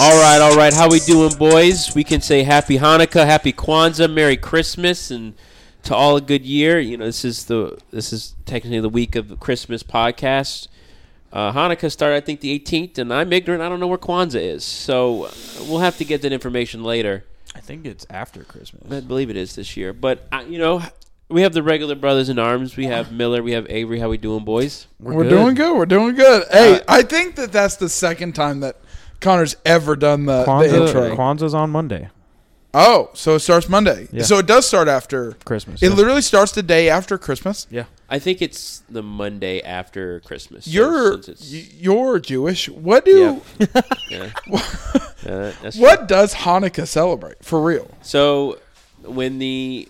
All right, all right. How we doing, boys? We can say Happy Hanukkah, Happy Kwanzaa, Merry Christmas, and to all a good year. You know, this is the this is technically the week of the Christmas podcast. Uh, Hanukkah started, I think, the 18th, and I'm ignorant. I don't know where Kwanzaa is, so uh, we'll have to get that information later. I think it's after Christmas. I believe it is this year, but uh, you know, we have the regular brothers in arms. We have Miller. We have Avery. How we doing, boys? We're doing good. We're doing good. Hey, I think that that's the second time that Connor's ever done the, the Kwanzaa, intro. Kwanzaa's on Monday, Oh, so it starts Monday. Yeah. So it does start after. Christmas. It yeah. literally starts the day after Christmas. yeah. I think it's the Monday after Christmas. so You're since it's- y- you're Jewish. What do yeah. Uh, that's true. what does Hanukkah celebrate for real? So, when the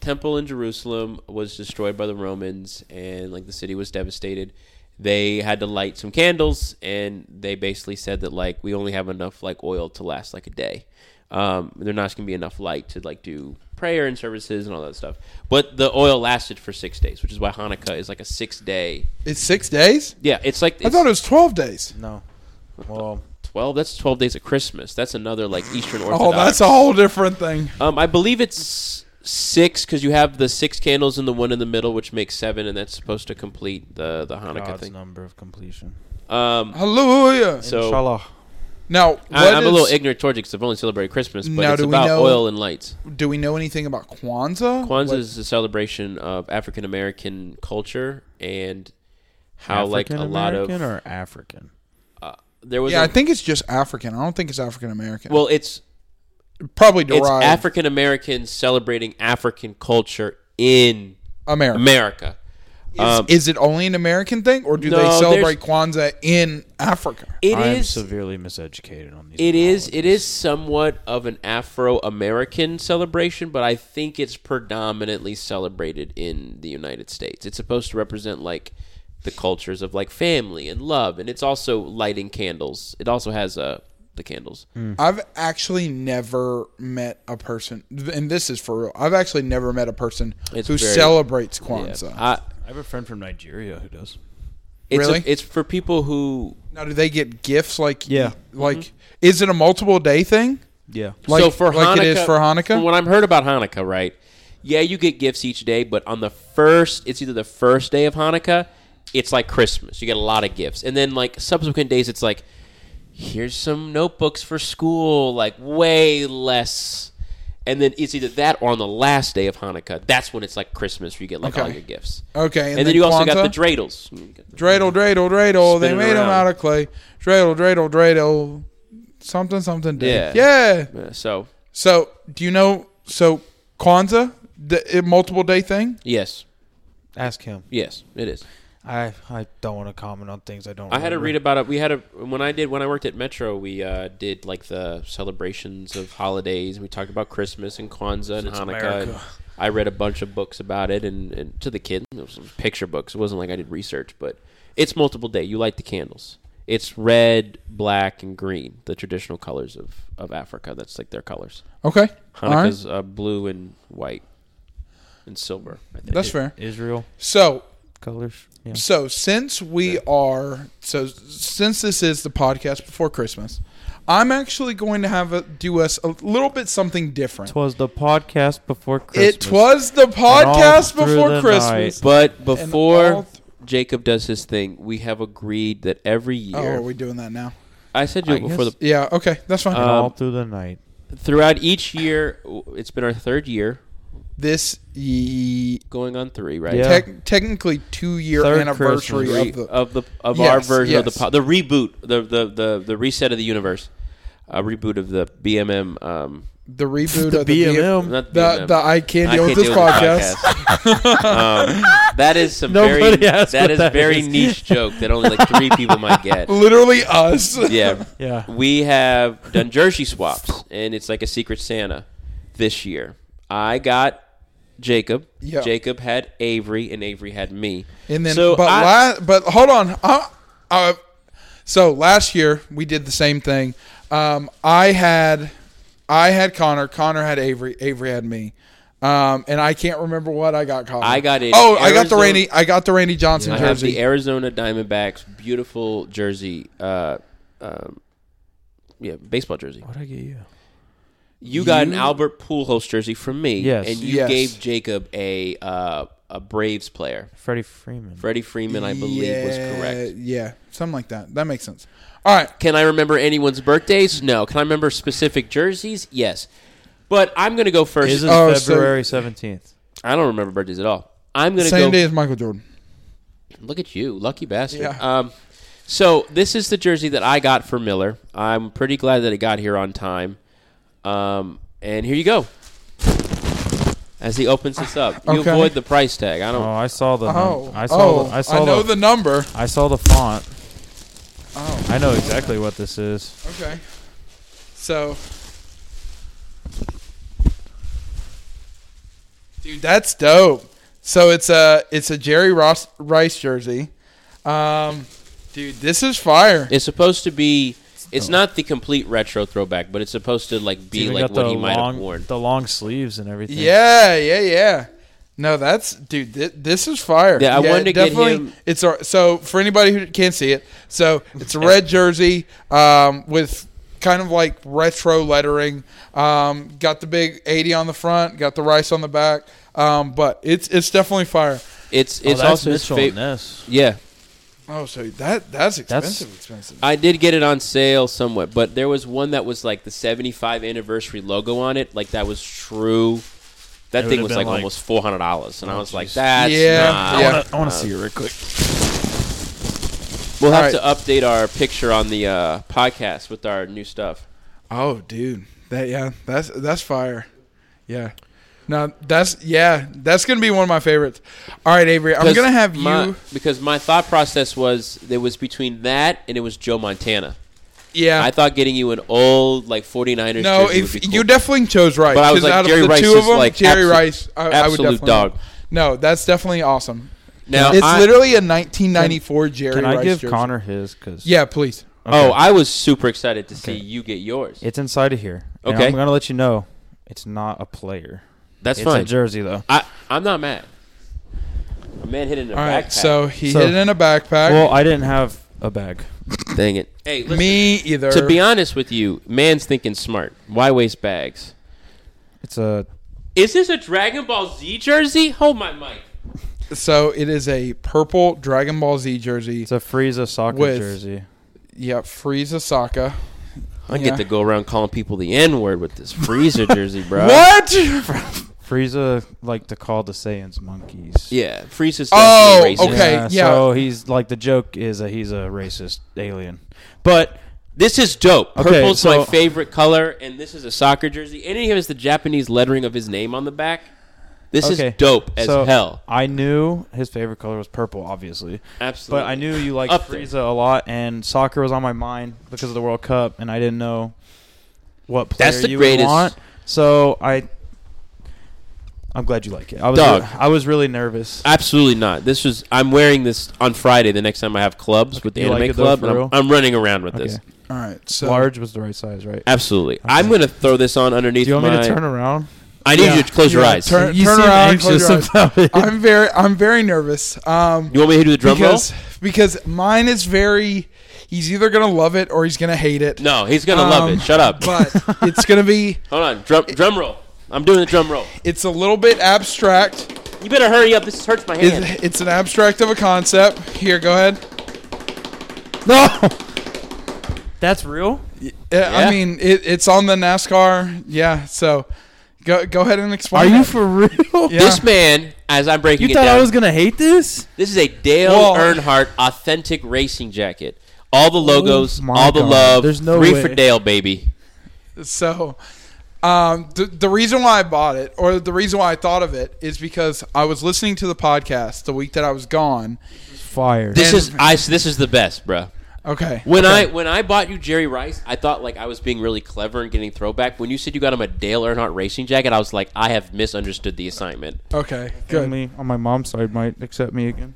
temple in Jerusalem was destroyed by the Romans and like the city was devastated, they had to light some candles, and they basically said that like we only have enough like oil to last like a day. Um, there's not going to be enough light to like do prayer and services and all that stuff. But the oil lasted for six days, which is why Hanukkah is like a six day. It's six days. Yeah, it's like I it's thought it was twelve days. No. Well, twelve. That's twelve days of Christmas. That's another like Eastern Oh, Orthodox. that's a whole different thing. Um, I believe it's six because you have the six candles and the one in the middle, which makes seven, and that's supposed to complete the the Hanukkah God's thing. number of completion. Um, Hallelujah. So- Inshallah. Now, what I, am a little is- ignorant towards it because I've only celebrated Christmas, but Now, it's do we about know- oil and lights. do we know anything about Kwanzaa? Kwanzaa What- is a celebration of African American culture and how African like a lot of American or African. there was Yeah, a- I think it's just African. I don't think it's African American. well it's probably it's derived African Americans celebrating African culture in America. America. Is, Um, is it only an American thing, or do they No, celebrate Kwanzaa in Africa? It is. I am severely miseducated on these. It is. It holidays. is somewhat of an Afro-American celebration, but I think it's predominantly celebrated in the United States. It's supposed to represent like the cultures of like family and love, and it's also lighting candles. It also has uh the candles. I've actually never met a person, and this is for real. I've actually never met a person It's who very- celebrates Kwanzaa. I, I have a friend from Nigeria who does. it's a- Really? it's for people who. now, do they get gifts? Like, Yeah. like is it a multiple day thing? Yeah. Like, so for like Hanukkah, it is for Hanukkah. From what I've heard about Hanukkah, right? Yeah, you get gifts each day, but on the first, it's either the first day of Hanukkah, it's like Christmas. You get a lot of gifts, and then like subsequent days, it's like here's some notebooks for school, like way less. And then it's either that or on the last day of Hanukkah. That's when it's like Christmas, where you get like all Okay. your gifts. Okay, and and, then, then you also got the Kwanzaa? dreidels. You got the- dreidel, dreidel, dreidel. They Spin it made them around. out of clay. Dreidel, dreidel, dreidel. Something, something. Day. Yeah. yeah. Uh, So So, do you know? So, Kwanzaa, the it- multiple day thing. yes, Ask him. yes, it is. I I don't want to comment on things I don't. I had to read about it. We had a when I did when I worked at Metro, we uh, did like the celebrations of holidays. We talked about Christmas and Kwanzaa and It's Hanukkah. America. And I read a bunch of books about it and, and to the kids, it was some picture books. It wasn't like I did research, but it's multiple day. You light the candles. It's red, black, and green, the traditional colors of, of Africa. That's like their colors. Okay. All right. Hanukkah's uh, blue and white and silver. I think. That's fair. Israel So, colors. Yeah. so since we are so since this is the podcast before Christmas, I'm actually going to have a do us a little bit something different. Twas the podcast before Christmas. It was the podcast all through before the Christmas. But And before all th- Jacob does his thing, we have agreed that every oh, year are we doing that now? I said you I before guess- the Yeah. Okay, that's fine. and all um, through the night. throughout each year. It's been our third year, this ye- going on three, right? Yeah. tec- technically two year Third anniversary Christmas. Three of the. of the of our Yes, version of yes. the po- the reboot, the the the the reset of the universe, uh, reboot of the BMM. Um, The reboot The of the BMM. not The, BMM. the I can't I deal with can't this deal with podcast. podcast. um, that is some Nobody very asked that what is that very is. niche joke that only like three people might get. Literally us. Yeah, Yeah. We have done jersey swaps, and it's like a secret Santa this year. I got Jacob. Yeah. Jacob had Avery, and Avery had me. And then, so but I- la- but hold on. Uh, uh, so last year we did the same thing. Um, I had, I had Connor. Connor had Avery. Avery had me. Um, and I can't remember what I got. Connor. I got it. Oh, I got the Arizona- Randy. I got the Randy Johnson I have jersey. the Arizona Diamondbacks beautiful jersey. Uh, um, yeah, baseball jersey. What would I get you? You got an You- Albert Pujols jersey from me, Yes. and you Yes. gave Jacob a uh, a Braves player, Freddie Freeman. Freddie Freeman, I believe, was correct. Yeah, something like that. That makes sense. All right. Can I remember anyone's birthdays? No. Can I remember specific jerseys? Yes. But I'm going to go first. Is it Oh, so- February seventeenth? I don't remember birthdays at all. I'm going to Same go. day as Michael Jordan. Look at you, lucky bastard. Yeah. Um, so this is the jersey that I got for Miller. I'm pretty glad that it got here on time. Um, and here you go. As he opens this up, you Okay. avoid the price tag. I don't. Oh, I saw the. Oh, num- I saw. oh, the, I saw know the, the number. I saw the font. Oh, I know exactly what this is. okay. So, dude, that's dope. So it's a it's a Jerry Ross Rice jersey. Um, dude, this is fire. It's supposed to be. It's not the complete retro throwback, but it's supposed to like be Oh. Even like got what the he might long, have worn. The long sleeves and everything. Oh, Yeah, yeah, yeah. No, that's dude. Th- this is fire. Yeah, I wanted to get him- It's a, so for anybody who can't see it. So it's a red jersey um, with kind of like retro lettering. Um, got the big eighty on the front. Got the rice on the back. Um, but it's it's definitely fire. It's Oh, it's that's also his Mitchell favorite. Ness. Yeah, Oh, so that that's expensive. expensive. I did get it on sale somewhat, but there was one that was like the 75 anniversary logo on it. Like that was true. That It thing would've was been like, like- Oh, almost four hundred dollars, and I was like, jeez. "That's Yeah, not- yeah. I want to see it real quick. We'll have All to update our picture on the uh, podcast with our new stuff. Oh, dude. That yeah. That's that's fire. Yeah. No, that's yeah. That's gonna be one of my favorites. All right, Avery. I'm 'Cause gonna have you. my- because my thought process was it was between that and it was Joe Montana. yeah. I thought getting you an old like 49ers. No, jersey if would be cool. you definitely chose right. But I was 'cause like, out Jerry of the Rice two of is, them, like, Jerry absolute- Rice, I, I would absolute definitely. dog. No, that's definitely awesome. now it's I- literally a 1994 Jerry Can Rice I give jersey. Connor his? Cause Yeah, please. Oh, I was super excited to see Okay. you get yours. it's inside of here. And Okay. I'm gonna let you know. It's not a player. That's it's fine. a jersey though. I I'm not mad. A man hit it in a All right, backpack. so he So- hid it in a backpack. Well, I didn't have a bag. dang it. Hey, listen, me either. to be honest with you, man's thinking smart. Why waste bags? It's a Is this a Dragon Ball Z jersey? Hold my mic. so it is a purple Dragon Ball Z jersey. it's a Frieza soccer With- jersey. Yep, Frieza Saka. I Yeah. get to go around calling people the N word with this freezer jersey, bro. What? Frieza like to call the Saiyans monkeys. Yeah, freezer's Oh, definitely racist. okay, yeah. So he's like the joke is that he's a racist alien. But This is dope. Okay, Purple's my so- favorite color, and this is a soccer jersey. And it has the Japanese lettering of his name on the back. This Okay, is dope as so hell. I knew his favorite color was purple, obviously. Absolutely. But I knew you liked Up there. Frieza a lot, and soccer was on my mind because of the World Cup, and I didn't know what player That's the you greatest- would want. So I, I'm glad you like it. I was Dog. I was really nervous. Absolutely not. This was I'm wearing this on Friday. The next time I have clubs with the you anime like it though, club, for and I'm, real? I'm running around with this. Okay. All right, so Large was the right size, right? Absolutely. I'm gonna throw this on underneath Do you want my. me to turn around? I need Yeah. you to close your Yeah, eyes. Turn, You turn seem around. Close your eyes. anxious about it. I'm very, I'm very nervous. Um, You want me to do the drum because because mine is very he's either gonna love it or he's gonna hate it. roll? No, he's gonna love Um, it. Shut up. But it's gonna be Hold on. Drum drum roll. I'm doing the drum roll. it's a little bit abstract. You better hurry up. This hurts my hand. It's, it's an abstract of a concept. Here, go ahead. No. That's real. Uh, Yeah. I mean, it, it's on the NASCAR. Yeah, so go go ahead and Are explain. you it. for real? Yeah. This man, as I'm breaking You it thought down, I was gonna hate this? this is a Dale Whoa. Earnhardt authentic racing jacket. All the logos, Oh my all the God. love. There's no three way. for Dale, baby. So, um, the, the reason why I bought it, or the reason why I thought of it, is because I was listening to the podcast the week that I was gone. Fire. This And- is I. This is the best, bruh. Okay. When I when I bought you Jerry Rice, I thought like I was being really clever and getting throwback. When you said you got him a Dale Earnhardt racing jacket, I was like, I have misunderstood the assignment. Okay. Good. Family on my mom's side might accept me again.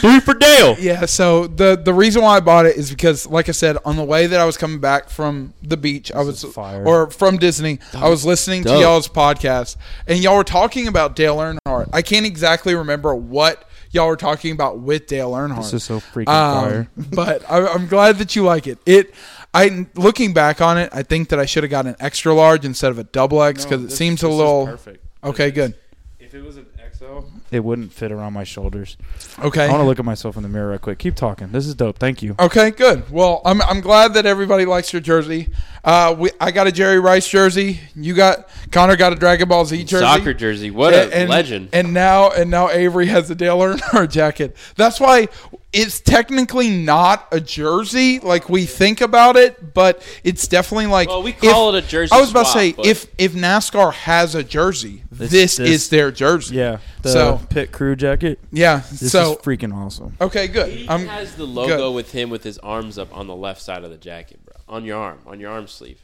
Three for Dale. Yeah, so the the reason why I bought it is because, like I said, on the way that I was coming back from the beach, I was is fire. or from Disney, I was listening to Dope. y'all's podcast, and y'all were talking about Dale Earnhardt. I can't exactly remember what y'all were talking about with Dale Earnhardt. This is so freaking Um, fire. but I, I'm glad that you like it. It I looking back on it, I think that I should have got an extra large instead of a double X because it seems a little. perfect. Okay, good. If it was an XL, It wouldn't fit around my shoulders. I want Okay. to look at myself in the mirror right quick. Keep talking. This is dope. Thank you. Okay, good. Well, I'm, I'm glad that everybody likes your jersey. Uh, we I got a Jerry Rice jersey. You got Connor got a Dragon Ball Z jersey. soccer jersey, what And- a and, legend! And now and now Avery has a Dale Earnhardt jacket. That's why it's technically not a jersey like we think about it, but it's definitely like Well, we call it a jersey I was about swap, to but- say if if NASCAR has a jersey, this, this- is their jersey. Yeah. The So- pit crew jacket. Yeah. This so is freaking awesome. okay, good. he I'm has the logo with him with his arms up on the left side of the jacket, bro. On your arm, on your arm sleeve,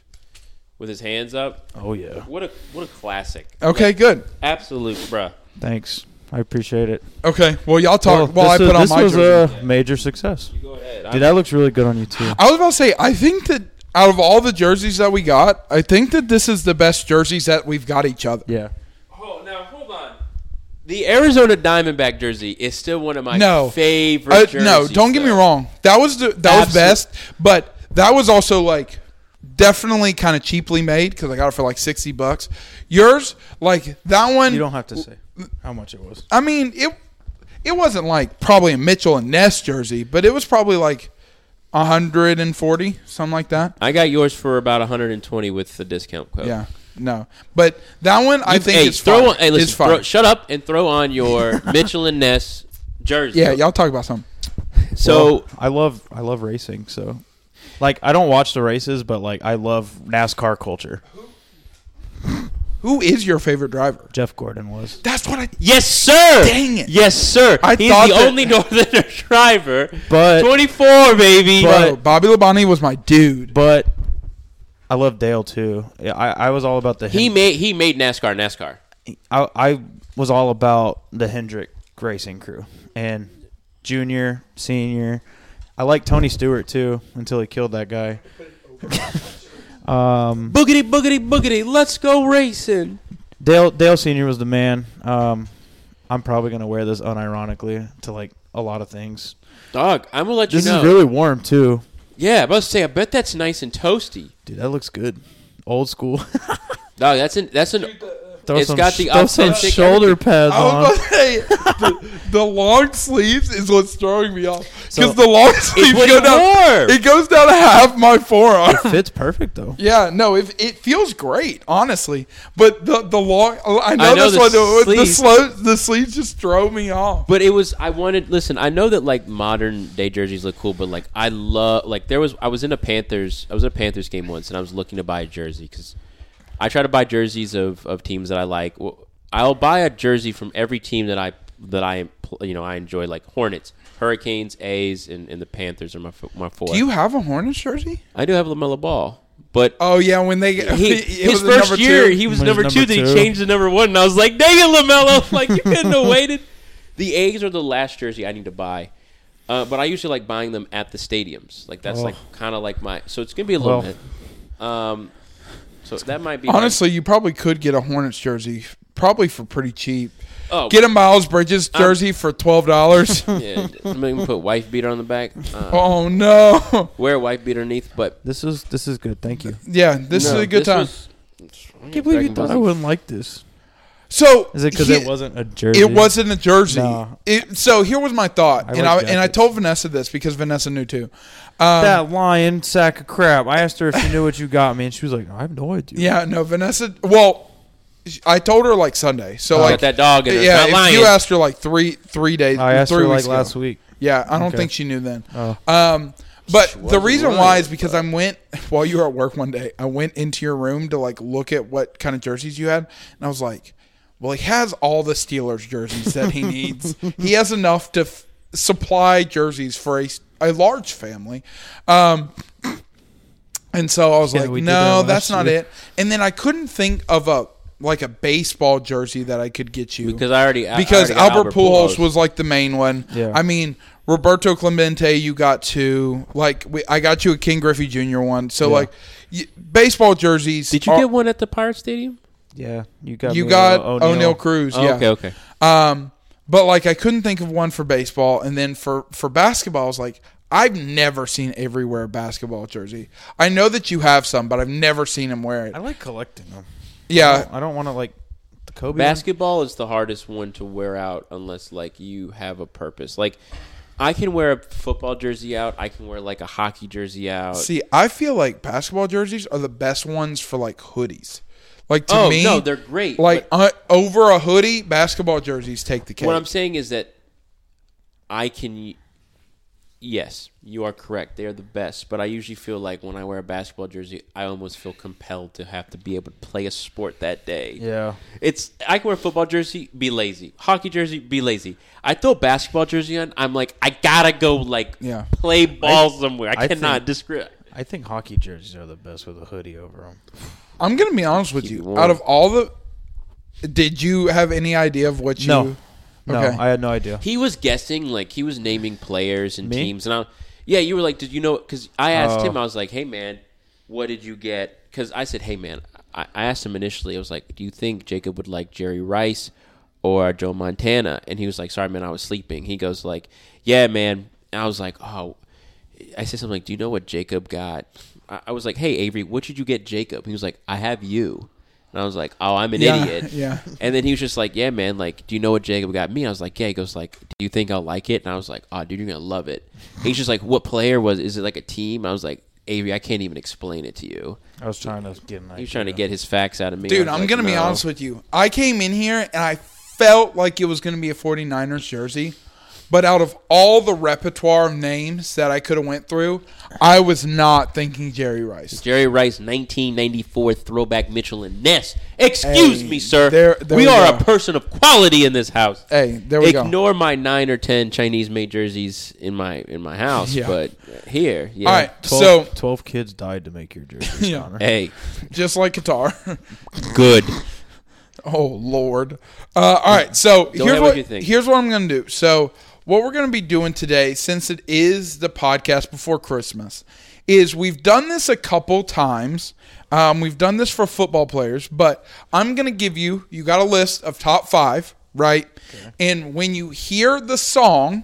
with his hands up. Oh yeah. What a what a classic! okay, Like, good. absolute, bruh. Thanks. I appreciate it. Okay. Well, y'all talk Well, while I this was- put on this my was jersey. a major success. Go ahead. Dude, I, that looks really good on you too. I was about to say, I think that out of all the jerseys that we got, I think that this is the best jerseys that we've got each other. Yeah. oh, now hold on. The Arizona Diamondback jersey is still one of my No. favorite. Uh, jerseys, no, don't get me though. wrong. That was the, that Absolute- was best, but that was also like definitely kind of cheaply made because I got it for like sixty bucks. Yours, like that one, You don't have to say how much it was. I mean it. It wasn't like probably a Mitchell and Ness jersey, but it was probably like hundred and forty, something like that. I got yours for about 120 with the discount code. Yeah, no, but that one I think Oh. hey, it's throw fire. on. Hey, listen, it's fire. throw- shut up and throw on your Mitchell and Ness jersey. yeah, y'all talk about something. So Well, I love I love racing, so like I don't watch the races, but like I love NASCAR culture. Who is your favorite driver? Jeff Gordon was. That's what I. yes, sir. Dang it. Yes, sir. I He's thought the that- only Northerner driver. But- 24, baby. Bro, Bobby Labonte was my dude. But I love Dale too. Yeah, I, I was all about the he Hen- made he made NASCAR NASCAR. I, I was all about the Hendrick racing crew and junior, senior. I like Tony Stewart too until he killed that guy. Mm. um, Boogity boogity boogity. Let's go racing. Dale Dale Senior was the man. Um, I'm probably gonna wear this unironically to like a lot of things. Dog, I'm gonna let you This know. is really warm too, yeah, I was about to say. I bet that's nice and toasty. dude. That looks good. Old school. Dog, that's an that's an. throw It's some, got sh- the throw some authentic shoulder everything. pads I was on. about to say, the, the long sleeves is what's throwing me off So- because the long sleeves what go he down. wore. It goes down to half my forearm. Fits perfect though. yeah, no, if, it feels great, honestly. But the the long, oh, I know, I know this the one. The, the sleeves. slow, the sleeves just drove me off. But it was I wanted listen, I know that like modern day jerseys look cool, but like I love like there was I was in a Panthers I was in a Panthers game once and I was looking to buy a jersey cuz I try to buy jerseys of, of teams that I like. Well, I'll buy a jersey from every team that I that I you know I enjoy like Hornets, Hurricanes, A's and, and the Panthers are my f- my four. Do you have a Hornets jersey? I do have LaMelo Ball, but Oh yeah, when they he, it his was a first number year, two. he was When he was number, two. number Then two. he changed to number one, and I was like, "Dang it, Lamelo! Like you couldn't have waited." The A's are the last jersey I need to buy, uh, but I usually like buying them at the stadiums. Like that's Oh. like kind of like my. So it's gonna be a little Well. bit. Um, so that might be my- honestly, you probably could get a Hornets jersey, probably for pretty cheap. oh, Um, Get a Miles Bridges jersey for twelve dollars. yeah, I'm gonna put wife beater on the back. Uh, oh no! Wear a wife beater underneath, but This is this is good. Thank you. Yeah, this no, is a good this time. was- can't believe you Dragon Ball thought I Z. wouldn't like this. so Is it because he- it wasn't a jersey? It wasn't a jersey. No. It, so here was my thought, I and I like and I jackets. told Vanessa this because Vanessa knew too. Um, that lion sack of crap. I asked her if she knew what you got me, and she was like, "I have no idea." yeah, no, Vanessa. Well, sh- I told her like Sunday, so Oh, Got like that dog in her. yeah, Not if lying. you asked her like three three days, I asked three her weeks like ago. last week. Yeah, I don't Okay. think she knew then. Oh. Um, but the wasn't reason why lying, is because I went while you were at work one day. I went into your room to like look at what kind of jerseys you had, and I was like, "Well, he has all the Steelers jerseys that he needs. he has enough to f- supply jerseys for a, s- a large family." Um, and so I was Yeah, like, we did "No, that that's last not year." it." And then I couldn't think of a like a baseball jersey that I could get you because I already I because already got Albert, Pujols, was like the main one. Yeah. I mean Roberto Clemente, you got two. Like we, I got you a King Griffey Jr. one. So Yeah. like y- baseball jerseys. Did you are- get one at the Pirate Stadium? Yeah, you got. You me got a O'Neill, Cruz. Oh, yeah. Okay, okay. Um, but like I couldn't think of one for baseball, and then for for basketball, I was like, I've never seen Avery wear a basketball jersey. I know that you have some, but I've never seen him wear it. I like collecting them. Yeah, I don't want to like the Kobe. one. Basketball is the hardest one to wear out unless like you have a purpose. Like I can wear a football jersey out. I can wear like a hockey jersey out. See, I feel like basketball jerseys are the best ones for like hoodies. Like to oh me, no, they're great. like but uh, over a hoodie, basketball jerseys take the cake. what I'm saying is that I can. Yes, you are correct. They are the best. But I usually feel like when I wear a basketball jersey, I almost feel compelled to have to be able to play a sport that day. Yeah. It's I can wear a football jersey, be lazy. Hockey jersey, be lazy. I throw a basketball jersey on, I'm like, I gotta go like Yeah. play ball somewhere. I, I cannot think- describe. I think hockey jerseys are the best with a hoodie over them. I'm gonna be honest with Keep it you. warm. Out of all the, did you have any idea of what you? No. No, Okay. I had no idea. He was guessing, like he was naming players and Me? teams, and I, yeah, you were like, did you know? Because I asked Oh. him, I was like, hey man, what did you get? Because I said, hey man, I, I asked him initially, I was like, do you think Jacob would like Jerry Rice or Joe Montana? And he was like, sorry man, I was sleeping. He goes like, yeah man. And I was like, oh, I said something like, do you know what Jacob got? I, I was like, hey Avery, what did you get Jacob? He was like, I have you. And I was like, oh, I'm an Yeah, idiot. yeah. And then he was just like, "Yeah, man. Like, do you know what Jacob got me?" I was like, "Yeah." He goes like, "Do you think I'll like it?" And I was like, "Oh, dude, you're gonna love it." And he's just like, "What player was? Is it like a team?" I was like, "Avery, I can't even explain it to you." I was trying to get an idea. He was trying to get his facts out of me, Dude, I was I'm like, going to be "No." honest with you. I came in here and I felt like it was going to be a 49ers jersey, but out of all the repertoire of names that I could have went through, I was not thinking Jerry Rice. Jerry Rice, 1994 throwback Mitchell and Ness. Excuse Hey, me, sir. there- there we we are go. a person of quality in this house. Hey, there we go. Ignore my nine or ten Chinese made jerseys in my in my house, Yeah. but here, yeah. All right, 12, so 12 kids died to make your jerseys, Yeah. Connor. Hey, just like Qatar. good. Oh Lord! Uh, all right, so here's at what, what you think. here's what I'm going to do. So what we're going to be doing today, since it is the podcast before Christmas, is we've done this a couple times. Um, we've done this for football players, but I'm going to give you you got a list of top five, right? And when you hear the song,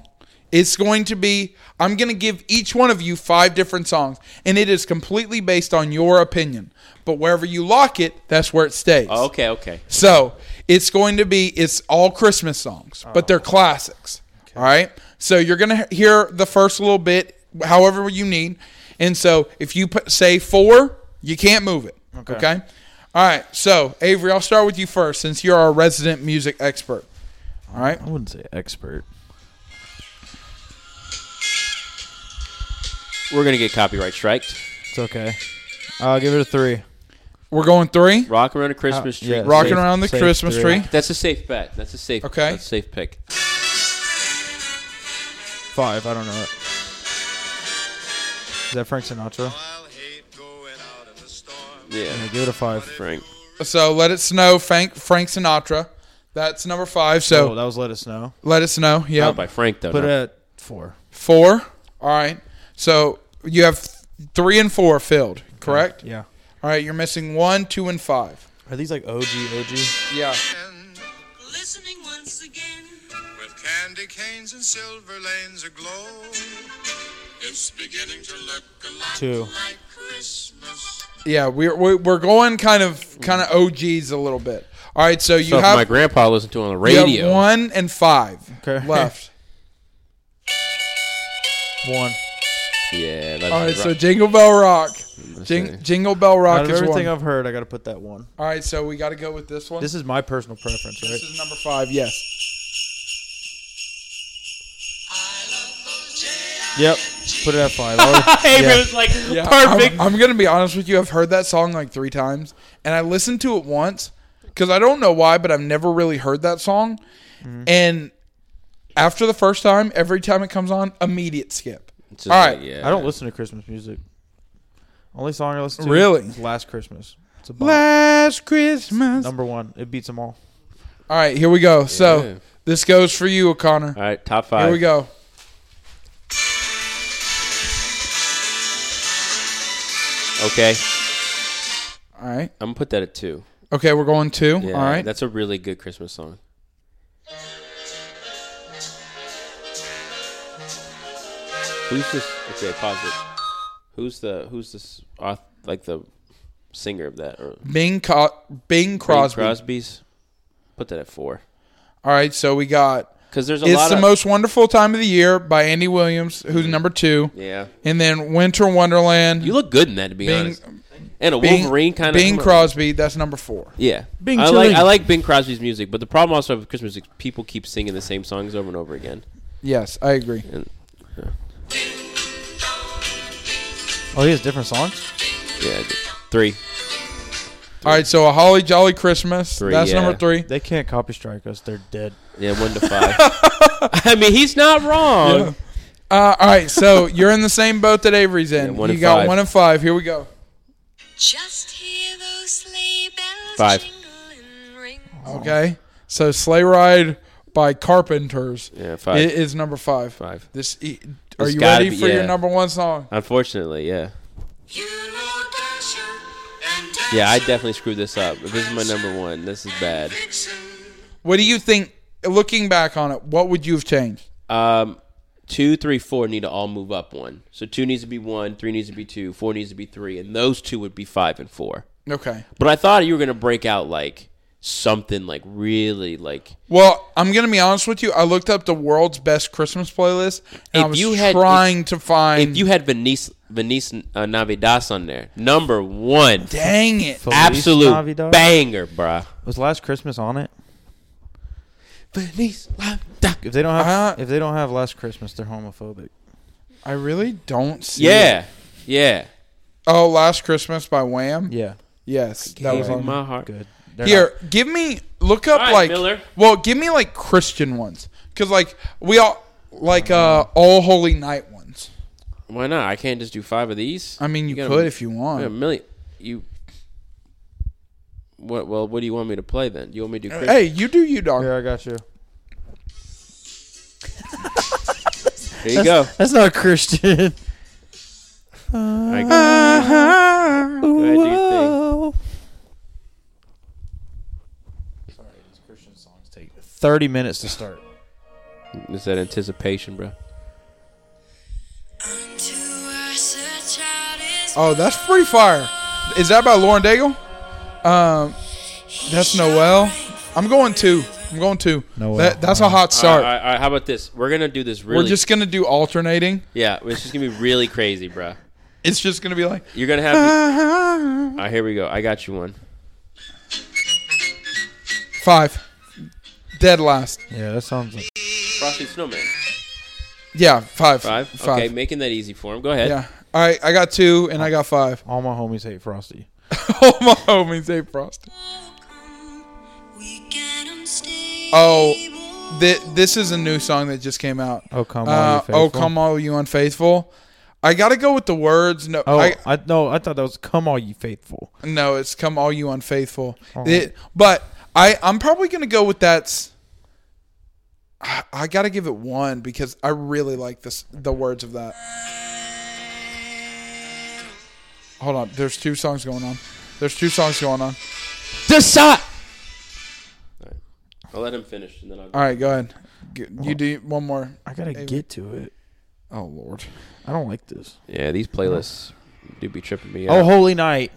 it's going to be I'm going to give each one of you five different songs, and it is completely based on your opinion. But wherever you lock it, that's where it stays. Okay, okay. So it's going to be it's all Christmas songs, but they're classics. All right. So you're gonna he- hear the first little bit, however you need, and so if you put, say four, you can't move it. Okay. All right. So Avery, I'll start with you first since you're our resident music expert. All right. I wouldn't say expert. We're gonna get copyright striked. It's okay. I'll give it a three. We're going three. Rocking around a Christmas Uh, tree. yeah. Rock- Rocking Safe- around the safe Christmas three. tree. That's a safe bet. That's a safe. Okay. That's a safe pick. Five. I don't know it. Is that Frank Sinatra? I'll hate going out in the storm. Yeah. Yeah, give it a five. Frank. So let it snow, Frank Frank Sinatra. That's number five. So oh, that Oh, was Let Us Know. let it snow. Yeah. Not by Frank though. Put it uh, no. at four. Four. All right. So you have th- three and four filled, correct? Yeah. All right. You're missing one, two, and five. Are these like OG, OG? Yeah. listening once again. With candy canes and silver lanes aglow. It's beginning to look a lot Two. like Christmas. Yeah. We're we're we're going kind of kind of OGs a little bit. All right. So you Stuff have my grandpa listened to on the you have radio. one and five Okay. left. One. Yeah. That's All right. right. So Jingle Bell Rock. Jing, see. Jingle Bell Out Rock of is one. everything I've heard, I got to put that one. All right. So we got to go with this one. This is my personal preference, This right? is number five. Yes. Yep. Put it at five. I already- Avery yeah. was like, Yeah, perfect. I'm, I'm gonna be honest with you. I've heard that song like three times, and I listened to it once because I don't know why, but I've never really heard that song. Mm-hmm. And after the first time, every time it comes on, immediate skip. It's just All right. like, yeah. I don't listen to Christmas music. Only song I listen to Really? is Last Christmas. It's a bop. Last Christmas. number one. It beats them all. All right, here we go. So Yeah. this goes for you, O'Connor. All right. Top five. Here we go. Okay. All right. I'm gonna put that at two. Okay, we're going two. Yeah. All right. That's a really good Christmas song. Who's this? Okay, pause it. Who's the who's this? auth- Like the singer of that? Or Bing, Co- Bing Crosby. Crosby's. Put that at four. All right, so we got Because there's a It's lot the of Mm-hmm. Most Wonderful Time of the Year by Andy Williams, who's number two. yeah. And then Winter Wonderland. You look good in that, to be Bing- honest. And a Bing, Wolverine kind of Bing Crosby, that's number four. Yeah, Bing I like Chilling. I like Bing Crosby's music, but the problem also with Christmas is people keep singing the same songs over and over again. Yes, I agree. And Oh, he has different songs. yeah, three. All right, so a Holly Jolly Christmas. Three, that's yeah. number three. They can't copy strike us. They're dead. Yeah, one to five. I mean, he's not wrong. Yeah. Uh, all right, so you're in the same boat that Avery's in. Yeah, one you and got five. one and five. Here we go. Just hear those sleigh bells Five. jingle and ring. Okay, so Sleigh Ride by Carpenters Yeah, i- five. is number five. five. This e- are It's you gotta ready be- for yeah. your number one song? Unfortunately, yeah. You know Dasher and Dasher. Yeah, I definitely screwed this up. If this is my number one, this is bad. Vixen. What do you think? Looking back on it, what would you have changed? Um, two, three, four need to all move up one. So two needs to be one, three needs to be two, four needs to be three, and those two would be five and four. Okay. But I thought you were gonna break out like something like really like Well, I'm gonna be honest with you. I looked up the world's best Christmas playlist, and I If was you had- trying to find. if you had Venice Venice uh, Navidas on there, number one, dang it! Feliz absolute Navidad. banger, bruh. Was Last Christmas on it? Venice Navidad. If they don't have, Uh, if they don't have Last Christmas, they're homophobic. I really don't see. it. Yeah, yeah. Oh, Last Christmas by Wham. Yeah, Yes, that was Gave you on. my heart. good. They're Here, give me look up All right, like Miller. well, give me like Christian ones because like we all like uh All Holy Night ones. Why not? I can't just do five of these. I mean, you, got a- could if you got a want. million. You. What? Well, what do you want me to play then? You want me to do? Christmas? Hey, you do you, not- dog. Here, I got you. Here you go. That's not Christian. I go. Go ahead, do your thing. Thirty minutes to start. It's that anticipation, bro. Unto our search out is Oh, that's Free Fire. Is that by Lauren Daigle? Um, that's Noel. I'm going two. I'm going two. Noel. That, that's a hot start. All right, all right, how about this? We're gonna do this really. We're just gonna do alternating. yeah. It's just gonna be really crazy, bro. It's just gonna be like You're gonna have. Ah. To, all right, here we go. I got you one. five, dead last. Yeah, that sounds like Frosty Snowman. Yeah, five. Five. Okay, making that easy for him. Go ahead. Yeah. All right. I got two and I got five. all my homies hate Frosty. All my homies hate Frosty. broken. We can unstable. Oh, th- this is a new song that just came out. Oh come on, Uh, oh, come all you unfaithful. I gotta go with the words. No, Oh, I, I, no, I thought that was come all you faithful. No, it's come all you unfaithful. It- but I, I'm probably gonna go with that's. I, I gotta give it one because I really like this the words of that. Hold on, there's two songs going on. There's two songs going on. I'll let him finish, and then I'll. All right, go ahead. G- You do one more. I gotta get to it. Oh Lord. I don't like this. Yeah, these playlists do be tripping me Oh, out. holy night.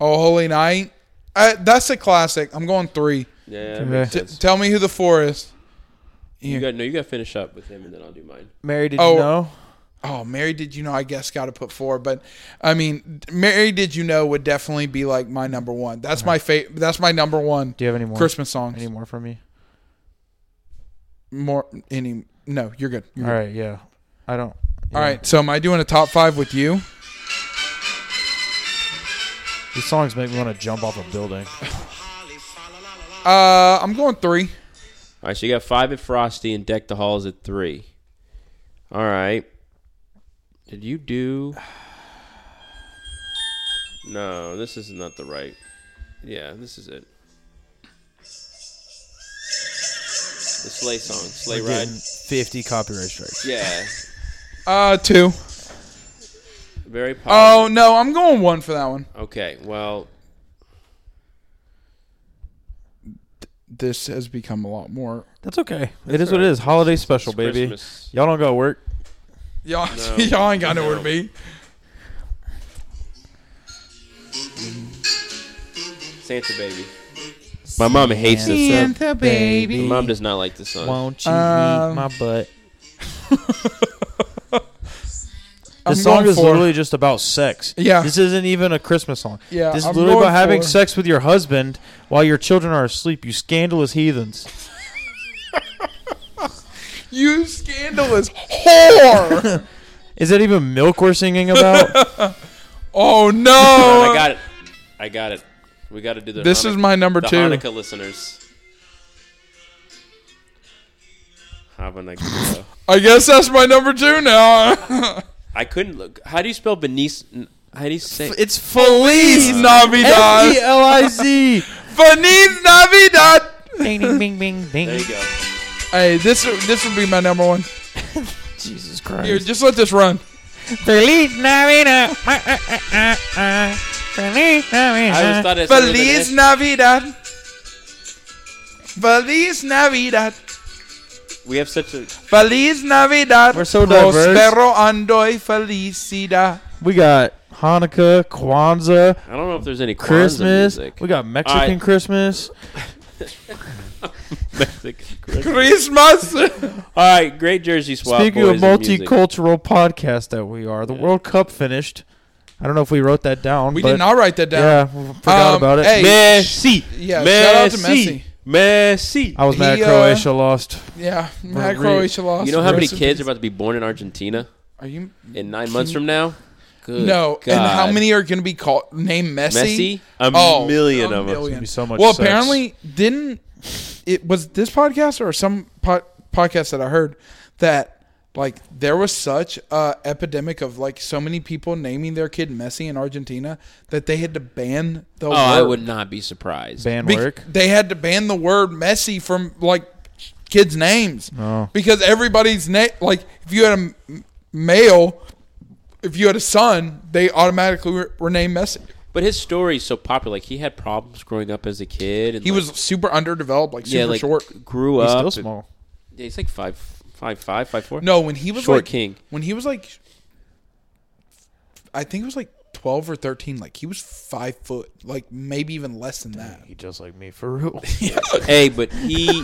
Oh Holy Night. I, that's a classic. I'm going three. yeah, that makes Yeah. T- sense. tell me who the four is. You got no. You got to finish up with him, and then I'll do mine. Mary, did Oh. you know? Oh, Mary Did You Know, I guess got to put four, but I mean, Mary Did You Know would definitely be like my number one. That's my favorite. That's my number one Do you have any more? Christmas songs. Any more for me? More any? No, you're good. You're All right, yeah. I don't. good. All right. So am I doing a top five with you? These songs make me want to jump off a building. Uh, I'm going three. All right, so you got five at Frosty and Deck the Halls at three. All right. Did you do? No, this is not the right. Yeah, this is it. The sleigh song, sleigh ride. Getting 50 copyright strikes. Yeah, Uh, two. very Oh popular. no, I'm going one for that one. Okay, well, This has become a lot more. Oh, That's okay. It is what it is. Holiday special, It's baby. Christmas. Y'all don't go to work. Y'all, y'all ain't got nowhere to No. be. Santa Baby. My mom hates this song. the baby. My mom does not like this song. Won't you Um, eat my butt? I'm This song going is for- literally just about sex. Yeah. This isn't even a Christmas song. Yeah, This is I'm literally going about having for- sex with your husband while your children are asleep. You scandalous heathens. You scandalous whore! Is that even milk we're singing about? oh All right, no! I got it. I got it. We got to do the. This Hanukkah- is my number the two. Hanukkah listeners. Hanukkah. I guess that's my number two now. I couldn't look. How do you spell Benice? n- How do you say? it's Feliz Navidad. F E L I Z. E Feliz Navidad. Bing bing bing bing. There bing. you go. Hey, this this would be my number one. Jesus Here, Christ. just let this run. Feliz Navidad. Ah, ah, ah, ah, ah. Feliz I always Navidad. thought it sounded like an Feliz S. Navidad. Feliz Navidad. We have such a. Feliz Navidad. We're so diverse. Prospero ando y felicidad. We got Hanukkah, Kwanzaa, I don't know if there's any Kwanzaa Christmas. Music. We got Mexican Alright. Christmas. Mexican Christmas. Christmas. All right, great Jersey swap. Speaking boys of and music. multicultural podcast that we are, the World Cup finished. I don't know if we wrote that down. we but did not write that down. Yeah, we forgot Um, about it. hey, Messi. Yeah, shout out to Messi. Messi. I was mad he, uh, Croatia lost. Yeah, Maria. mad Croatia lost. You know how many Rest in kids are peace. about to be born in Argentina Are you? in nine months from now? Good No, and how God. many are going to be called named Messi? Messi? A Oh, million of them. There's gonna be so much well, sex. apparently, didn't it was this podcast or some po- podcast that I heard that like there was such a epidemic of like so many people naming their kid Messi in Argentina that they had to ban the. Oh, word. I would not be surprised. band Be- work. They had to ban the word Messi from like kids' names Oh. because everybody's name like if you had a m- male, if you had a son, they automatically were, were named Messi. But his story's so popular. Like he had problems growing up as a kid. And He like, was super underdeveloped, like super yeah, like short. grew He's up. still small. Yeah, he's like five, five, five, five, four. No, when he was Short like king. When he was like, I think it was like twelve or thirteen. Like he was five foot, like maybe even less than that. He just like me for real. Hey, but he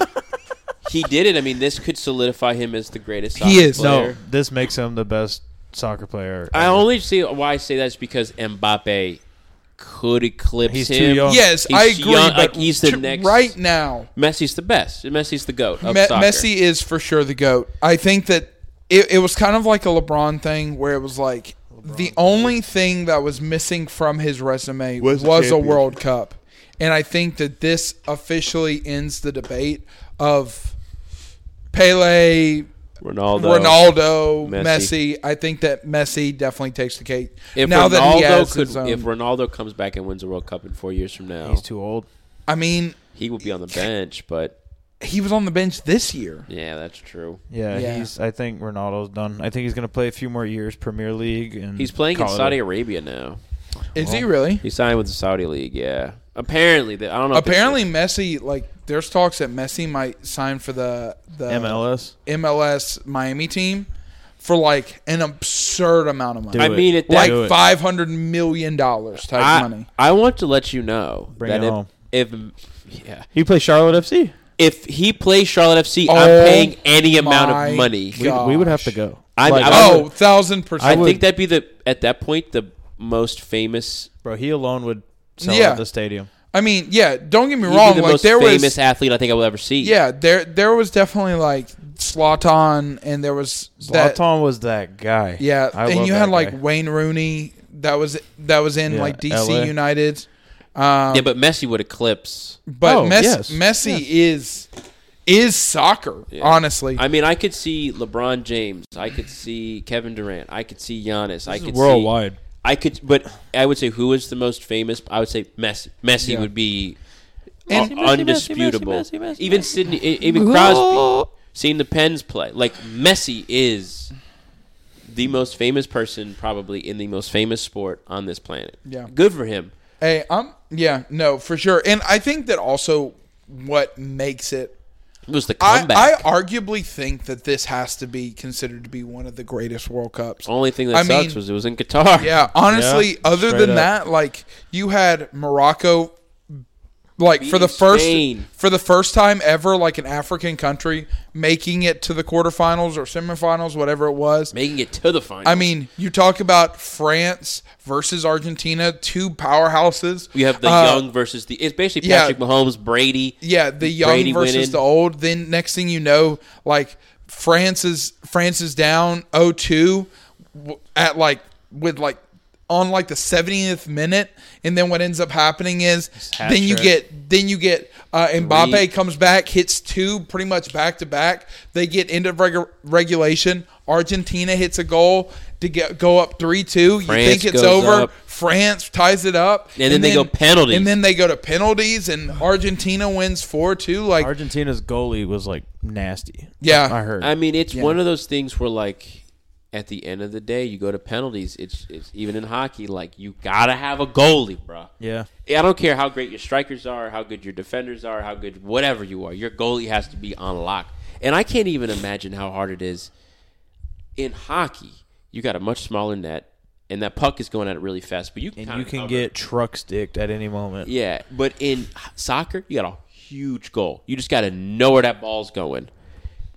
he did it. I mean, this could solidify him as the greatest. He soccer is. player. no, this makes him the best soccer player. I ever. only see why I say that's because Mbappe could eclipse He's him. too young. Yes, He's I agree. young, but like, he's the to- next- right now. Messi's the best. Messi's the goat of Me- soccer. Messi is for sure the goat. I think that it, it was kind of like a LeBron thing where it was like the only thing that was missing from his resume was, a World Cup, and I think that this officially ends the debate of Pele, Ronaldo. Ronaldo, Messi. Messi. I think that Messi definitely takes the cake. If now Ronaldo that he has could, his um, own- if Ronaldo comes back and wins a World Cup in four years from now, He's too old. I mean, he will be on the bench. But he was on the bench this year. yeah, that's true. Yeah, Yeah. he's. I think Ronaldo's done. I think he's gonna play a few more years Premier League and He's playing in call it Saudi a- Arabia now. Is Oh. he really? He signed with the Saudi league. Yeah, apparently. They, I don't know. if it's- Apparently, Messi like there's talks that Messi might sign for the the MLS. MLS Miami team for like an absurd amount of money, I Do it. mean, at that like Do it. five hundred million dollars type I, money. I want to let you know Bring that it if, home. if yeah, He plays Charlotte FC. if he plays Charlotte FC, I'm Oh paying any amount my of money. We, we would have to Gosh. go. I'm- Like, I I Oh, would- thousand I, percent. would- think that'd be the at that point the most famous. bro, he alone would sell Yeah. out the stadium. I mean, yeah. Don't get me he'd be wrong. the Like most there famous was, athlete I think I will ever see. yeah, there there was definitely like Slotan, and there was that. Zlatan was that guy. Yeah, I and love you that had like guy. Wayne Rooney. That was that was in Yeah, like DC LA. United. Um, yeah, but Messi would eclipse. But Oh, Messi, yes. Messi is is soccer. Honestly, I mean, I could see LeBron James. I could see Kevin Durant. I could see Giannis. I could worldwide. See, I could, but I would say who is the most famous? I would say Messi. Messi Yeah. would be And- un- undisputable. even Sidney, e- even Crosby, seeing the Pens play. Like Messi is the most famous person probably in the most famous sport on this planet. Yeah. good for him. hey, I'm yeah, no, for sure. And I think that also what makes it It was the I, comeback. I arguably think that this has to be considered to be one of the greatest World Cups. Only thing that I sucks mean- was it was in Qatar. Yeah, honestly, Yeah, other straight than up. that, like you had Morocco like for the first Spain. for the first time ever like an African country making it to the quarterfinals or semifinals, whatever it was. Making it to the final. I mean, you talk about France versus Argentina, two powerhouses. you have the Uh, young versus the. It's basically yeah. Patrick Mahomes, Brady. Yeah, the young Brady versus winning. the old. Then next thing you know, like France is France is down 0-2 w- at like with like on like the 70th minute and then what ends up happening is hat then you trick. get then you get uh, Mbappe Three. comes back hits two pretty much back to back they get into regu- regulation Argentina hits a goal to get go up 3-2 you France think it's goes over up. France ties it up And then they go penalties. and then they go to penalties and Argentina wins 4-2 like Argentina's goalie was like nasty. Yeah. I heard. I mean, it's one of those things where, like, at the end of the day, you go to penalties. It's, it's even in hockey, like, you gotta have a goalie, bro. yeah, I don't care how great your strikers are, how good your defenders are, how good whatever you are. Your goalie has to be on lock. And I can't even imagine how hard it is in hockey. You got a much smaller net, and that puck is going at it really fast. But you can, and you kinda can cover it. get truck sticked at any moment. yeah. But in soccer, you got a huge goal. You just got to know where that ball's going.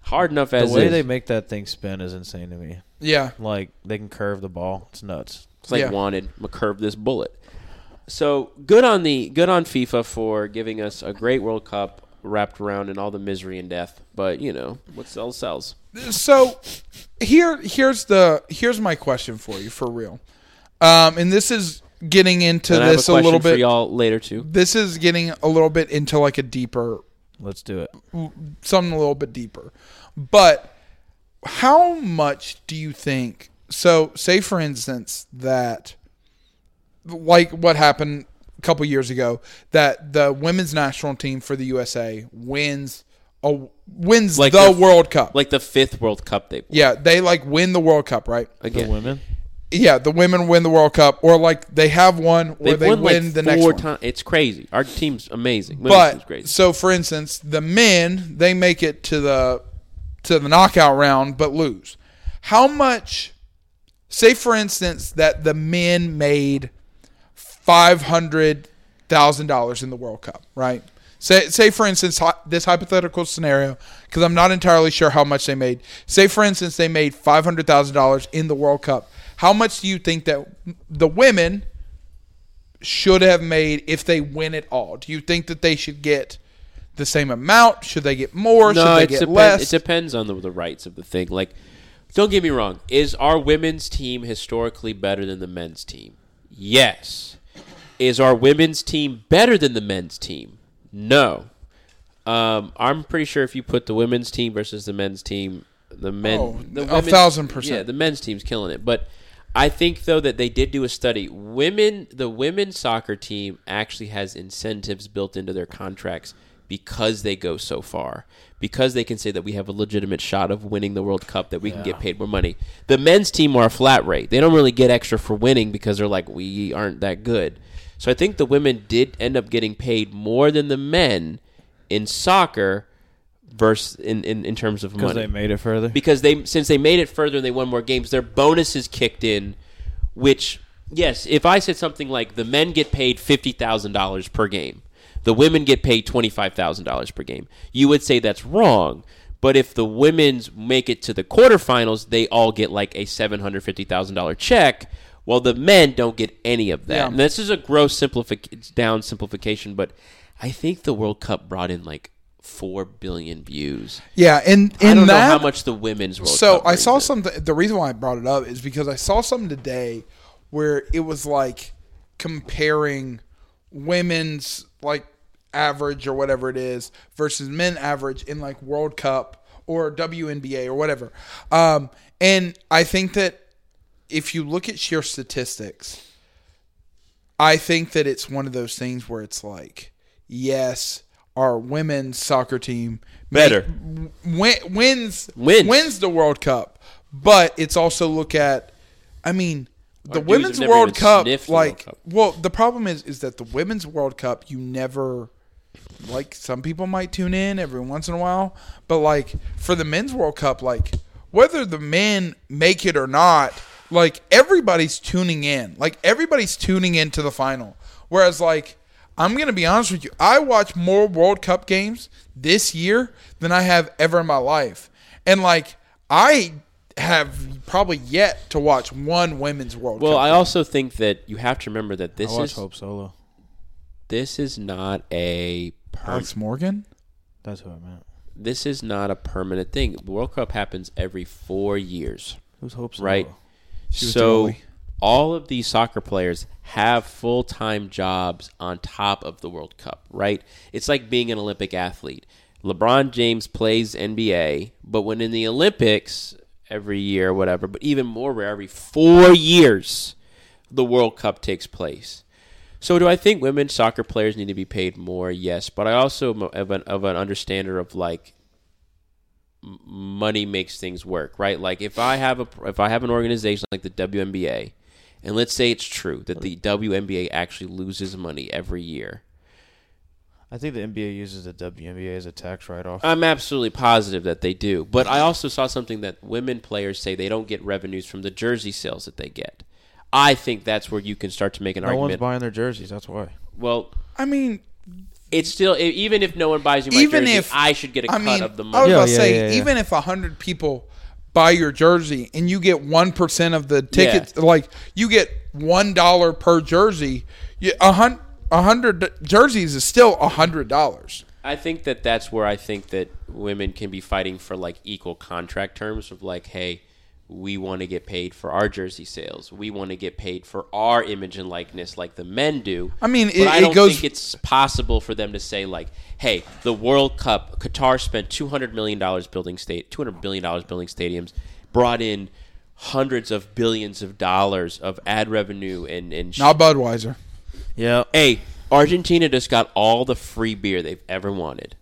Hard enough The as way is. they make that thing spin is insane to me. yeah Like they can curve the ball. It's nuts. It's like Yeah. wanted. I'm gonna curve this bullet. So good on the good on FIFA for giving us a great World Cup wrapped around in all the misery and death. But you know what sells sells. so here here's the here's my question for you for real um and this is getting into And I have a this a, question little for bit y'all later too. this is getting a little bit into like a deeper Let's do it. something a little bit deeper but how much do you think so say for instance that like what happened a couple years ago that the women's national team for the USA wins a wins Like the, the- World Cup Like the fifth World Cup they won. yeah they like win the World Cup right The again. women. yeah, the women win the World Cup, or like they have one, or They've they won win like the four next one. times. It's crazy. Our team's amazing. Women's team's But crazy. so, for instance, the men they make it to the to the knockout round, but lose. How much? Say, for instance, that the men made five hundred thousand dollars in the World Cup, right? Say, say for instance, hy- this hypothetical scenario, because I'm not entirely sure how much they made. Say, for instance, they made five hundred thousand dollars in the World Cup. How much do you think that the women should have made if they win it all? Do you think that they should get the same amount? Should they get more? no, should they it's get depen- less? it depends on the, the rights of the thing. Like, don't get me wrong. Is our women's team historically better than the men's team? Yes. Is our women's team better than the men's team? No. Um, I'm pretty sure if you put the women's team versus the men's team, the men, Oh, the a women's- thousand percent. Yeah, the men's team's killing it. But I think though that they did do a study. Women, the women's soccer team actually has incentives built into their contracts because they go so far. Because they can say that we have a legitimate shot of winning the World Cup, that we can get paid more money. The men's team are a flat rate. They don't really get extra for winning because they're like, we aren't that good. So I think the women did end up getting paid more than the men in soccer versus in, in, in terms of money Because they made it further. because they since they made it further and they won more games, their bonuses kicked in, which yes, if I said something like the men get paid fifty thousand dollars per game, the women get paid twenty five thousand dollars per game, you would say that's wrong. But if the women's make it to the quarterfinals, they all get like a seven hundred fifty thousand dollar check. Well, the men don't get any of that. Yeah. And this is a gross simplific- down simplification, but I think the World Cup brought in like four billion views. yeah, and in I don't that, know how much the women's World so Cup I saw brings in. something. The reason why I brought it up is because I saw something today where it was like comparing women's like average or whatever it is versus men average in like World Cup or WNBA or whatever. Um, and I think that if you look at sheer statistics, I think that it's one of those things where it's like, yes, our women's soccer team Better. ma- win- wins Wins. wins the World Cup, but it's also look at, I mean, the dudes women's have never World even Cup, sniffed the World like, Cup. well, the problem is, is that the women's World Cup, you never like some people might tune in every once in a while, but like for the men's World Cup, like whether the men make it or not, like everybody's tuning in. Like everybody's tuning into the final. Whereas like I'm gonna be honest with you, I watch more World Cup games this year than I have ever in my life. And like I have probably yet to watch one women's World Well, Cup. I also think that you have to remember that this I watch is Hope Solo. this is not a per- Alex Morgan? That's who I meant. this is not a permanent thing. The World Cup happens every four years, Who's Hope Solo? right? was So the goalie. all of these soccer players have full time jobs on top of the World Cup, right? It's like being an Olympic athlete. LeBron James plays NBA, but when in the Olympics every year, or whatever, but even more rare, every four years, the World Cup takes place. So, do I think women soccer players need to be paid more? Yes, but I also am of an, of an understander of like m- money makes things work, right? Like if I have a if I have an organization like the WNBA, and let's say it's true that the WNBA actually loses money every year, I think the NBA uses the WNBA as a tax write-off. I'm absolutely positive that they do. But I also saw something that women players say they don't get revenues from the jersey sales that they get. I think that's where you can start to make an no one's argument. buying their jerseys. That's why. well, I mean, it's still e- even if no one buys you my Even jersey, if- I should get a I cut mean, oh, of the I was money. Yeah, about to yeah, say, yeah, yeah. even if hundred people buy your jersey and you get one percent of the tickets, like you get one dollar per jersey, you, a hundred. hundred jerseys is still a hundred dollars. I think that that's where I think that women can be fighting for like equal contract terms of like, hey, we want to get paid for our jersey sales. We want to get paid for our image and likeness, like the men do. I mean, But it- I it don't goes- think it's possible for them to say like, hey, the World Cup, Qatar spent two hundred million dollars building state, two hundred billion dollars building stadiums, brought in hundreds of billions of dollars of ad revenue and and Not Budweiser. Yeah. hey, Argentina just got all the free beer they've ever wanted.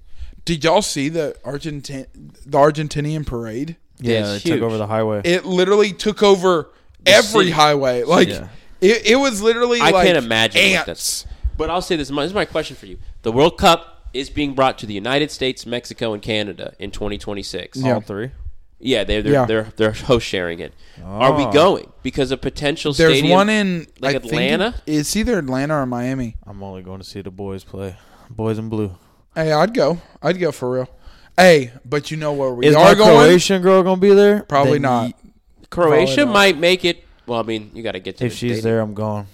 Did y'all see the Argentin the Argentinian parade? Yeah, they it's took huge. over the highway. It literally took over every city. highway. Like Yeah. it, it was literally. I like can't imagine what ants. that's. But I'll say this: my- this is my question for you. The World Cup is being brought to the United States, Mexico, and Canada in 2026. All three. Yeah, they're they're Yeah. they're, they're host sharing it. Are we going because a potential? There's stadium, one in like I think, Atlanta. it's either Atlanta or Miami. I'm only going to see the boys play. Boys in blue. Hey, I'd go. I'd go for real. Hey, but you know where we Is are our going? Croatian girl going to be there? Probably Then not. ye- Croatia Probably not. might make it. Well, I mean, you got to get to If the she's stadium. there, I'm gone.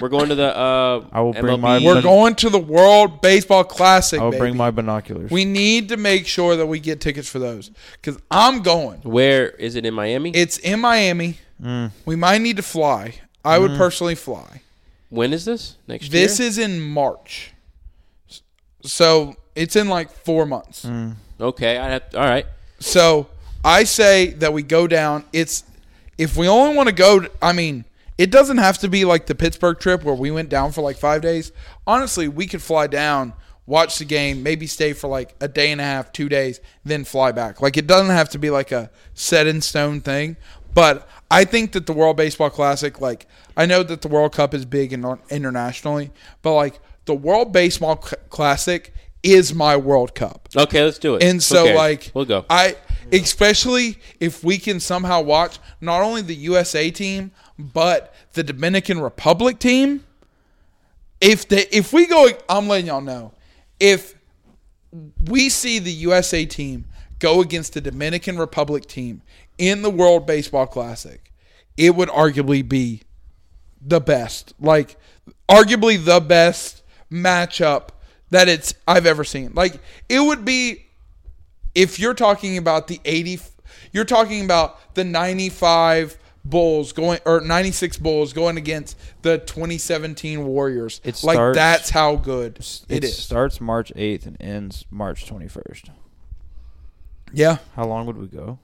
We're going to the. Uh, I will bring MLB. my- We're going to the World Baseball Classic. I'll baby. bring my binoculars. we need to make sure that we get tickets for those because I'm going. Where is it in Miami? It's in Miami. Mm. We might need to fly. I would personally fly. when is this next year? This is in March, so it's in like four months. okay. I have, all right. So I say that we go down. It's if we only want to go. to- I mean, it doesn't have to be like the Pittsburgh trip where we went down for like five days. Honestly, we could fly down, watch the game, maybe stay for like a day and a half, two days, then fly back. Like it doesn't have to be like a set in stone thing. But I think that the World Baseball Classic, like I know that the World Cup is big in, internationally, but like the World Baseball Cl- Classic is my World Cup. Okay, let's do it. Who And so, cares? like, we'll go. I especially if we can somehow watch not only the USA team but the Dominican Republic team. If they, if we go, I'm letting y'all know. If we see the USA team go against the Dominican Republic team in the World Baseball Classic, it would arguably be the best, like arguably the best matchup that it's I've ever seen. Like it would be if you're talking about the 80 you're talking about the 95 Bulls going or 96 Bulls going against the 2017 Warriors. It like starts- that's how good it it is. starts March 8th and ends March 21st. yeah. How long would we go?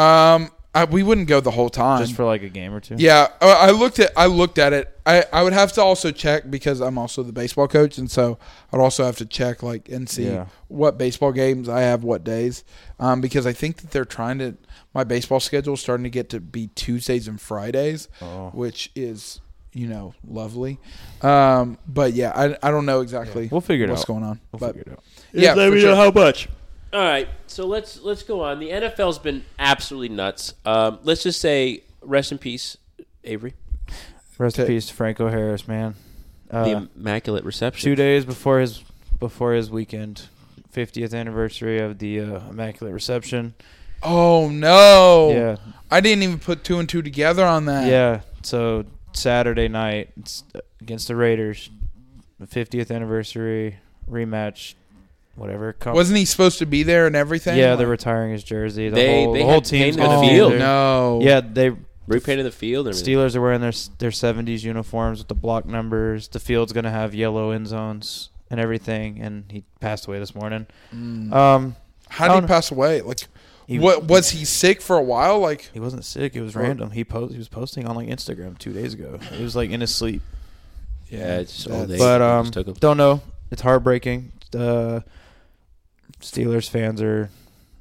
Um I, we wouldn't go the whole time. Just for like a game or two? Yeah, I I looked at I looked at it. I, I would have to also check because I'm also the baseball coach, and so I'd also have to check like and see Yeah. what baseball games I have what days, um, because I think that they're trying to Oh. my baseball schedule is starting to get to be Tuesdays and Fridays, which is you know lovely. Um, but yeah, I, I don't know exactly. We'll figure it what's out. going on. We'll but figure it out. yeah, for sure. how much. All right, so let's let's go on. The NFL's been absolutely nuts. Um, let's just say rest in peace, Avery. Rest in Okay. peace, to Franco Harris, man. The Uh, immaculate reception. two days before his before his weekend, 50th anniversary of the uh, Immaculate Reception. Oh no! Yeah, I didn't even put two and two together on that. yeah. So Saturday night it's uh, against the Raiders, the 50th anniversary rematch, whatever. Com- Wasn't he supposed to be there and everything? yeah, Like, they're retiring his jersey. The They- whole, they the whole had team's paint on gonna the be field. there. Oh. No. Yeah, they Repainted the field. And everything. Steelers are wearing their their 70s uniforms with the block numbers. The field's going to have yellow end zones and everything. And he passed away this morning. Um, How did Oh, he pass away? Like, He- Mm. what was he sick for a while? Like, he wasn't sick. It was random. He post he was posting on like Instagram two days ago. It was like in his sleep. Yeah, it's all That's- day. but They um, just took 'em. don't know. It's heartbreaking. The Steelers fans are.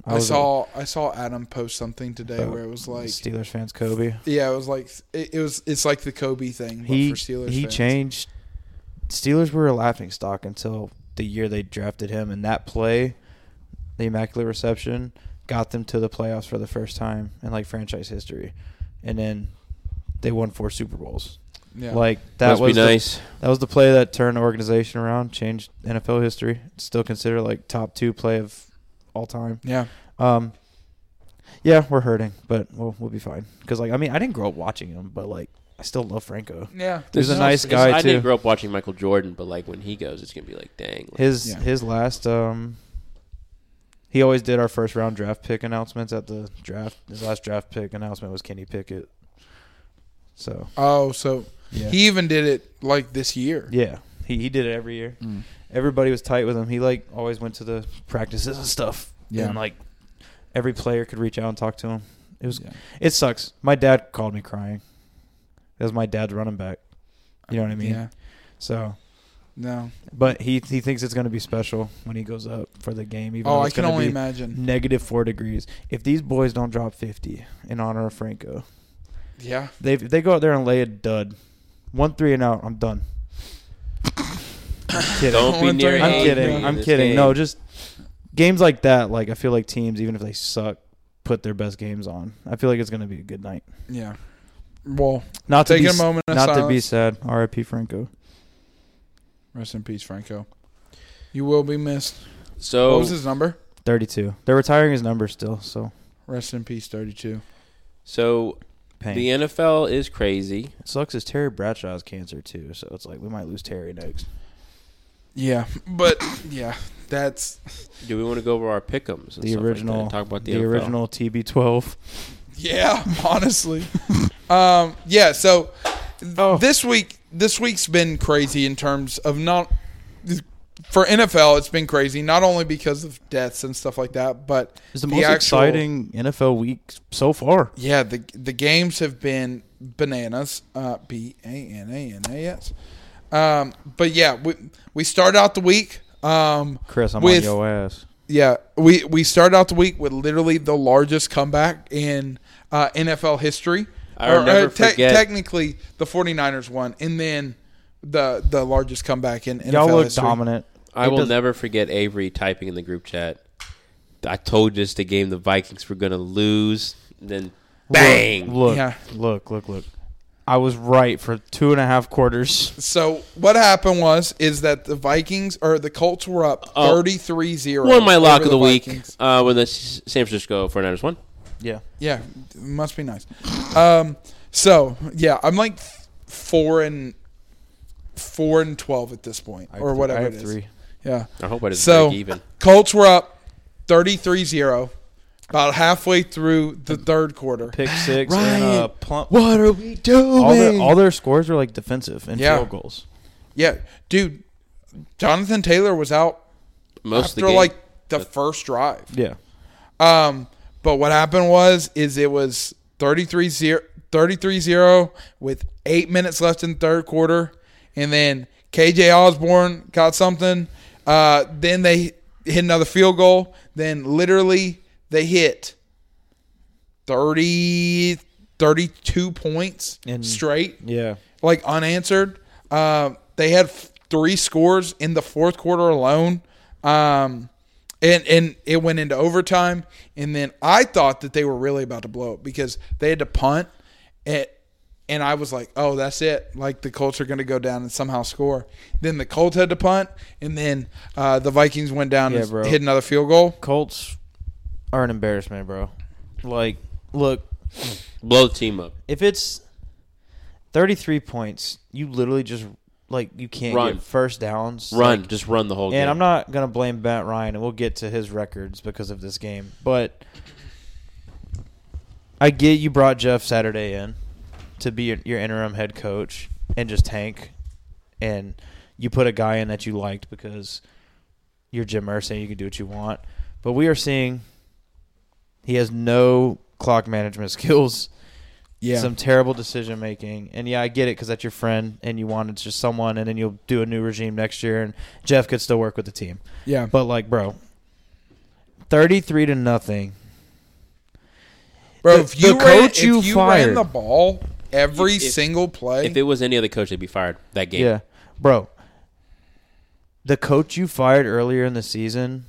I, was- saw I saw Adam post something today Uh, where it was like, Steelers fans. Kobe. yeah, it was like it, it was it's like the Kobe thing. But He for Steelers he fans. changed. Steelers were a laughing stock until the year they drafted him, and that play, the immaculate reception, got them to the playoffs for the first time in like franchise history, and then they won four Super Bowls. Yeah. Like that Must be was the- nice. That was the play that turned the organization around, changed NFL history. It's still considered like top two play of all time. yeah, Um, yeah, we're hurting, but we'll we'll be fine. Because like I mean, I didn't grow up watching him, but like I still love Franco. yeah. There's a no- nice guy I too. didn't grow up watching Michael Jordan, but like when he goes, it's gonna be like, dang. like- his Yeah. his last um, he always did our first round draft pick announcements at the draft. His last draft pick announcement was Kenny Pickett. So Oh, so yeah, he even did it like this year. yeah, he he did it every year. Mm. everybody was tight with him. He like always went to the practices and stuff. Yeah. And like every player could reach out and talk to him. It was Yeah. it sucks. My dad called me crying. That was my dad's running back. You know what I mean? Yeah. So No. but he he thinks it's gonna be special when he goes up for the game, even Oh, though I it's can gonna only be Mm. imagine. negative four degrees. If these boys don't drop fifty in honor of Franco, Yeah. they if they go out there and lay a dud. One three and out, I'm done. I'm kidding. Don't be I'm near. I'm Hey, kidding. man, I'm kidding. No, just games like that. Like I feel like teams, even if they suck, put their best games on. I feel like it's gonna be a good night. Yeah. Well, Not to Take be a s- moment of Not to be silence. sad. R.I.P. Franco. rest in peace, Franco. You will be missed. What Oh. so was his number? Thirty-two. They're retiring his number still. So Rest in peace, thirty-two. so pain. the NFL is crazy. It sucks is Terry Bradshaw's cancer too. So it's like we might lose Terry next. Yeah, but yeah, that's Do we want to go over our pickums? And The stuff like that original. and talk about the, the NFL? original TB12. yeah. Honestly, um, yeah. So Oh. this week, this week's been crazy in terms of not for NFL. It's been crazy not only because of deaths and stuff like that, but It's the, most actual- exciting NFL week so far. Yeah, the the games have been bananas. Uh, B A N A N A S. Um, but yeah, we we start out the week. Um, Chris, I'm With- on your ass. yeah, we we start out the week with literally the largest comeback in uh, NFL history. uh, I will never te- forget. Technically, the 49ers won, and then the the largest comeback in NFL Y'all look history. dominant. I It will doesn't- never forget Avery typing in the group chat. I told you this the game the Vikings were gonna lose. And then bang. Look, Yeah. look, look, look. I was right for two and a half quarters. So what happened was is that the Vikings or the Colts were up Oh. 33-0. Won my lock over of the, week Vikings. uh, when the S- San Francisco 49ers won. Yeah. Yeah, it must be nice. Um, so yeah, I'm like four and four and twelve at this point, or whatever I have it is. three. Yeah. I hope I didn't So- break even. Colts were up 33-0 about halfway through the third quarter. Pick six and uh, plump. What are we doing? All their, all their scores were like defensive and Yeah. field goals. yeah, dude, Jonathan Taylor was out Most of the after game. like the first drive. Yeah. Um, but what happened was is it was 33-0, 33-0 with eight minutes left in the third quarter, and then KJ Osborne got something. Uh, then they hit another field goal. Then literally they hit 30, 32 points And- straight Yeah. like unanswered. Uh, they had f- three scores in the fourth quarter alone. Um, and and it went into overtime. And then I thought that they were really about to blow it because they had to punt. And, and I was like, oh, that's it. Like the Colts are going to go down and somehow score. Then the Colts had to punt, and then uh, the Vikings went down Yeah, and bro. hit another field goal. Colts are an embarrassment, bro. Like, look, Blow the team up. if it's 33 points, you literally just like you can't Run. get first downs. Run. just run the whole game. And I'm not gonna blame Matt Ryan, and we'll get to his records because of this game. But I get you brought Jeff Saturday in to be your, your interim head coach and just tank, and you put a guy in that you liked because you're Jim Mercy, you can do what you want. But we are seeing he has no clock management skills Yeah. some terrible decision making. And yeah, I get it because that's your friend and you wanted just someone, and then you'll do a new regime next year, and Jeff could still work with the team. yeah. But like, bro, thirty-three to nothing. Bro, The- if you, the ran, coach you if you ran fired. the ball every If- single play, if it was any other coach, they'd be fired that game. Yeah, bro. The coach you fired earlier in the season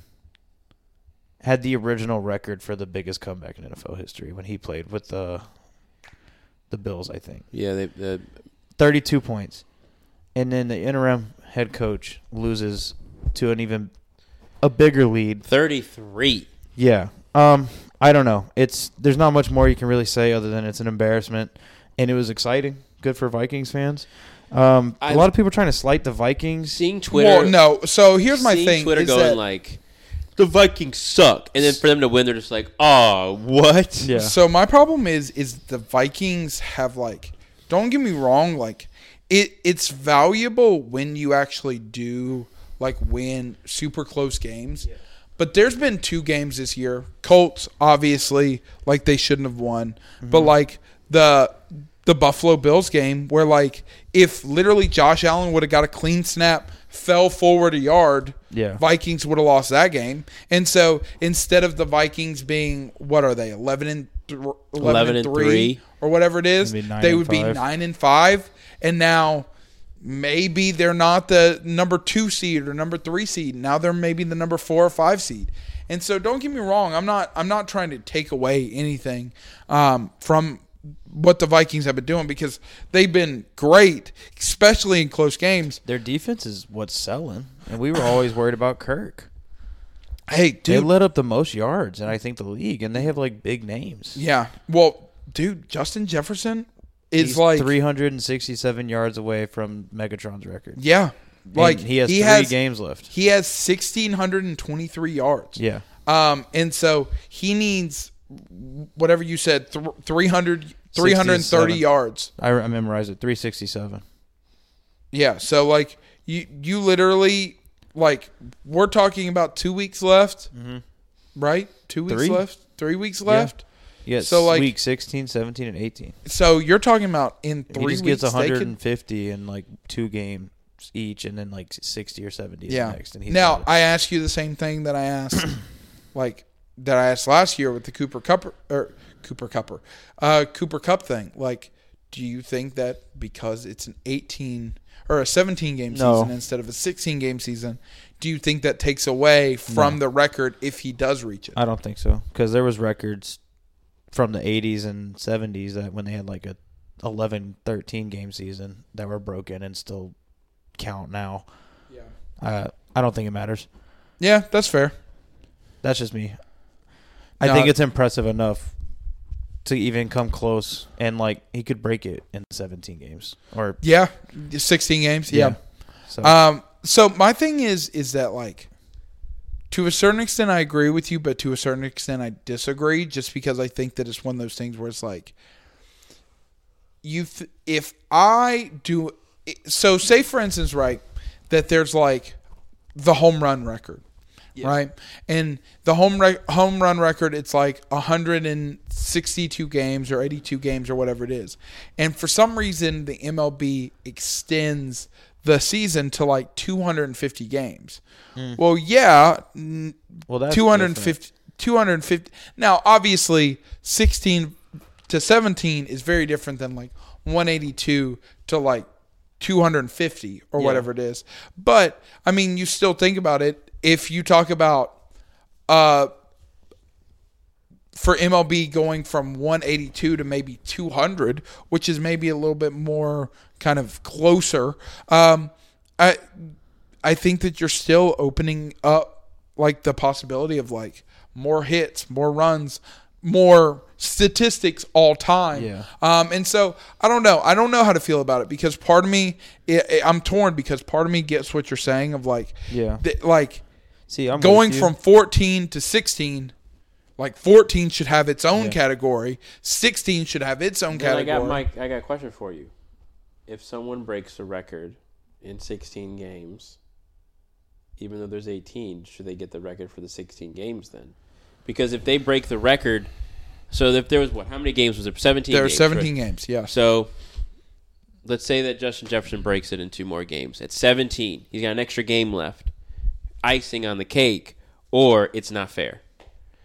had the original record for the biggest comeback in NFL history when he played with the the Bills, I think. Yeah, they, the 32 points. And then the interim head coach loses to an even a bigger lead. 33. Yeah. Um I don't know. It's there's not much more you can really say other than it's an embarrassment and it was exciting. Good for Vikings fans. Um a I- lot of people trying to slight the Vikings. Seeing Twitter. Well, no. So here's my seeing thing. Twitter is going that- like, the Vikings suck. And then for them to win, they're just like, oh, what? Yeah. So my problem is is the Vikings have like don't get me wrong like it it's valuable when you actually do like win super close games. But there's been two games this year. Colts obviously like they shouldn't have won. Mm-hmm. But like the the Buffalo Bills game where like if literally Josh Allen would have got a clean snap, fell forward a yard, Yeah. Vikings would have lost that game. And so instead of the Vikings being what are they 11 and th- 11, 11 and and 3, three. or whatever it is, Maybe nine they and would be five. 9 and 5 and now maybe they're not the number 2 seed or number 3 seed. Now they're maybe the number 4 or 5 seed. And so don't get me wrong, I'm not I'm not trying to take away anything um, from what the Vikings have been doing because they've been great, especially in close games. Their defense is what's selling. And we were always worried about Kirk. Hey, dude, They let up the most yards and I think the league and they have like big names. Yeah. Well, dude, Justin Jefferson is He's like 367 yards away from Megatron's record. Yeah. Like And he has three games left. He has sixteen hundred and twenty-three yards. Yeah. Um, and so he needs whatever you said, th- 300, 330 67. yards. I, I memorized it. 367. Yeah. So like you, you literally like we're talking about two weeks left, right? Two weeks Mm-hmm. Three. left, three weeks left. Yes. So, So like- like week 16, 17, and 18. So you're talking about in He three just weeks gets they could- 150 in like two games each, and then like 60 or 70 is Yeah. next. And he's now got it. I ask you the same thing that I asked, like that I asked last year with the Cooper Cup or Cooper Cupper, uh, Cooper Cup thing. Like, do you think that because it's an eighteen or a seventeen game No. season instead of a sixteen game season, do you think that takes away from the record if he does reach it? I don't think so because there was records from the 80s and 70s that when they had like a 11, 13 game season that were broken and still count now. Yeah. Uh, I don't think it matters. Yeah, that's fair. That's just me. I No, think I- it's impressive enough to even come close, and like he could break it in 17 games or Yeah, sixteen games. yeah. So Um, so my thing is is that like to a certain extent I agree with you, but to a certain extent I disagree just because I think that it's one of those things where it's like you th- if I do so say for instance right that there's like the home run record right and the home re- home run record it's like 162 games or 82 games or whatever it is and for some reason the MLB extends the season to like 250 games well yeah n- well, that's 250 250 now obviously 16 to 17 is very different than like 182 to like 250 or Yeah. whatever it is. But I mean, you still think about it. If you talk about uh, for MLB going from 182 to maybe 200, which is maybe a little bit more kind of closer. Um, I I think that you're still opening up like the possibility of like more hits, more runs, more statistics all time. Yeah. Um, and so I don't know. I don't know how to feel about it because part of me, i i I'm torn because part of me gets what you're saying of like, Yeah. th- like See, I'm with going you. from 14 to 16 like 14 should have its own category 16 should have its own And I category got Mike. I got a question for you. If someone breaks a record in 16 games, even though there's 18, should they get the record for the 16 games then? Because if they break the record, so if there was what? How many games was there? 17. there are games, 17 right? games yes So let's say that Justin Jefferson breaks it in two more games. At 17, he's got an extra game left. Icing on the cake, or it's not fair.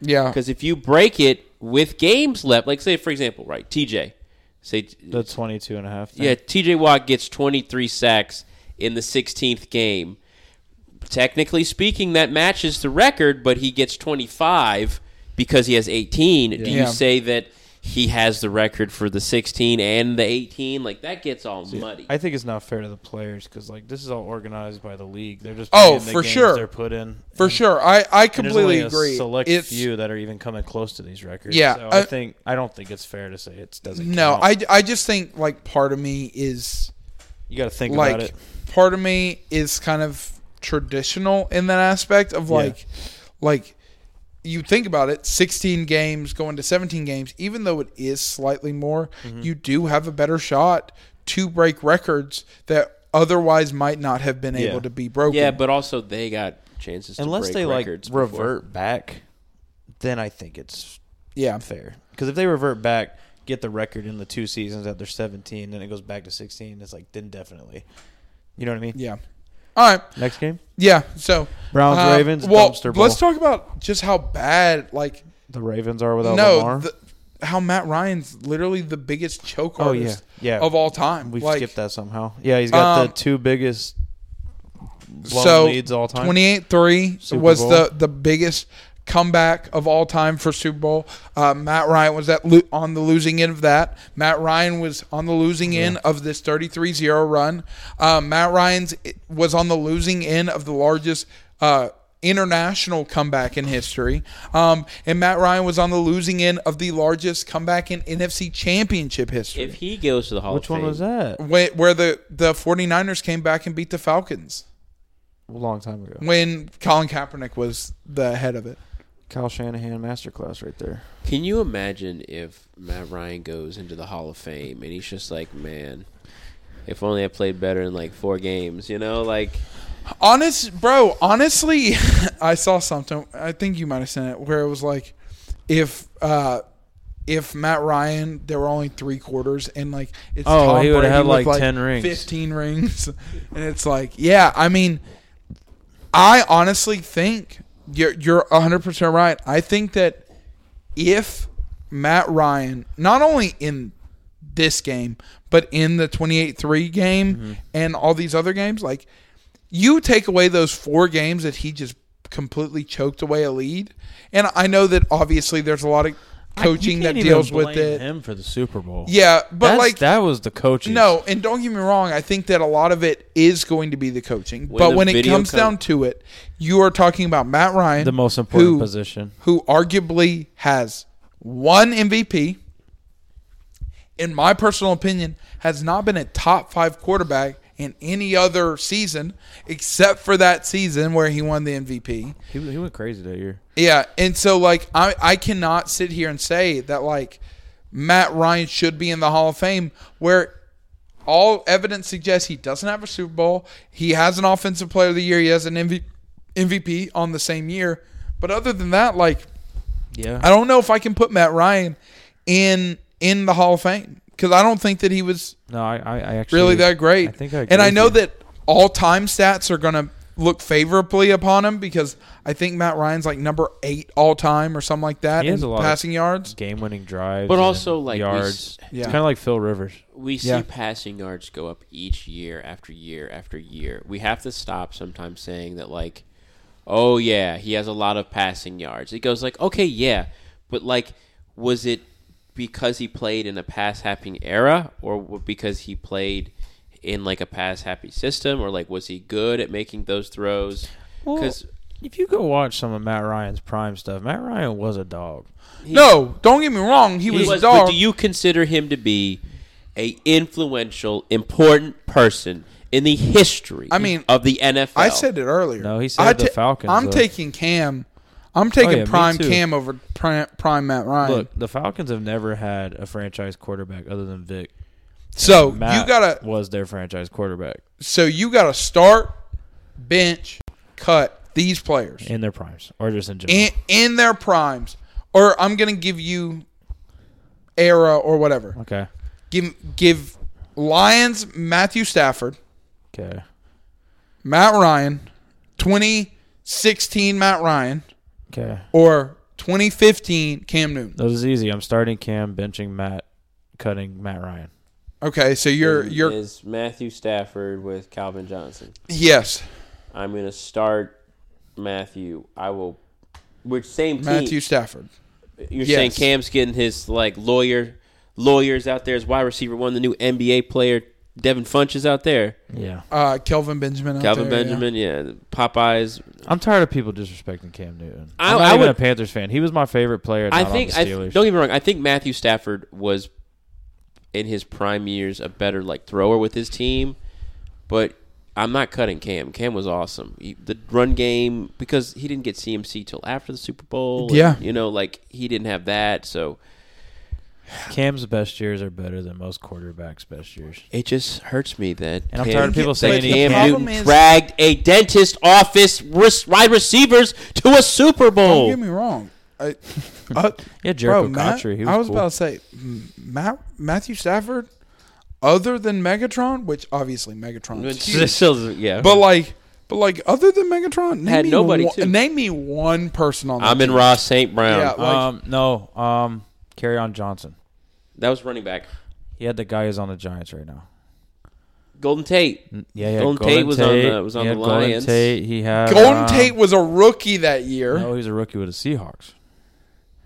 yeah Because if you break it with games left, like say for example, right, TJ, say the 22 and a half. thing. yeah, TJ Watt gets 23 sacks in the 16th game. Technically speaking, that matches the record, but he gets 25 because he has 18. Do you Yeah. say that he has the record for the 16 and the 18? Like that gets all muddy. I think it's not fair to the players because like this is all organized by the league. They're just Oh, playing the for games sure. They're put in for sure i i And there's only completely agree A select it's few that are even coming close to these records. Yeah, so I, I- think I don't think it's fair to say it doesn't. no count. i i just think like part of me is You got to think like about it. part of me is kind of traditional in that aspect of like like you think about it 16 games going to 17 games even though it is slightly more Mm-hmm. you do have a better shot to break records that otherwise might not have been Yeah. able to be broken Yeah, but also they got chances Unless to break they like records revert before. back, then I think it's yeah fair. Because if they revert back, get the record in the two seasons that they're 17, then it goes back to 16. It's like then definitely. You know what I mean? yeah all right Next game, yeah so Browns um, Ravens well dumpster bowl. let's talk about just how bad like the Ravens are without no Lamar. the, how matt ryan's literally the biggest choke Oh, artist yeah. Yeah. of all time We've Like, skipped that somehow. Yeah, he's got Um, the two biggest blown so leads all time. 28-3 Super was Bowl. the, the biggest comeback of all time for Super Bowl. Uh, Matt Ryan was at lo- on the losing end of that. Matt Ryan was on the losing end of this 33-0 run. Uh, Matt Ryan's was on the losing end of the largest uh, international comeback in history. Um, and Matt Ryan was on the losing end of the largest comeback in NFC Championship history. If he goes to the Hall Which of Fame, one was that? A Wh- where the, the 49ers came back and beat the Falcons long time ago. when Colin Kaepernick was the head of it. Kyle Shanahan masterclass right there. Can you imagine if Matt Ryan goes into the Hall of Fame and he's just like, man, if only I played better in like four games, you know, like Honest, bro. Honestly, I saw something. I think you might have seen it where it was like, if uh, if Matt Ryan, there were only three quarters, and like it's Oh, Tom he would Brady have with, like 10 rings. fifteen rings, and it's like, yeah. I mean, I honestly think you're you're hundred percent right. I think that if Matt Ryan, not only in this game, but in the 28 3 game and all these other games, like you take away those four games that he just completely choked away a lead. And I know that obviously there's a lot of coaching that deals with it. Him for the Super Bowl. Yeah, but That's- like. that was the coaching. no, and don't get me wrong. I think that a lot of it is going to be the coaching, but the when it video comes co- down to it, you are talking about Matt Ryan, the most important who- position. who arguably has one MVP, in my personal opinion, has not been a top five quarterback in any other season except for that season where he won the MVP. He, he went crazy that year. Yeah, and so like I I cannot sit here and say that like Matt Ryan should be in the Hall of Fame where all evidence suggests he doesn't have a Super Bowl. He has an offensive player of the year, he has an MV- MVP on the same year. But other than that like Yeah, I don't know if I can put Matt Ryan in in the Hall of Fame because I don't think that he was no, I, I I actually really that great. I think I agree and I with know you. that all time stats are gonna look favorably upon him because I think Matt Ryan's like number eight all time or something like that He has in a lot of- passing yards. Game winning drives. But and also, like, we yards. s- yeah. Yeah. It's kind of like Phil Rivers. We see Yeah. passing yards go up each year after year after year. We have to stop sometimes saying that like, oh yeah, he has a lot of passing yards. It goes like, okay, yeah, but like, was it because he played in a pass happy era, or w- because he played in like a pass happy system, or like was he good at making those throws? Because If you go watch some of Matt Ryan's prime stuff, Matt Ryan was a dog. No, don't get me wrong. He, was, was, a but dog. do you consider him to be a influential, important person in the history? I mean, of the NFL. I said it earlier. No, he said I the Falcons, I'm though. taking Cam. I'm taking yeah, me prime too. Cam over prime, prime Matt Ryan. Look, the Falcons have never had a franchise quarterback other than Vic. so Matt you gotta was their franchise quarterback so you gotta start, bench, cut these players in their primes, or just in general. in in their primes. Or I'm gonna give you era or whatever. okay. Give give Lions Matthew Stafford, Okay. Matt Ryan, 2016 Matt Ryan, Okay. or 2015 Cam Newton. That was easy. I'm starting Cam, benching Matt, cutting Matt Ryan. Okay, so you're you're is Matthew Stafford with Calvin Johnson. yes. I'm going to start Matthew. I will. Which same team? Matthew Stafford. you're yes. saying Cam's getting his like lawyer lawyers out there as wide receiver one, the new NBA player Devin Funch is out there. Yeah. Uh, Kelvin Benjamin. out Calvin there, yeah. Benjamin, yeah. Popeyes. I'm tired of people disrespecting Cam Newton. I- I'm not I even would- a Panthers fan. He was my favorite player. Not I think. on I the Steelers. th- don't get me wrong. I think Matthew Stafford was in his prime years a better like thrower with his team, but. I'm not cutting Cam. Cam was awesome. He, the run game because he didn't get CMC till after the Super Bowl. and, Yeah. you know, like he didn't have that. So Cam's best years are better than most quarterbacks' best years. It just hurts me that. And I'm tired of people saying the he can't. Cam problem Newton is- dragged a dentist office res- wide receivers to a Super Don't Bowl. get me wrong. I, uh, Yeah, Oh. Jericho bro, Matt- Cotchery, he I was was cool. about to say, M- Matt, Matthew Stafford, other than Megatron, which obviously Megatron, is huge, yeah. but like, but like, other than Megatron, name Had me nobody, One, too. name me one person on. that I'm in team. Ross St. Brown. Yeah. Like- um, no, um, carry on Johnson. That was running back. He had the guy who's on the Giants right now. Golden Tate. Yeah, yeah. Golden Tate was on the- was on He the had Golden Lions. Tate. He had Golden um, Tate was a rookie that year. No, he was a rookie with the Seahawks.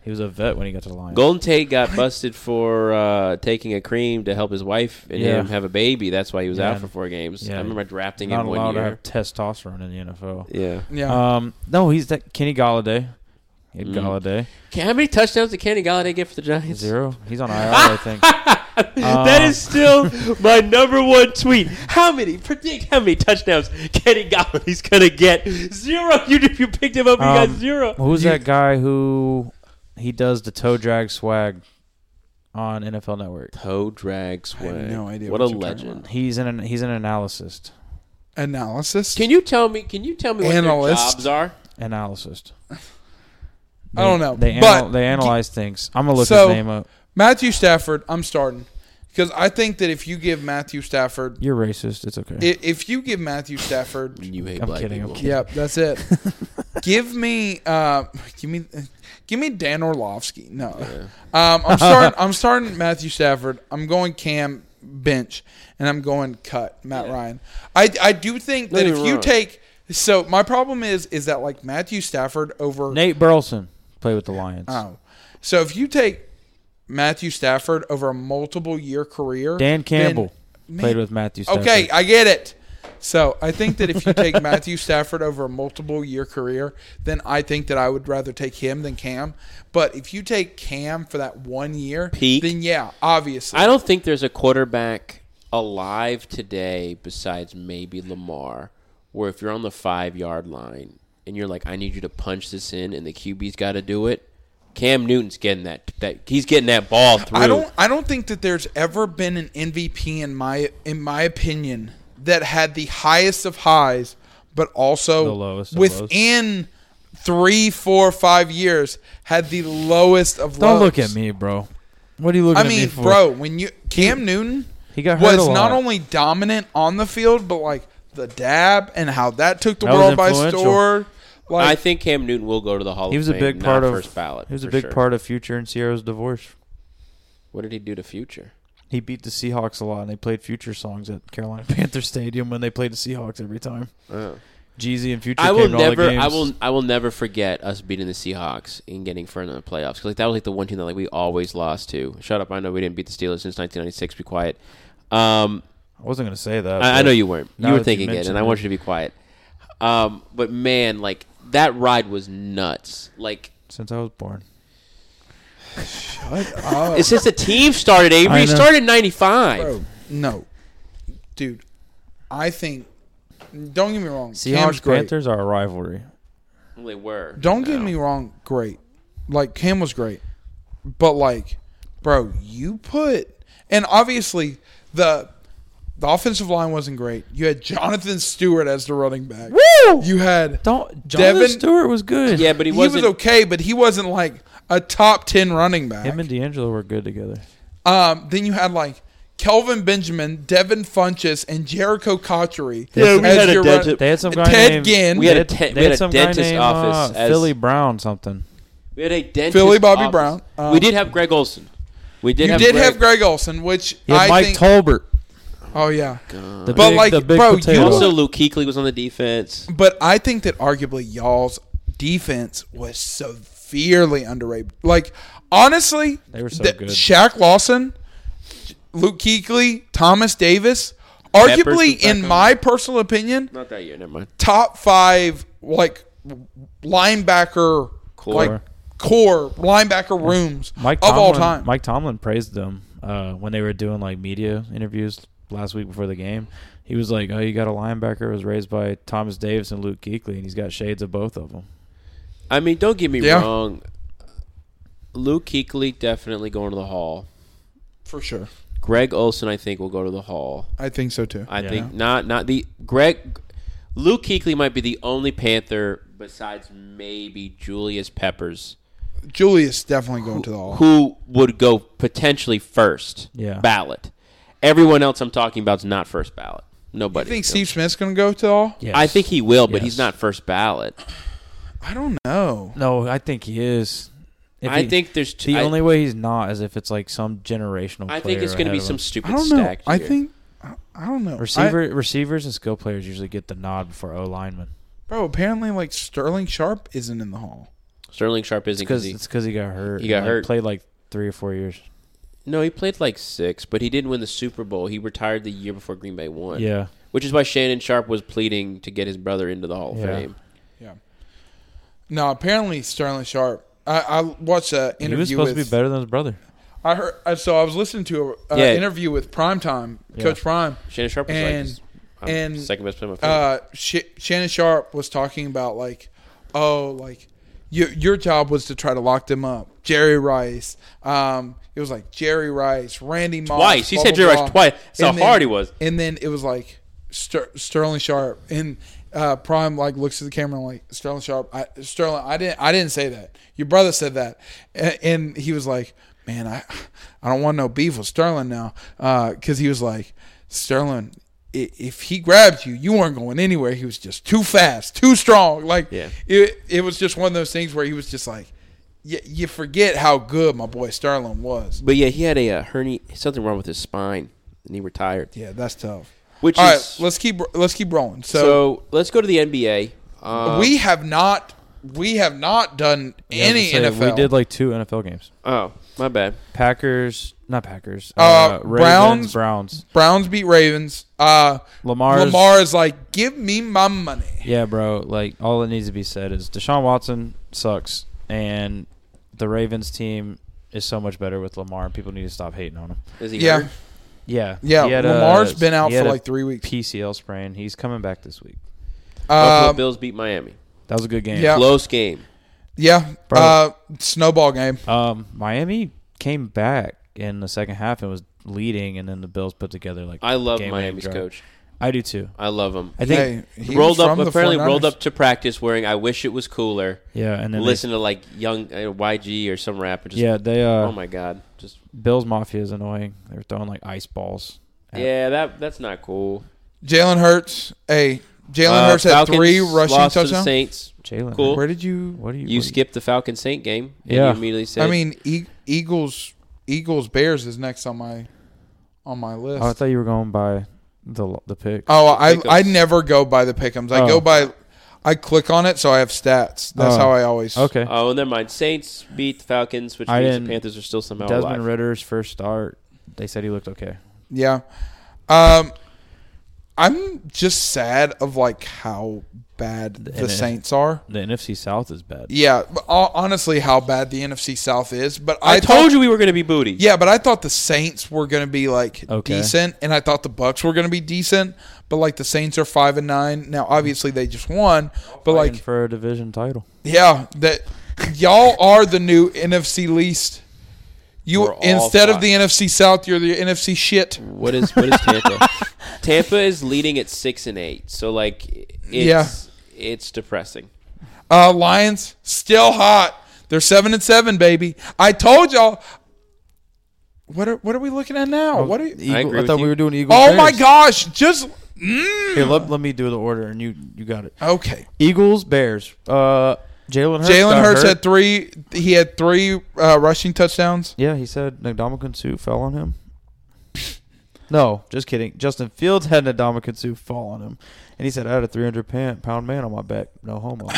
He was a vet when he got to the Lions. Golden Tate got busted for uh, taking a cream to help his wife and Yeah. him have a baby. That's why he was Yeah. out for four games. Yeah. I remember drafting Not him allowed one to year. have testosterone in the NFL. Yeah. Mm. Yeah, Um, no, he's that Kenny Galladay. He had Galladay Can, how many touchdowns did Kenny Galladay get for the Giants? zero. Uh, He's on IR, I think. Um, that is still my number one tweet. How many? Predict how many touchdowns Kenny Galladay's gonna get? Zero. You you picked him up, you got Um, zero. Who's that guy who he does the toe drag swag on NFL Network? Toe drag swag. no idea What, what a you're talking legend. He's an he's an analyst. analysis. Can you tell me? Can you tell me what their Analyst. jobs are? Analyst. I don't know, They but anal- they analyze things. I'm gonna look So- his name up. Matthew Stafford, I'm starting because I think that if you give Matthew Stafford, You're racist. It's okay. i- if you give Matthew Stafford You hate I'm black kidding, I'm people. kidding. Yep, that's it. give me, uh, give me, give me Dan Orlovsky. No, um, I'm starting. I'm starting Matthew Stafford. I'm going Cam bench, and I'm going cut Matt Ryan. I I do think that Don't if get me you wrong. take so my problem is is that like Matthew Stafford over Nate Burleson played with the Lions. oh, so if you take Matthew Stafford over a multiple year career, Dan then- Campbell man- played with Matthew. Stafford. Okay, I get it. So I think that if you take Matthew Stafford over a multiple year career, then I think that I would rather take him than Cam. But if you take Cam for that one year, Peak. then yeah, obviously. I don't think there's a quarterback alive today besides maybe Lamar where if you're on the 5-yard line and you're like I need you to punch this in and the QB's got to do it. Cam Newton's getting that that he's getting that ball through. I don't I don't think that there's ever been an MVP in my in my opinion that had the highest of highs, but also The lowest of lows. within three, four, five years had the lowest of Don't lows. look at me, bro. What are you looking at I me mean, for? bro, when you Cam Newton he got hurt was a lot. not only dominant on the field, but like the dab and how that took the That was world by influential. storm. I Like, think Cam Newton will go to the Hall He was of a Fame. big not part of first ballot. He was a for big sure. part of Future and Sierra's divorce. What did he do to Future? He beat the Seahawks a lot, and they played Future songs at Carolina Panther Stadium when they played the Seahawks every time. Jeezy and Future. I came will to all the never, I games. will, I will never forget us beating the Seahawks and getting further in the playoffs. 'Cause, like that was like the one team that like we always lost to. Shut up! I know we didn't beat the Steelers since 1996. Be quiet. Um, I wasn't gonna say that. I, I but know you weren't. now You were that thinking it, mention and I want you to be quiet. Um, but man, like that ride was nuts. Like Since I was born, oh, since the team started, Avery I it know. started in '95. bro, no, dude. I think. Don't get me wrong. Cam's Seahawks great. Panthers are a rivalry. They were. Don't No. get me wrong, great. Like Cam was great, but like, bro, you put and obviously the the offensive line wasn't great. You had Jonathan Stewart as the running back. Woo! You had Don't Jonathan Devin- Stewart was good. Yeah, but he, he was wasn't. okay, but he wasn't like a top ten running back. him and D'Angelo were good together. um, then you had like. Kelvin Benjamin, Devin Funches, and Jericho Cotchery. Yeah, we as had a your dent- They had some guy Ted named Ginn. We had they a had- te- they we had had a some dentist guy named, office uh, as- Philly Brown something. We had a dentist. Philly Bobby office. Brown. Um, we did have Greg Olson. We did. you have did Greg. have Greg Olson, which Yeah, I Mike think. Tolbert. oh yeah, The But, big, like, the big bro, you potato. Also, Luke Kuechly was on the defense. But I think that arguably y'all's defense was severely underrated. Like honestly, They were so th- good. Shaq Lawson, Luke Kuechly, Thomas Davis, arguably was back in on. my personal opinion, Not that year. Never mind. top five like linebacker Core. like core linebacker rooms Mike of Tomlin, all time. Mike Tomlin praised them uh, when they were doing like media interviews last week before the game. He was like, "Oh, you got a linebacker who was raised by Thomas Davis and Luke Kuechly, and he's got shades of both of them." I mean, don't get me Yeah. wrong. Luke Kuechly definitely going to the Hall. for sure. Greg Olson, I think, will go to the Hall. I think so too. I Yeah. think not not the Greg Luke Kuechly might be the only Panther besides maybe Julius Peppers Julius definitely going to the all. who would go potentially first Yeah. ballot. Everyone else I'm talking about is not first ballot. I Nobody. think Steve Smith's going to go to the all. Yeah, I think he will, but he's Yes. not first ballot. I don't know. no, I think he is. If I he- think there's two. the I, only way he's not is if it's like some generational. I think player it's going to ahead be of some him. stupid I don't know. stack. I here. think I, I don't know. I- receiver receivers and skill players usually get the nod before O linemen Bro, apparently, like Sterling Sharp isn't in the hall. Sterling Sharp isn't because because he, it's because he got hurt. He got and, like, hurt. Played like three or four years. no, he played like six, but he didn't win the Super Bowl. He retired the year before Green Bay won. Yeah, which is why Shannon Sharp was pleading to get his brother into the Hall of Yeah. Fame. Yeah. No, apparently Sterling Sharp. I, I watched an interview. he was supposed with, to be better than his brother. I heard. I- So I was listening to an Yeah. interview with Primetime Yeah. Coach Prime. Shannon Sharp was And- like, I'm and, second best player on my team. Uh, Sh- Shannon Sharp was talking about like, oh, like your your job was to try to lock them up. Jerry Rice. Um, it was like Jerry Rice, Randy Moss. Twice. He blah, said blah, Jerry blah. Rice twice. That's how And then- hard he was. And then it was like Ster- Sterling Sharp and uh, Prime like looks at the camera and like Sterling Sharp. I, Sterling, I didn't, I didn't say that. Your brother said that, and, and he was like, man, I, I don't want no beef with Sterling now, because he was like, Sterling. i- If he grabbed you, you weren't going anywhere. He was just too fast, too strong. Like Yeah. it, it was just one of those things where he was just like, you, you forget how good my boy Sterling was. but yeah, he had a uh, hernia, something wrong with his spine, and he retired. Yeah, that's tough. Which All right, is let's keep let's keep rolling. so, So, Let's go to the NBA. Um, we have not we have not done Yeah, I was any gonna say, NFL. We did like two NFL games. oh my bad. Packers, not Packers. Uh, Browns. Ravens, Browns. Browns beat Ravens. Uh, Lamar's- Lamar is like, give me my money. Yeah, bro. Like all that needs to be said is Deshaun Watson sucks, and the Ravens team is so much better with Lamar. and People need to stop hating on him. Is he Yeah, hurt? Yeah, Yeah, He had Lamar's been out he had for a like three weeks. PCL sprain. He's coming back this week. Buffalo Oh, uh, Bills beat Miami. That was a good game. Yeah. Close game. yeah. Bro. Uh, snowball game. Um, Miami came back in the second half and was leading, and then the Bills put together like I love game-winning Miami's drive. coach. I do too. I love him. I think Hey, he rolled was up from the apparently rolled 49ers. up to practice wearing I wish it was cooler. yeah, and then they- Listen to like young uh, YG or some rapper. Just, yeah, they uh, Oh my god. Just Bills Mafia is annoying. They were throwing like ice balls. at yeah. That that's not cool. Jalen Hurts. Hey, Jalen Uh, Hurts had Falcons three rushing lost to the touchdowns. Saints. Jalen. Cool. Where did you? What are you? You what are skipped the Falcon Saint game. And Yeah. You immediately said. I mean, e- Eagles. Eagles Bears is next on my on my list. Oh, I thought you were going by the the pick. Oh, I Pick'ems. I never go by the pickums. I Oh. go by I click on it so I have stats. That's Oh. how I always. okay. Oh, never mind. Saints beat the Falcons, which I means didn't- the Panthers are still somehow Desmond alive. Ritter's first start. They said he looked okay. Yeah. Um I'm just sad of like how bad the NF Saints are. The NFC South is bad. Yeah, but ho- honestly how bad the NFC South is, but I, I, told thought- you we were going to be booty. Yeah, but I thought the Saints were going to be like Okay. decent and I thought the Bucks were going to be decent, but like the Saints are 5 and 9. Now obviously they just won, but Fighting like for a division title. Yeah, that y'all are the new NFC least. You We're all instead of fine. the NFC South, you're the NFC shit. What is what is Tampa? Tampa is leading at six and eight. So like, it's, Yeah. it's depressing. Uh, Lions still hot. They're seven and seven, baby. I told y'all. What are what are we looking at now? What are you? Eagle, I, agree with thought you. we were doing Eagles. Oh my Bears. gosh! Just mm. Here, let, let me do the order, and you you got it. okay. Eagles, Bears. Uh, Jalen Hurts. Jalen got Hurts hurt. had three. He had three uh, rushing touchdowns. Yeah, he said Ndamukong Suh fell on him. No, just kidding. Justin Fields had Ndamukong Suh fall on him, and he said, "I had a 300 pa- pound man on my back. No homo."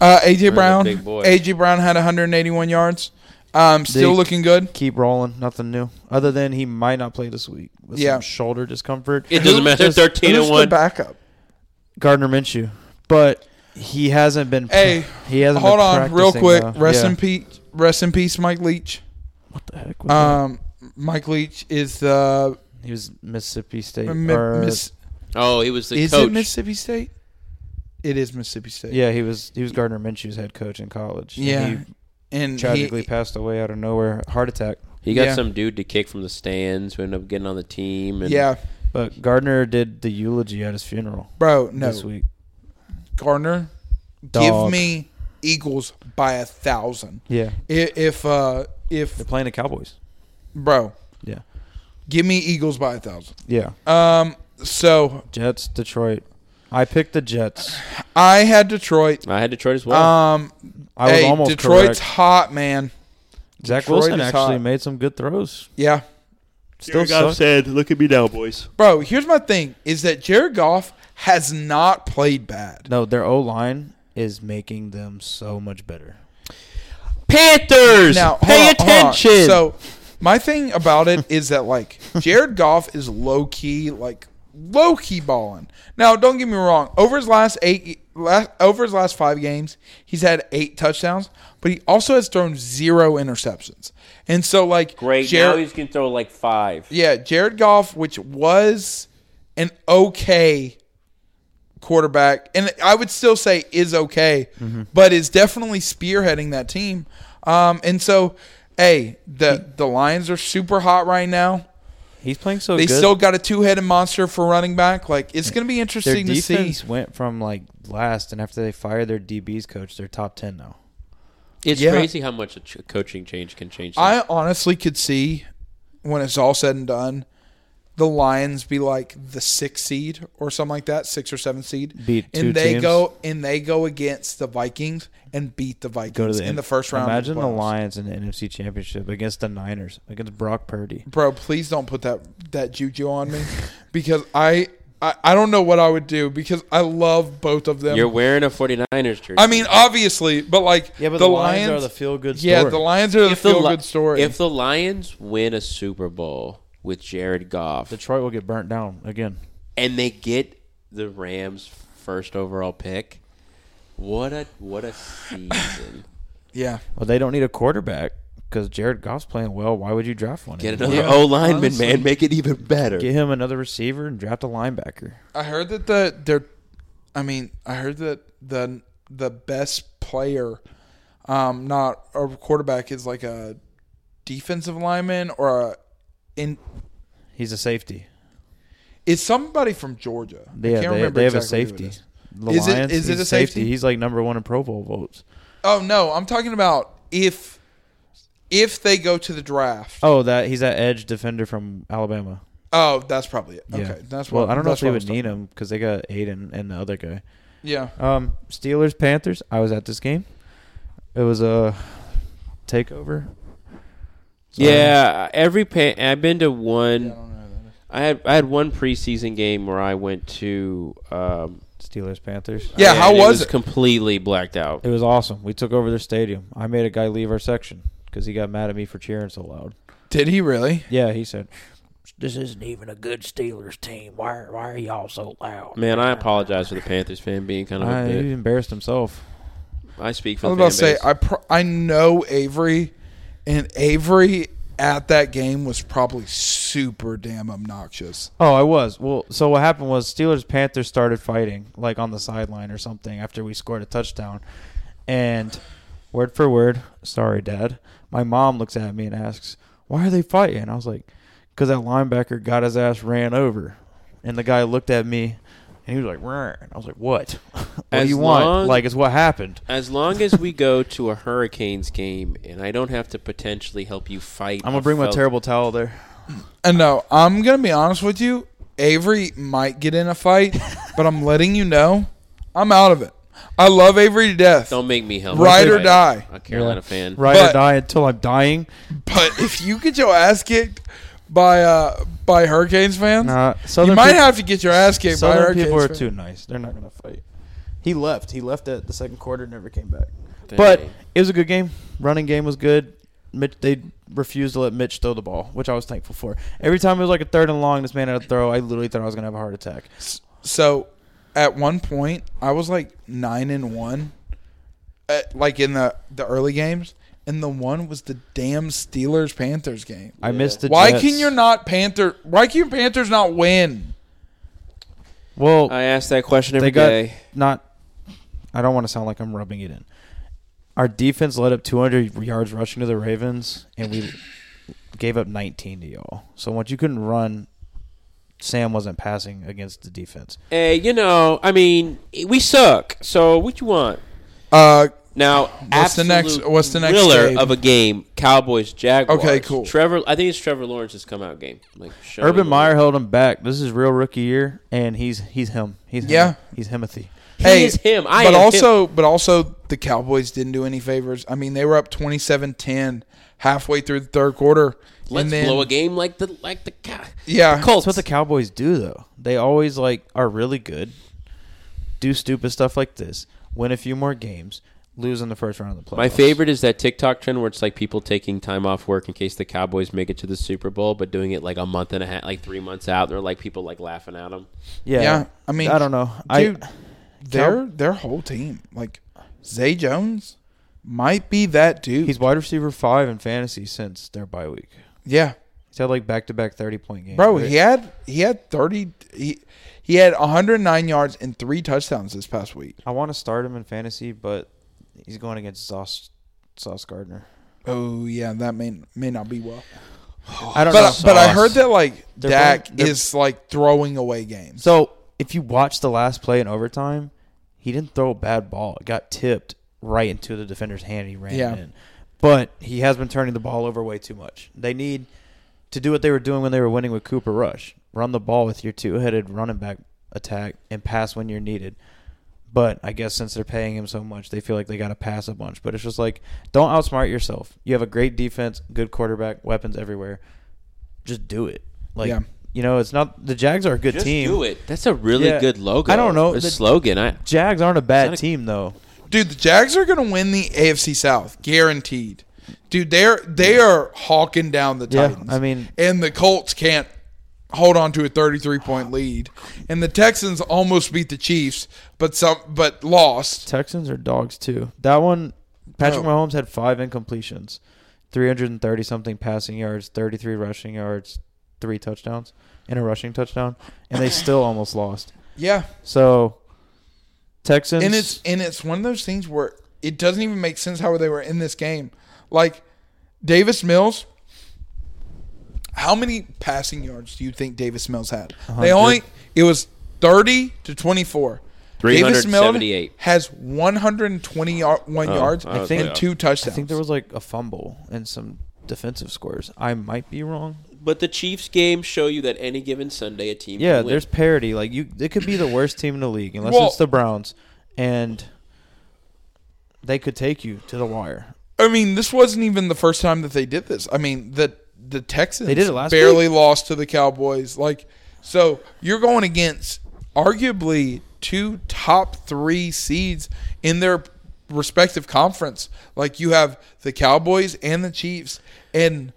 Uh, AJ the Brown. big boy. AJ Brown had 181 yards. Um, still They- looking good. Keep rolling. Nothing new, other than he might not play this week with Yeah. some shoulder discomfort. It doesn't matter. They're Just- thirteen Who's and the one. backup? Gardner Minshew, but he hasn't been. Hey, he hasn't. Hold been on, real practicing, quick. though. Rest Yeah. in peace. Rest in peace, Mike Leach. What the heck? Was Um, Mike Leach is the uh, that? He was Mississippi State. Mi- or- Miss, Oh, he was the is coach. it Mississippi State? It is Mississippi State. yeah, he was. He was Gardner Minshew's head coach in college. and yeah. he and tragically he, passed away out of nowhere, heart attack. he got Yeah. some dude to kick from the stands who ended up getting on the team. And yeah, But Gardner did the eulogy at his funeral bro, no, this week. Gardner, Dog. give me Eagles by a thousand. Yeah, I- If uh, if they're playing the Cowboys. bro, Yeah, give me Eagles by a thousand. yeah. Um, so Jets, Detroit. I picked the Jets. I had Detroit. I had Detroit as well. Um, Oh. I was hey, almost Detroit's correct. hot, man. Zach Detroit Wilson is actually hot. made some good throws. Yeah, Still sucks. said, "Look at me now, boys." Bro, here's my thing is that Jared Goff has not played bad. No, their O line is making them so much better. Panthers, Now, pay hold on, hold on. attention. So, my thing about it is that like Jared Goff is low key like low key balling. Now, don't get me wrong, over his last 8 last, over his last 5 games, he's had 8 touchdowns, but he also has thrown zero interceptions. And so like Great. now Jared, he's gonna throw like five. Yeah, Jared Goff, which was an okay quarterback, and I would still say is okay, Mm-hmm. but is definitely spearheading that team. Um, and so, hey, the the Lions are super hot right now. He's playing so They good. still got a two headed monster for running back. Like it's going to be their interesting to see. defense went from like last, and after they fired their DBs coach, they're top ten now. It's Yeah. crazy how much a ch- coaching change can change. things. I honestly could see when it's all said and done, the Lions be like the sixth seed or something like that, six or seven seed. Beat two and they teams. go and they go against the Vikings and beat the Vikings Go to the in the first round. of Imagine the playoffs. Lions in the NFC Championship against the Niners against Brock Purdy. Bro, please don't put that that juju on me because I, I I don't know what I would do because I love both of them. You're wearing a 49ers jersey. I mean, obviously, but like feel good. Yeah, the Lions are the Li- feel good story. If the Lions win a Super Bowl with Jared Goff Detroit will get burnt down again. and they get the Rams first overall pick, what a what a season. yeah. Well, they don't need a quarterback because Jared Goff's playing well. Why would you draft one? Get anymore? another O lineman, man. Make it even better. Get him another receiver and draft a linebacker. I heard that the they're I mean, I heard that the the best player um not a quarterback is like a defensive lineman or a in He's a safety. is somebody from Georgia. I Yeah, can't they, remember they have exactly a who it safety. is. The Is it- Lions, is it he's a safety? He's like number one in Pro Bowl votes. Oh no, I'm talking about if if they go to the draft. Oh, that he's that edge defender from Alabama. Oh, that's probably it. Yeah. Okay, that's well. what I don't know if that's they what I was would need talking- him because they got Aiden and the other guy. Yeah, Um, Steelers Panthers. I was at this game. It was a takeover. So- Yeah, every pan. I've been to one. I don't know that. I had I had one preseason game where I went to. Um, Steelers Panthers. Yeah, how and was it? Was it? completely blacked out. It was awesome. We took over their stadium. I made a guy leave our section because he got mad at me for cheering so loud. Did he really? Yeah, he said, This isn't even a good Steelers team. Why are, why are y'all so loud? Man, I apologize for the Panthers fan being kind of I, a he bit. embarrassed himself. I speak for I was the about to fan say base. I pro- I know Avery, and Avery at that game was probably super damn obnoxious. Oh, I was. Well, so what happened was Steelers Panthers started fighting like on the sideline or something after we scored a touchdown. And word for word, sorry dad. My mom looks at me and asks, "Why are they fighting?" I was like, "Cuz that linebacker got his ass ran over." And the guy looked at me and he was like, "Rrr." And I was like, "What? what As do you want? long- like it's what happened." As long as we go to a Hurricanes game and I don't have to potentially help you fight, I'm a going to bring my fellow- terrible towel there. And no, I'm gonna be honest with you. Avery might get in a fight, but I'm letting you know, I'm out of it. I love Avery to death. Don't make me help. Ride you or fight die. A Carolina fan. Ride But- or die until I'm dying. But if you get your ass kicked by uh by Hurricanes fans, Nah, you Southern might peop- have to get your ass kicked by Southern Hurricanes. people are fans. too nice. They're not going to fight. He left. He left at the second quarter. Never came back. Dang. But it was a good game. Running game was good. Mitch, they refused to let Mitch throw the ball, which I was thankful for. Every time it was like a third and long, this man had a throw. I literally thought I was going to have a heart attack. So at one point, I was like nine and one, at, like in the the early games, and the one was the damn Steelers Panthers game. I missed the. Why Jets. can you not Panther? Why can your Panthers not win? Well, I ask that question every they got day. not. I don't want to sound like I'm rubbing it in. Our defense led up 200 yards rushing to the Ravens, and we gave up 19 to y'all. So once you couldn't run, Sam wasn't passing against the defense. Hey, you know, I mean, we suck. So what you want? Uh, Now, What's the next- absolute what's the next thriller game? of a game? Cowboys Jaguars. Okay, cool. Trevor, I think it's Trevor Lawrence's come out game. Like showing Urban the- Meyer held him back. This is real rookie year, and he's he's him. He's him. Yeah. He's Himothy. He hey, is him. I but am also, but also, the Cowboys didn't do any favors. I mean, they were up 27-10 halfway through the third quarter. Let's and then, blow a game like the like the, Cow- Yeah. the Colts. That's what the Cowboys do, though. They always like are really good, do stupid stuff like this, win a few more games, lose in the first round of the playoffs. My favorite is that TikTok trend where it's like people taking time off work in case the Cowboys make it to the Super Bowl, but doing it like a month and a half, like three months out. They're like people like laughing at them. Yeah. Yeah, I mean, I don't know. dude, I their their whole team, like Zay Jones, might be that dude. he's wide receiver five in fantasy since their bye week. yeah, He's had like back to back thirty point games. bro. right? He had he had thirty. He he had 109 yards and three touchdowns this past week. I want to start him in fantasy, but he's going against Sauce Sauce Gardner. Oh yeah, that may may not be well. I don't know. But but I heard that like They're Dak playing- they're- is like throwing away games. So if you watch the last play in overtime, he didn't throw a bad ball. It got tipped right into the defender's hand. And he ran Yeah. it in. But he has been turning the ball over way too much. They need to do what they were doing when they were winning with Cooper Rush. Run the ball with your two headed running back attack and pass when you're needed. But I guess since they're paying him so much, they feel like they got to pass a bunch. But it's just like, don't outsmart yourself. You have a great defense, good quarterback, weapons everywhere. Just do it. Like, Yeah. you know, it's not the Jags are a good Just team. do it. That's a really Yeah. good logo. I don't know. Or The- slogan. I Jags aren't a Not bad a- team though. Dude, the Jags are gonna win the AFC South, guaranteed. Dude, they're they are hawking down the Yeah, Titans. I mean- and the Colts can't hold on to a 33 point lead, and the Texans almost beat the Chiefs, but some but lost. Texans are dogs too. That one, Patrick No. Mahomes had five incompletions, three hundred and thirty something passing yards, thirty three rushing yards, three touchdowns, and a rushing touchdown, and they still almost lost. Yeah, So Texans and it's and it's one of those things where it doesn't even make sense how they were in this game. Like Davis Mills, how many passing yards do you think Davis Mills had? They only it was thirty to twenty four. Davis Mills 378. has 120 yard, one yards I think- and two touchdowns. I think there was like a fumble and some defensive scores. I might be wrong, But the Chiefs games show you that any given Sunday a team. Yeah, can win. there's parity. Like you, it could be the worst team in the league unless Well- it's the Browns, and they could take you to the wire. I mean, this wasn't even the first time that they did this. I mean, the the Texans They did it last barely lost to the Cowboys. Like, so you're going against arguably two top three seeds in their respective conference. Like, you have the Cowboys and the Chiefs, and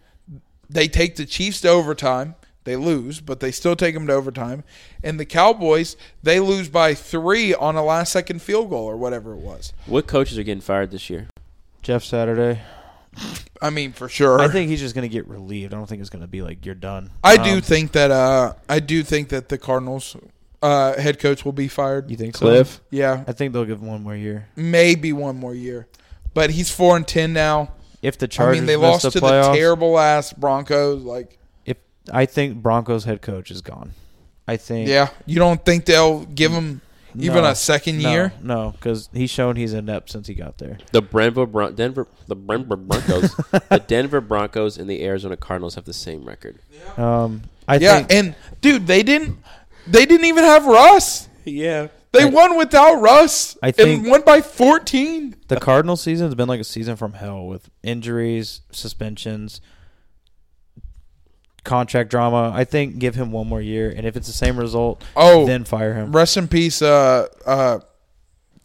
they take the Chiefs to overtime. They lose, but they still take them to overtime. And the Cowboys, they lose by three on a last second field goal or whatever it was. what coaches are getting fired this year? Jeff Saturday. I mean, for sure. I think he's just gonna get relieved. I don't think it's gonna be like you're done. I Um, do think that uh, I do think that the Cardinals uh, head coach will be fired. You think so? Cliff. Yeah, I think they'll give him one more year. maybe one more year, but he's four and ten now. If the Chargers I mean, they miss lost the to playoffs, the terrible ass Broncos. Like, if I think Broncos head coach is gone. I think yeah, you don't think they'll give him even No. a second no, year? No, because he's shown he's inept since he got there. The Denver Bron- Denver the Denver Broncos, the Denver Broncos and the Arizona Cardinals have the same record. Um, I Yeah, think and dude, they didn't. They didn't even have Russ. Yeah. They won without Russ. I think- and won by fourteen. the Cardinal season has been like a season from hell with injuries, suspensions, contract drama. I think give him one more year, and if it's the same result, Oh. then fire him. Rest in peace, uh, uh,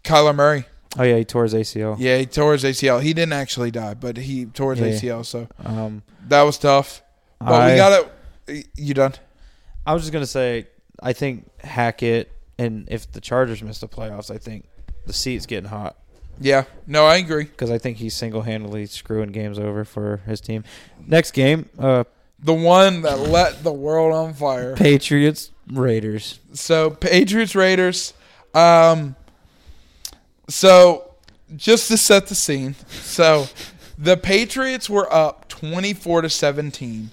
Kyler Murray. Oh yeah, he tore his ACL. Yeah, he tore his ACL. He didn't actually die, but he tore his Yeah. ACL. So Um, that was tough. But we I- got to You done? I was just gonna say, I think Hackett, and if the Chargers miss the playoffs, I think the seat's getting hot Yeah. No, I agree. because I think he's single-handedly screwing games over for his team. Next game, uh, The one that let the world on fire. Patriots Raiders. So Patriots Raiders. Um. So, just to set the scene, so the Patriots were up twenty-four to seventeen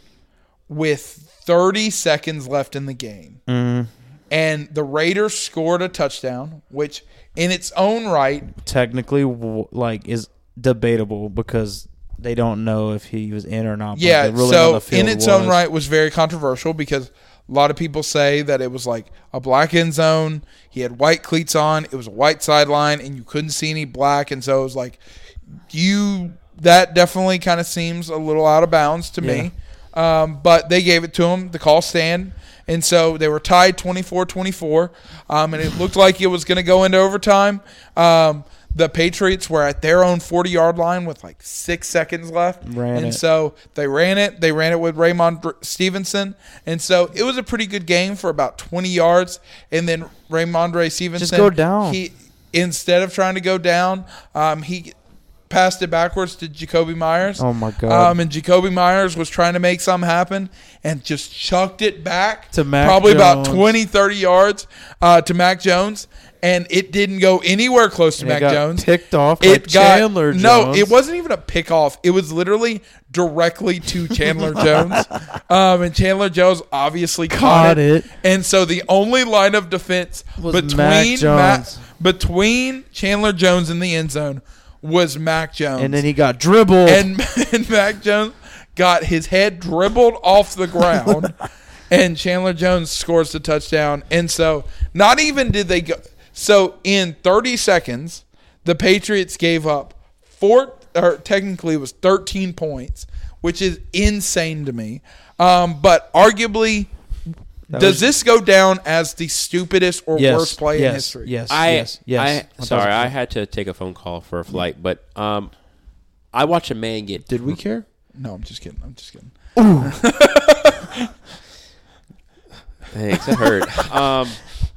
with thirty seconds left in the game, and the Raiders scored a touchdown, which in its own right technically w- like is debatable because they don't know if he was in or not. but Yeah, the ruling on so the field in its was- own right was very controversial because a lot of people say that it was like a black end zone. He had white cleats on. It was a white sideline, and you couldn't see any black, and so it was like you. That definitely kind of seems a little out of bounds to me. Um, but they gave it to him. The call stand. And so they were tied 24 24. Um, and it looked like it was going to go into overtime. Um, the Patriots were at their own 40 yard line with like six seconds left. Ran and it. so they ran it. They ran it with Raymond Dr- Stevenson. And so it was a pretty good game for about 20 yards. And then Raymondre Stevenson. go down. He, instead of trying to go down, um, he passed it backwards to Jacoby Myers. Oh, my God. Um, and Jacoby Myers was trying to make something happen and just chucked it back To Mac probably Jones. about 20, 30 yards uh, to Mac Jones. And it didn't go anywhere close to And it Mac got Jones. picked off by Chandler No, Jones. it wasn't even a pick off. It was literally directly to Chandler Jones. Um, and Chandler Jones obviously caught, Caught it. And so the only line of defense Was between Mac Ma- Jones. between Chandler Jones in the end zone was Mac Jones. and then he got dribbled. and, and Mac Jones got his head dribbled off the ground, and Chandler Jones scores the touchdown. And so, not even did they go. So, in 30 seconds, the Patriots gave up four, or technically it was 13 points, which is insane to me. Um, but arguably, does was- this go down as the stupidest or yes, worst play yes, in history? Yes, I yes, yes. I, sorry, I had to take a phone call for a flight, but um, I watch a man get. Did we care? No, I'm just kidding. I'm just kidding. Thanks, that hurt. um,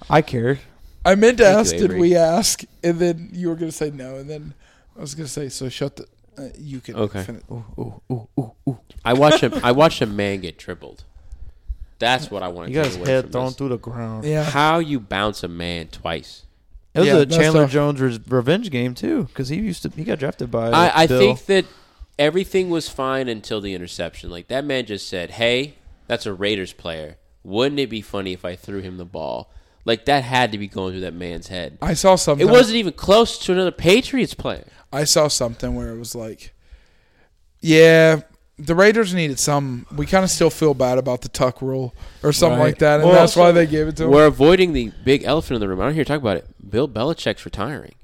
I cared. I meant to Thank you, ask, did Avery. we ask? And then you were going to say no. And then I was going to say, so shut the. Uh, you can. Okay. fin- I watch a I watch a man get tripled. That's what I want He to got take his away head from thrown this. through the ground. Yeah. How you bounce a man twice? It was Yeah, a that's Chandler tough. Jones re- revenge game too, because he used to he got drafted by. I, I Bill. think that everything was fine until the interception. Like that man just said, "Hey, that's a Raiders player. Wouldn't it be funny if I threw him the ball?" Like that had to be going through that man's head. I saw something. It wasn't even close to another Patriots player. I saw something where it was like, yeah, the Raiders needed some. We kind of still feel bad about the tuck rule or something Right. like that, and Well, that's why they gave it to him. We're avoiding the big elephant in the room. I don't hear you talk about it. Bill Belichick's retiring.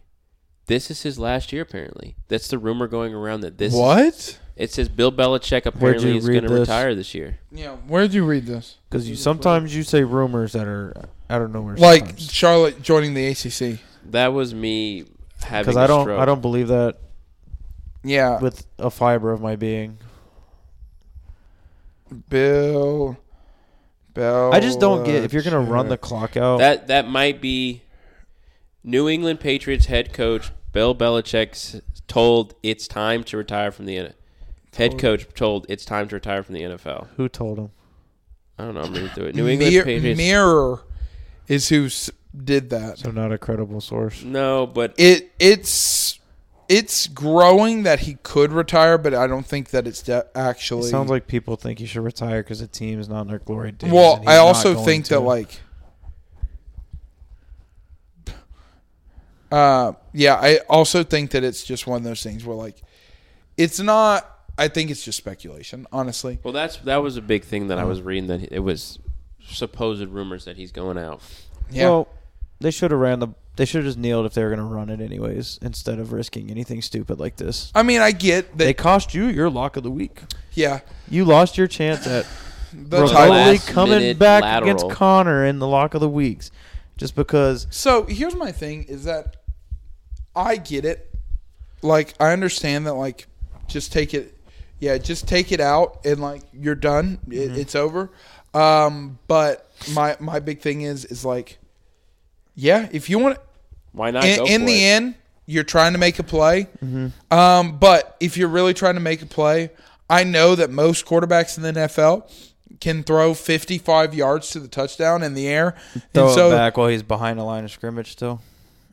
This is his last year, apparently. That's the rumor going around that this. What? It says Bill Belichick apparently you is read going to this? retire this year. Yeah, where'd you read this? Because you sometimes you say rumors that are out of nowhere. Like Charlotte joining the ACC. That was me having. because a I don't stroke. I don't believe that Yeah, with a fiber of my being. Bill. Bell. I just don't get if you're gonna run the clock out. That that might be New England Patriots head coach Bill Belichick s- told it's time to retire from the N- head coach told it's time to retire from the NFL. who told him? I don't know. I'm reading through it. New England Mir- Patriots. Mirror is who s- did that. So not a credible source. no, but It it's it's growing that he could retire, but I don't think that it's de- It actually. sounds like people think he should retire because the team is not in their glory days. Well, and he's I not also going think to. that like uh yeah, I also think that it's just one of those things where like it's not I think it's just speculation, honestly. well, that's that was a big thing that I was reading that it was supposed rumors that he's going out. Yeah. well, they should have ran the. They should have just kneeled if they were gonna run it anyways instead of risking anything stupid like this. I mean, I get They that cost you your lock of the week. yeah. You lost your chance at The title. remotely last coming minute back lateral. against Connor in the lock of the weeks, just because So, here's my thing is that I get it. Like I understand that like just take it yeah, just take it out and like you're done. It, It's over. Um but my my big thing is is like yeah, if you want Why not? go in, in for the it? end, you're trying to make a play. Um, but if you're really trying to make a play, I know that most quarterbacks in the NFL can throw 55 yards to the touchdown in the air. throw and so, it back while he's behind the line of scrimmage still,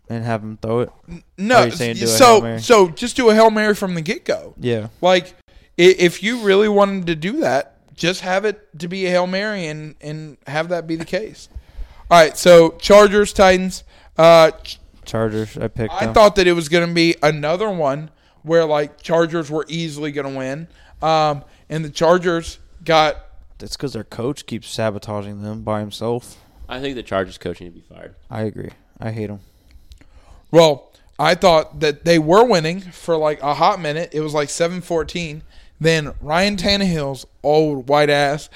and have him throw it. Are no, you saying do a Hail so Mary? so just do a hail mary from the get go. Yeah, Like i- if you really wanted to do that, just have it to be a hail mary and and have that be the case. All right, so Chargers Titans. Uh, Ch- Chargers. I picked. I them. thought that it was going to be another one where like Chargers were easily going to win, um, and the Chargers got it's because their coach keeps sabotaging them by himself. I think the Chargers coaching to be fired. I agree. I hate him. well. I thought that they were winning for like a hot minute. It was like seven fourteen. Then Ryan Tannehill's old white ass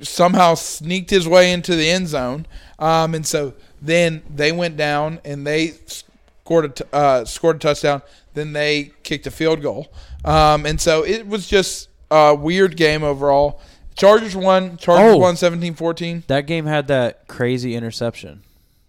somehow sneaked his way into the end zone, um, and so then they went down and they scored a t- uh, scored a touchdown. Then they kicked a field goal, um, and so it was just a weird game overall. Chargers won. Chargers Oh. won 17-14. That game had that crazy interception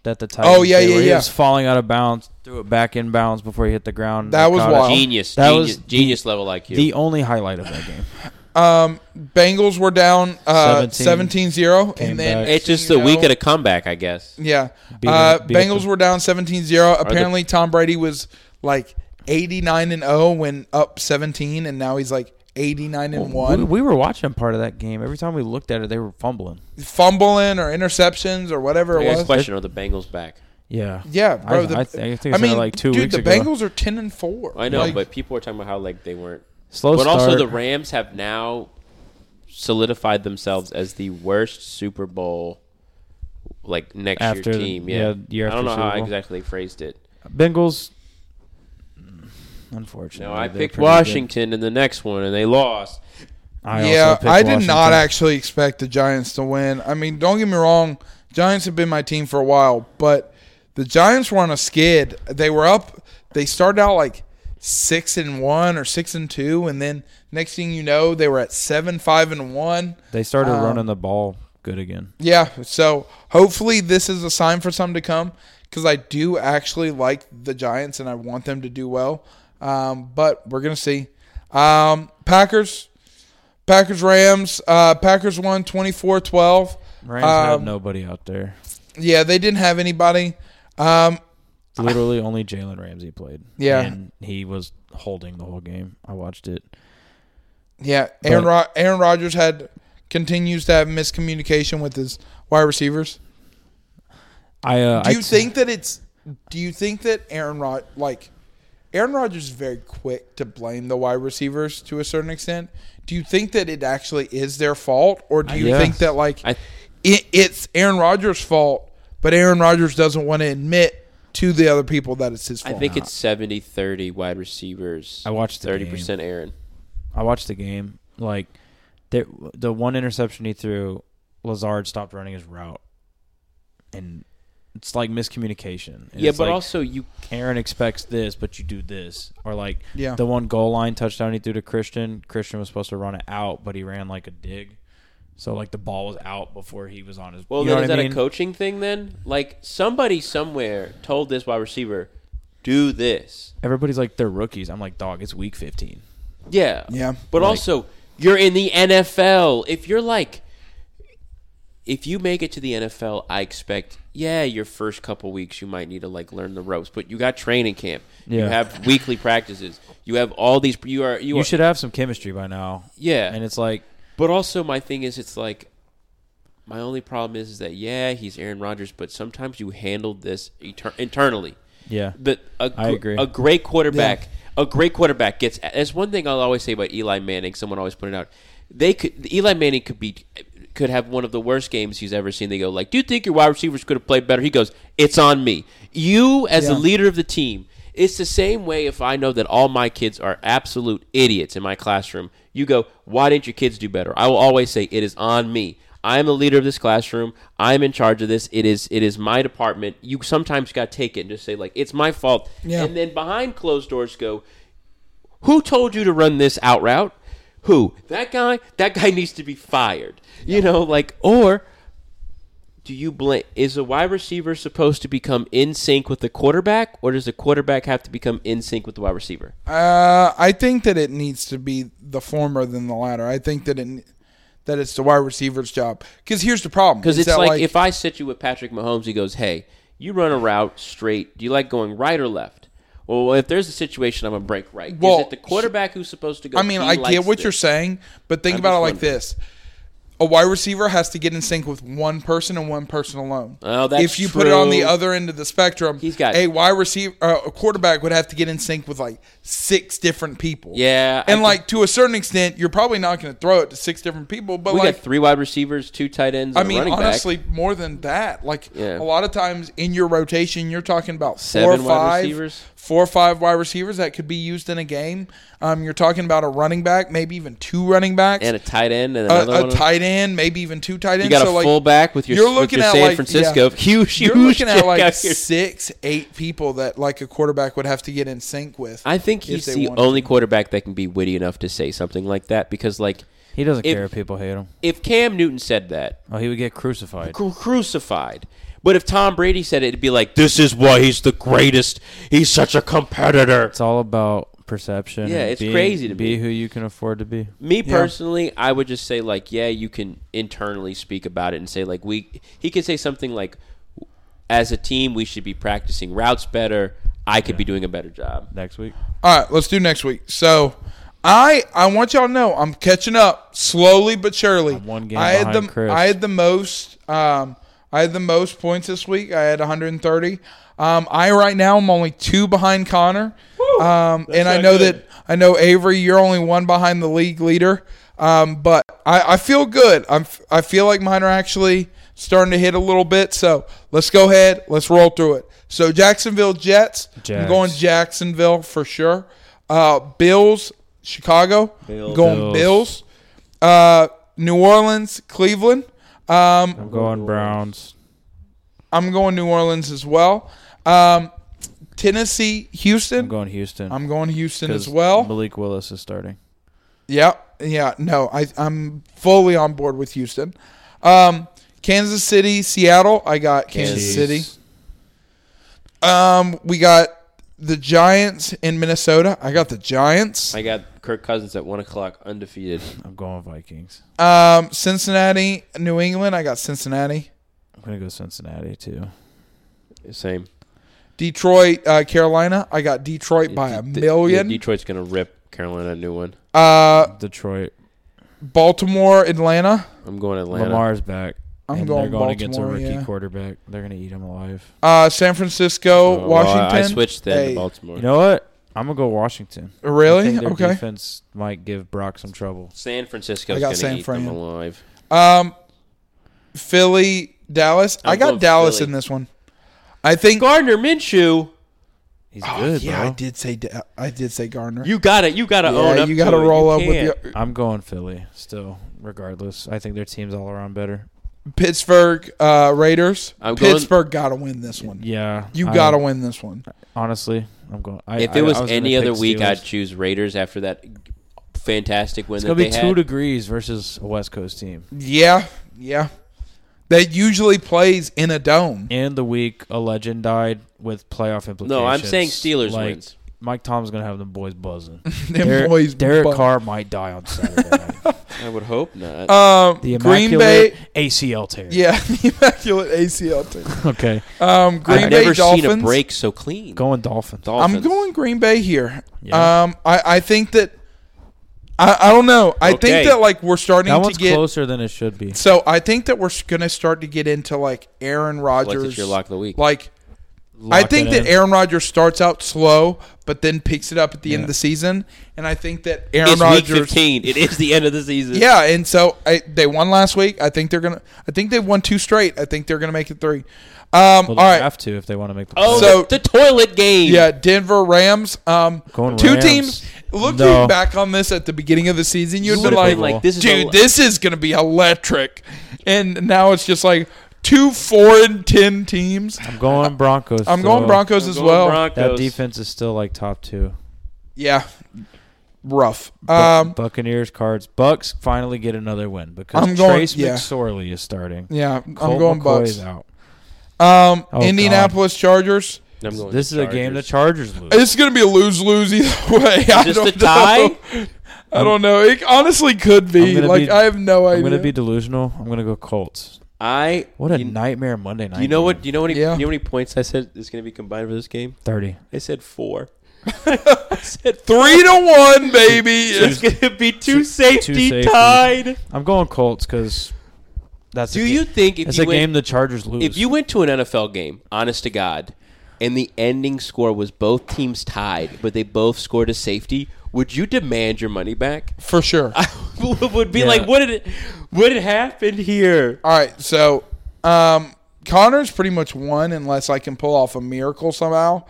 that the Titans. Oh, yeah, did yeah, where He yeah. was falling out of bounds, threw it back in bounds before he hit the ground. That and was caught it. wild. Genius, That was genius, the- genius level IQ. The only highlight of that game. Um, Bengals were down uh, 17. 17-0. Came and then back. it's just the week of the comeback, I guess. Yeah. Beat uh, it- beat it Bengals to- were down 17-0. Apparently Tom Brady was like 89 and 0 when up 17 and now he's like 89 and We, 1. we were watching part of that game. Every time we looked at it, they were fumbling. Fumbling or interceptions or whatever I it got a was. question: Are the Bengals back? Yeah. Yeah, bro. I, the, I, th- I think I I mean, like two weeks dude, the ago. Bengals are 10 and 4. I know, Like, but people are talking about how like they weren't. Slow but start. also, the Rams have now solidified themselves as the worst Super Bowl, like next After year the- team. Yeah, yeah, year I don't know after how Super Bowl. exactly they phrased it. Bengals. Unfortunately, No, I they're picked pretty good. Washington in the next one, and they lost. I also yeah, picked I did not Washington. actually expect the Giants to win. I mean, don't get me wrong, Giants have been my team for a while, but the Giants were on a skid. They were up. They started out like six and one or six and two, and then next thing you know, they were at seven, five and one. They started um, running the ball good again. Yeah, so hopefully this is a sign for some to come because I do actually like the Giants and I want them to do well. Um, but we're gonna see. Um, Packers, Packers, Rams. Uh, Packers won 24-12. Rams Um, had nobody out there. Yeah, they didn't have anybody. Um, Literally, only Jalen Ramsey played. Yeah. and he was holding the whole game. I watched it. yeah, Aaron Ro- But- Aaron Rodgers had continues to have miscommunication with his wide receivers. I uh, Do I uh, you think that it's? Do you think that Aaron Rod like Aaron Rodgers is very quick to blame the wide receivers to a certain extent. Do you think that it actually is their fault, or do you Yeah. think that like I- it, it's Aaron Rodgers' fault, but Aaron Rodgers doesn't want to admit to the other people that it's his I fault? think it's 70 30 wide receivers. I watched the 30% Aaron. I watched the game. Like the the one interception he threw, Lazard stopped running his route, and it's like miscommunication. And yeah, it's but like, also you Aaron expects this, but you do this, or like Yeah. the one goal line touchdown he threw to Christian. Christian was supposed to run it out, but he ran like a dig. So like the ball was out before he was on his. Well, you know then is what I that mean? a coaching thing? Then, like somebody somewhere told this wide receiver, do this. Everybody's like they're rookies. I'm like, dog, it's week 15. Yeah, Yeah. But also, you're in the NFL. If you're like, if you make it to the NFL, I expect, yeah, your first couple weeks you might need to like learn the ropes, but you got training camp. You Yeah. have weekly practices. You have all these. You are you, You are, should have some chemistry by now. yeah. And it's like But also, my thing is, it's like my only problem is, is that yeah, he's Aaron Rodgers, but sometimes you handled this eter- internally. Yeah. that a, I gr- agree. a great quarterback, a great quarterback gets. That's one thing I'll always say about Eli Manning. Someone always put it out. They could Eli Manning could be could have one of the worst games he's ever seen. They go like, "Do you think your wide receivers could have played better?" He goes, "It's on me." You as the leader of the team. It's the same way if I know that all my kids are absolute idiots in my classroom. You go, "Why didn't your kids do better?" I will always say, "It is on me." I am the leader of this classroom. I am in charge of this. It is it is my department. You sometimes got to take it and just say like it's my fault. Yeah. And then behind closed doors go, who told you to run this out route? Who? That guy? That guy needs to be fired. You know, like or do you blame is a wide receiver supposed to become in sync with the quarterback or does the quarterback have to become in sync with the wide receiver? Uh, I think that it needs to be the former than the latter. I think that it that it's the wide receiver's job. Because here's the problem. Because is it's that, like, if I sit you with Patrick Mahomes, he goes, "Hey, you run a route straight. Do you like going right or left?" Well, if there's a situation, I'm gonna break right. Well, Is it the quarterback who's supposed to go? I mean, "He I get likes what this"? you're saying, but think I'm about it just like wondering. this: a wide receiver has to get in sync with one person and one person alone. Oh, that's if you put it on the true. other end of the spectrum, He's got- a wide receiver, uh, a quarterback would have to get in sync with like six different people. Yeah, I and think- like to a certain extent, you're probably not going to throw it to six different people, but We like got three wide receivers, two tight ends. I and a mean, running back. honestly, more than that. Like Yeah. a lot of times in your rotation, you're talking about four Seven or wide five, receivers? four or five wide receivers that could be used in a game. Um, you're talking about a running back, maybe even two running backs, and a tight end and another a, a one. tight end, maybe even two tight ends. you got so a like, fullback with your you're with looking your at San like Francisco. yeah. Huge, huge. You're looking at check like out here. six, eight people that like a quarterback would have to get in sync with. I think if he's they the wanted only to. quarterback that can be witty enough to say something like that because, like, he doesn't If- care if people hate him. if Cam Newton said that, Oh, he would get crucified. cru- crucified. But if Tom Brady said it, it'd be like, "This is why he's the greatest. He's such a competitor." It's all about perception. Yeah, and it's being- crazy to be me. who you can afford to be. Me personally, I would just say like, "Yeah, you can internally speak about it and say like, we." He could say something like, "As a team, we should be practicing routes better. I could be doing a better job." Next week, All right, let's do next week. So, I I want y'all to know I'm catching up slowly but surely. one game I had the behind Chris. I had the most um I had the most points this week. I had 130. Um, I right now I'm only two behind Connor. Um, and I know that I know Avery, you're only one behind the league leader. Um, but I, I feel good. I'm f- I feel like mine are actually starting to hit a little bit. So let's go ahead. Let's roll through it. So Jacksonville Jets. I'm Jags. going Jacksonville for sure. Uh, Bills, Chicago. I'm going Bills. Bills. Uh, New Orleans, Cleveland. Um, I'm going Browns. I'm going New Orleans as well. Um, Tennessee, I'm Houston. going Houston. I'm going Houston as 'cause well. Malik Willis is starting. Yep. Yeah. No, I, I'm fully on board with Houston. Um, Kansas City, Seattle. I got Kansas Jeez. City. Um, we got the Giants in Minnesota. I got the Giants. I got Kirk Cousins at one o'clock, undefeated. I'm going Vikings. Um, Cincinnati, New England. I got Cincinnati. I'm gonna go Cincinnati too. Same Detroit, uh, Carolina. I got Detroit by a De- million. yeah, Detroit's gonna rip Carolina a new one. Uh, Detroit. Baltimore, Atlanta. I'm going Atlanta. Lamar's back. I'm and going They're going against a Baltimore, rookie yeah. quarterback. They're gonna eat him alive. Uh, San Oh, Francisco, well, I- Washington. I switched then Hey, to Baltimore. You know what? I'm gonna go Washington. I Uh, Really? think their Okay. defense might give Brock some trouble. San Francisco's I got going to San eat Fran. them alive. Um, Philly, Dallas. I, I got love Dallas Philly. in this one. I think. Gardner Minshew, He's Oh, good, yeah, bro. I did say Da- I did say Gardner. you got to You got to yeah, own up. you got to to it. roll You up can't. with the I'm going Philly still, regardless. I think their team's all around better. Pittsburgh uh, Raiders. I'm going- Pittsburgh got to win this one. Yeah, You I- got to win this one. Honestly, I'm going. I, If I- I it was, gonna any pick other week, Steelers. I'd choose Raiders after that fantastic win It's that gonna be they two had. degrees versus a West Coast team, Yeah, yeah. That usually plays in a dome. and the week a legend died with playoff implications. no, I'm saying Steelers Like, wins. Mike Tom's gonna have them boys buzzing. Them Derek, boys Derek bu- Carr might die on Saturday. night. I would hope not. Um, The immaculate Green Bay. ACL tear. Yeah, the immaculate ACL team. Okay, Um, Green I've Bay never Dolphins. seen a break so clean. going Dolphins. Dolphins. I'm going Green Bay here. Yeah. Um, I, I think that I, I don't know. I Okay. think that like we're starting That to one's get closer than it should be. so I think that we're going to start to get into like Aaron Rodgers. your lock of the week. Like I Lock think it that in. Aaron Rodgers starts out slow, but then picks it up at the end of the season, and I think that Aaron It's week Rodgers. 15. It is the end of the season. Yeah, and so I, they won last week. I think they're gonna. I think they've won two straight. I think they're gonna make it three. Um, all Well, they right, have to if they want to make the Oh, playoffs. So- the, the toilet game. Yeah, Denver Rams. Um, Going two Rams. teams. Looking No. back on this at the beginning of the season, you'd You be would've like, been like, this is dude, a- this is going to be electric. And now it's just like two four and ten teams. I'm going Broncos. I'm going still. Broncos as Going well. That Broncos. defense is still like top two. yeah, rough. Bu- Um, Buccaneers cards. Bucks finally get another win because I'm going- Trace yeah. McSorley is starting. yeah, I'm Colt going McCoy Bucks. is out. Um, Oh, Indianapolis Chargers. I'm going This is a game the Chargers. Chargers lose. It's going to be a lose lose either way. I this don't a tie? know. I don't know. It honestly could I'm be. gonna Like be- I have no idea. I'm gonna be delusional. I'm gonna go Colts. I What a you, nightmare Monday night. you know what? game. You know what? Yeah. You know how many points I said is going to be combined for this game? Thirty. I said four. I said four. three to one, baby. It's going to be two safety safeties. tied. I'm going Colts because that's Do a you game, think if that's you a went, game the Chargers lose? if you went to an NFL game, honest to God, and the ending score was both teams tied, but they both scored a safety, would you demand your money back? for sure. I would be Yeah. like, what did it, what had happened here? All right, so um, Connor's pretty much won unless I can pull off a miracle somehow.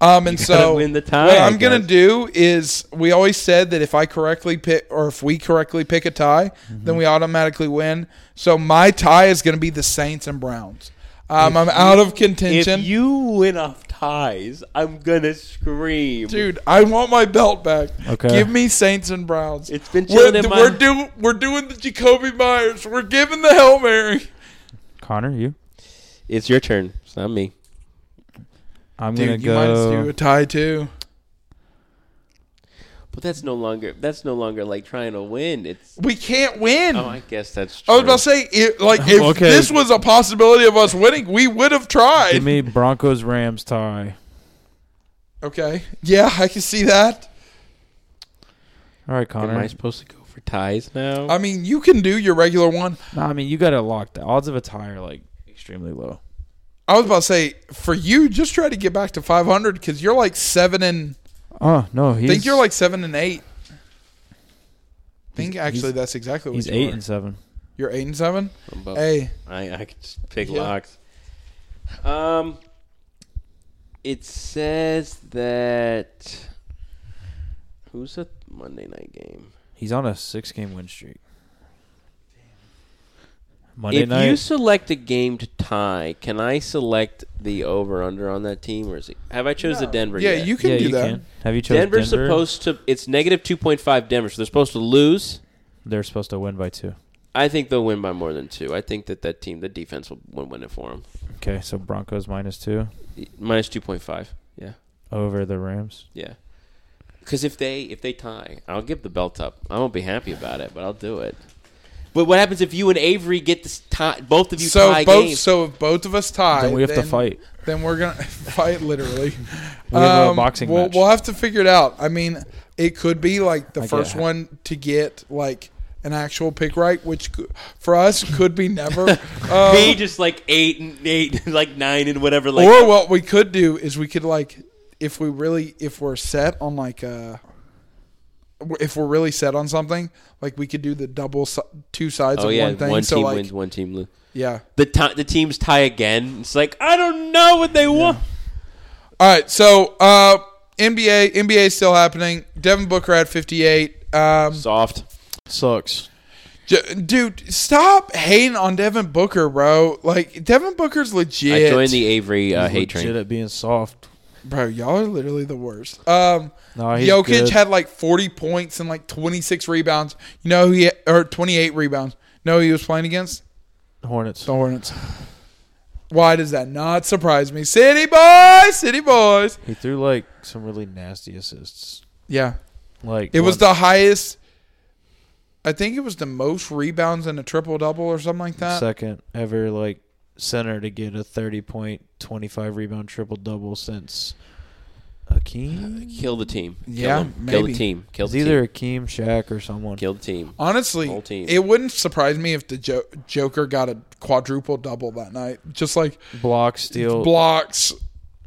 Um, and gotta so win the tie, what I I'm gonna guess. do is we always said that if I correctly pick or if we correctly pick a tie, Mm-hmm. then we automatically win. So my tie is gonna be the Saints and Browns. Um, I'm out of contention, If you win off ties, I'm gonna scream. dude. I want my belt back. Okay. give me Saints and Browns. It's been we're, chilling in my- we're do we're doing the Jacoby Myers. We're giving the Hail Mary. Connor, you. It's your turn. It's not me. I'm gonna Dude, you might go. as do a tie too. But that's no longer that's no longer like trying to win. It's We can't win. oh, I guess that's. True. I was about to say, it, like, if Okay. this was a possibility of us winning, we would have tried. Give me Broncos Rams tie. okay. Yeah, I can see that. All right, Am Connor. I supposed to go for ties now? I mean, you can do your regular one. No, I mean you got to lock. The odds of a tie are like extremely low. I was about to say, for you, just try to get back to 500 because you're like seven and. Oh no, he's I think you're like seven and eight. I think actually that's exactly what he's you eight are. and seven. You're eight and seven. I'm about- Hey, I, I could just pick Yeah. locks. Um, it says that who's a Monday night game? He's on a six game win streak. Monday if night. you select a game to tie, can I select the over under on that team, or is it? Have I chose the Denver? yeah, yet? you can yeah, do you that. can. Have you chosen Denver's Denver? supposed to. It's negative two point five Denver, so they're supposed to lose. They're supposed to win by two. I think they'll win by more than two. I think that that team, the defense, will win, win it for them. Okay, so Broncos minus two Minus two point five. Yeah, over the Rams. yeah. Because if they if they tie, I'll give the belt up. I won't be happy about it, but I'll do it. But what happens if you and Avery get this tie? Both of you So tie if games. both, so if both of us tie, Then we have to fight. Then we're gonna fight literally. Um, We have a boxing we'll, match. we'll have to figure it out. I mean, it could be like the Like, first yeah. one to get like an actual pick right, which cou- for us could be never. Um, Me just like eight and eight, like nine and whatever. Like or what we could do is we could like if we really if we're set on like a if we're really set on something, like we could do the double si- two sides Oh of yeah, one one, thing. so team like wins, one team loses. yeah. The ti the teams tie again. It's like I don't know what they want. All right, so uh, NBA NBA is still happening. Devin Booker at fifty eight. Um, Soft. Sucks. j- dude, stop hating on Devin Booker, bro. Like Devin Booker's legit. I joined the Avery uh, hate Legit train. at being soft. bro. Y'all are literally the worst. Um, No, Oh, he's Jokic good. had like forty points and like twenty six rebounds. You know who he or twenty eight rebounds. No, he was playing against Hornets. the Hornets. Why does that not surprise me? City boys, city boys. He threw like some really nasty assists. Yeah, Like It was one- the highest. I think it was the most rebounds in a triple double or something like that. second ever like center to get a thirty point, twenty five rebound triple double since Akeem. Kill the team. Kill Yeah, 'em. kill maybe. the team. Kill It's the team. Uh, either Akeem, Shaq, or someone. Kill the team. Honestly, Whole team. it wouldn't surprise me if the jo- Joker got a quadruple double that night. Just like Block, steal. blocks,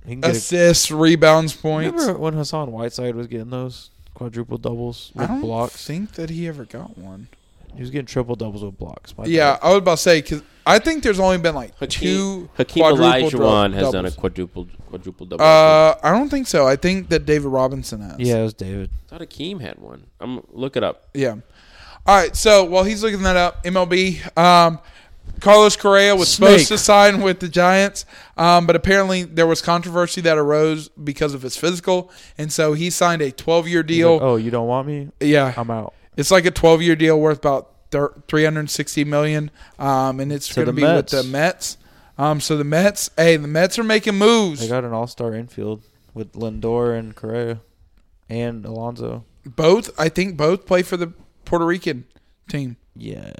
he can get a- assists, rebounds, points. remember when Hassan Whiteside was getting those quadruple doubles I with don't blocks? think that he ever got one. He was getting triple doubles with blocks. my Yeah, bad. I was about to say because I think there's only been like Hakeem, two Hakeem quadruple dro- Olajuwon has done a doubles. quadruple quadruple double. Uh, I don't think so. I think that David Robinson has. yeah, it was David. I thought Hakeem had one. I'm look it up. Yeah. All right. So while he's looking that up, MLB. Um, Carlos Correa was Snake. supposed to sign with the Giants, um, but apparently there was controversy that arose because of his physical, and so he signed a 12-year He's deal. like, oh, you don't want me? yeah, I'm out. it's like a 12-year deal worth about thir- 360 million, um, and it's To going to the be Mets. with the Mets. Um, so the Mets, hey, the Mets are making moves. They got an all star infield with Lindor and Correa and Alonso. both, I think, both play for the Puerto Rican team. Yeah.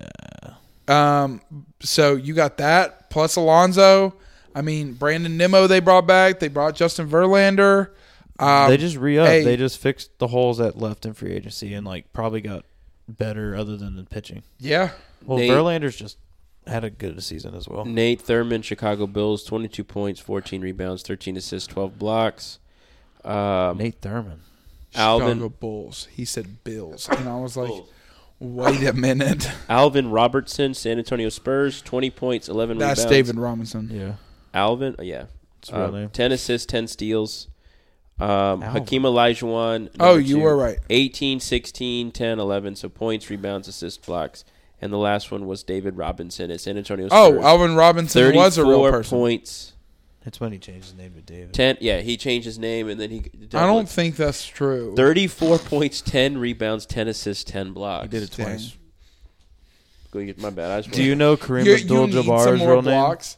Um, so you got that plus Alonzo. I mean, Brandon Nimmo they brought back. They brought Justin Verlander. Um, they just re up. hey. They just fixed the holes that left in free agency and like probably got better other than the pitching. yeah, Well, They- Verlander's just had a good season as well. Nate Thurman, Chicago Bills, 22 points, 14 rebounds, 13 assists, 12 blocks. Um, Nate Thurman. Alvin Chicago Bulls. He said Bills, and I was like, wait a minute, Alvin Robertson, San Antonio Spurs, 20 points, 11 that's rebounds. David Robinson. Yeah. Alvin, oh, yeah, It's a real Um, name. 10 assists, 10 steals. Um, Alvin. Hakeem Olajuwon. number Oh, you two, were right. 18, 16, 10, 11. So points, rebounds, assists, blocks. And the last one was David Robinson at San Antonio Spurs. Oh, Alvin Robinson 34 was a real person. points. That's when he changed his name to David. 10, yeah, he changed his name and then he. I don't think that's true. 34 points, 10 rebounds, 10 assists, 10 blocks. He did it Dang. twice. Go get- My bad. I just Do you know Kareem You, you need some Abdul-Jabbar's more real name? blocks.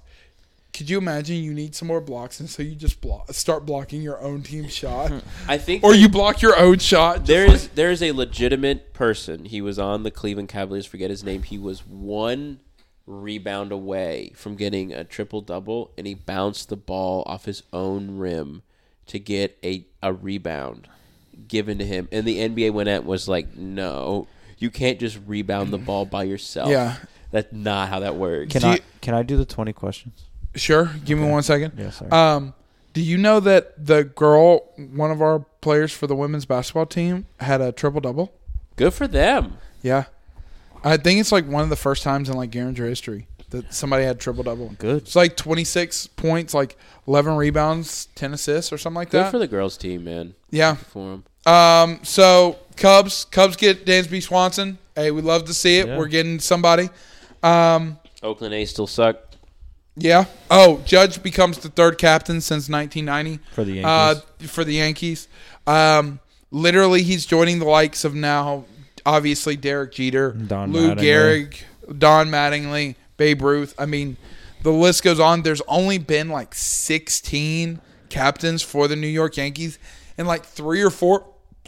Could you imagine? You need some more blocks, and so you just block, start blocking your own team shot, I think or you block your own shot. there is there is a legitimate person. He was on the Cleveland Cavaliers. Forget his name. He was one rebound away from getting a triple double, and he bounced the ball off his own rim to get a a rebound given to him. And the NBA went at was like, no, you can't just rebound the ball by yourself. Yeah. that's not how that works. Can Do I you- can I do the twenty questions? Sure. Give me one second. Yeah, sorry. Um, do you know that the girl, one of our players for the women's basketball team, had a triple double? Good for them. Yeah. I think it's like one of the first times in like Garinger history that somebody had triple double. Good. It's like 26 points, like 11 rebounds, 10 assists, or something like Good that. for the girls team, man. yeah. For 'em. Um, so Cubs, Cubs get Dansby Swanson. Hey, we love to see it. Yeah. We're getting somebody. Um, Oakland A's still suck. Yeah. Oh, Judge becomes the third captain since 1990 For the Yankees. Uh, for the Yankees, um, literally, he's joining the likes of now, obviously Derek Jeter, Don Lou Mattingly. Gehrig, Don Mattingly, Babe Ruth. I mean, the list goes on. There's only been like 16 captains for the New York Yankees, and like three or four,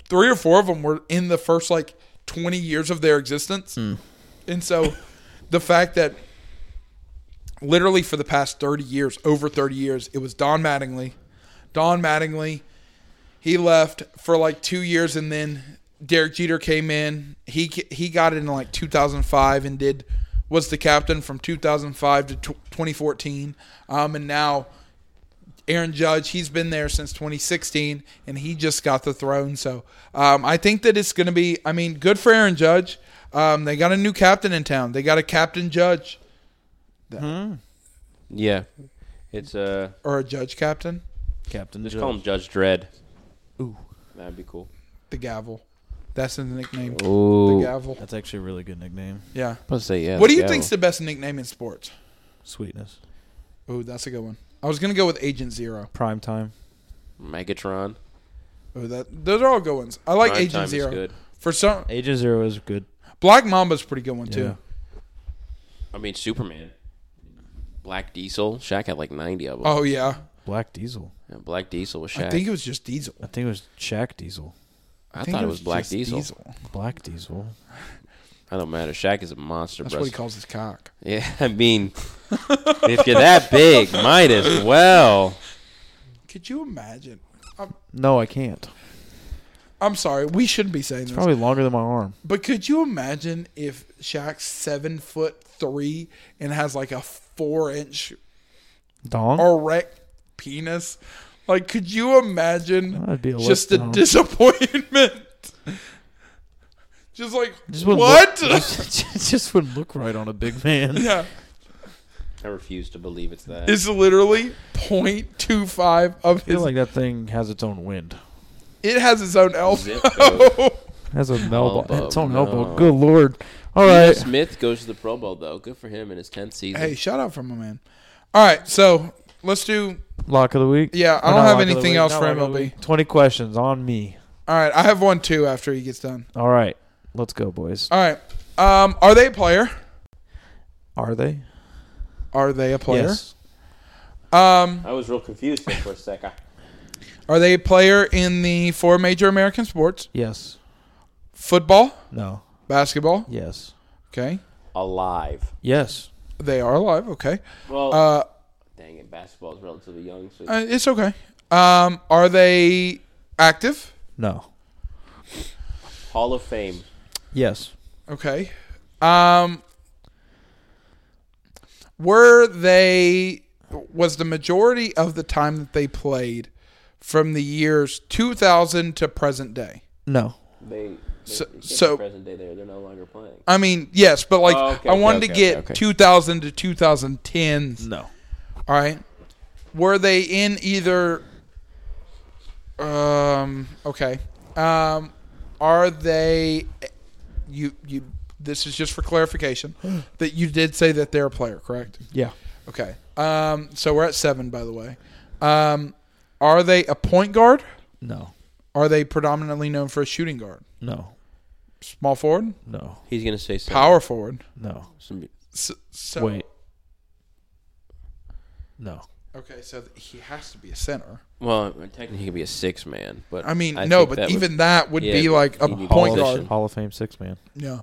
three or four of them were in the first like 20 years of their existence, Hmm. and so the fact that literally for the past 30 years, over 30 years, it was Don Mattingly. Don Mattingly, he left for like two years, and then Derek Jeter came in. He he got in like 2005 and did was the captain from 2005 to tw 2014, um, and now Aaron Judge, he's been there since 2016, and he just got the throne. So um, I think that it's going to be, I mean, good for Aaron Judge. Um, they got a new captain in town. They got a captain judge Yeah, it's uh, or a judge captain, Captain just Judge. call him Judge Dredd. Ooh, that'd be cool. the gavel. That's the nickname. The Ooh, gavel. That's actually a really good nickname. Yeah. supposed to say yeah. What do the you gavel. think's the best nickname in sports? Sweetness. Ooh, that's a good one. I was gonna go with Agent Zero. Prime time. Megatron? Ooh, that those are all good ones. I like Prime Time Agent is Zero. good. For some, Agent Zero is good. Black Mamba's a pretty good one too. I mean, Superman, Black Diesel. Shaq had like ninety of them. Oh yeah, Black Diesel. And Black Diesel was Shaq. I think it was just Diesel. I think it was Shaq Diesel. I thought it was Black just Diesel. Black Diesel. I don't matter. Shaq is a monster. That's bro. what he calls his cock. Yeah, I mean, if you're that big, might as well. Could you imagine? I'm, No, I can't. I'm sorry, we shouldn't be saying this, Probably longer than my arm. but could you imagine if Shaq's seven foot three and has like a four inch Dong. erect penis? Like, could you imagine That'd be a just the lift, huh? disappointment? just like Just wouldn't what? Look, just, just wouldn't look right on a big man. yeah. I refuse to believe it's that. It's literally 0.25 of I his. feel like that thing has its own wind. it has its own Zip elbow. Has a elbow. Elbow, Its own no. elbow. Good lord. All Geno right. Smith goes to the Pro Bowl though. Good for him in his tenth season. hey, shout out from my man. All right, so let's do. Lock of the week. Yeah, Or I don't not have lock of the anything week, else not for lock of the MLB. week. Twenty questions on me. All right, I have one too after he gets done. All right. Let's go, boys. All right, um, are they a player? Are they? Are they a player? Yes. Um, I was real confused there for a second. are they a player in the four major American sports: Yes. football, No. basketball? Yes. Okay, Alive. Yes. they are alive. Okay, Well, uh, dang it, basketball is relatively young. So uh, it's okay. Um, are they active? No. Hall of Fame. Yes. Okay. Um were they was the majority of the time that they played from the years 2000 to present day? No. They, they So- they can't so- be present day there. They're no longer playing. I mean, yes, but like Oh, okay, I okay, wanted to okay, get okay, okay. 2000 to 2010. No. All right. Were they in either um okay. Um are they you you this is just for clarification that you did say that they're a player, correct? Yeah. Okay. Um so we're at 7 by the way. Um are they a point guard? No. Are they predominantly known for a shooting guard? No. Small forward? No. He's gonna say something. Power forward? No. Some- So, so Wait. No. Okay, so th- he has to be a center. well, technically he could be a six man, but I mean, I no, think but that would- even that would yeah, be like a you need point position. guard. Hall of Fame six man. Yeah.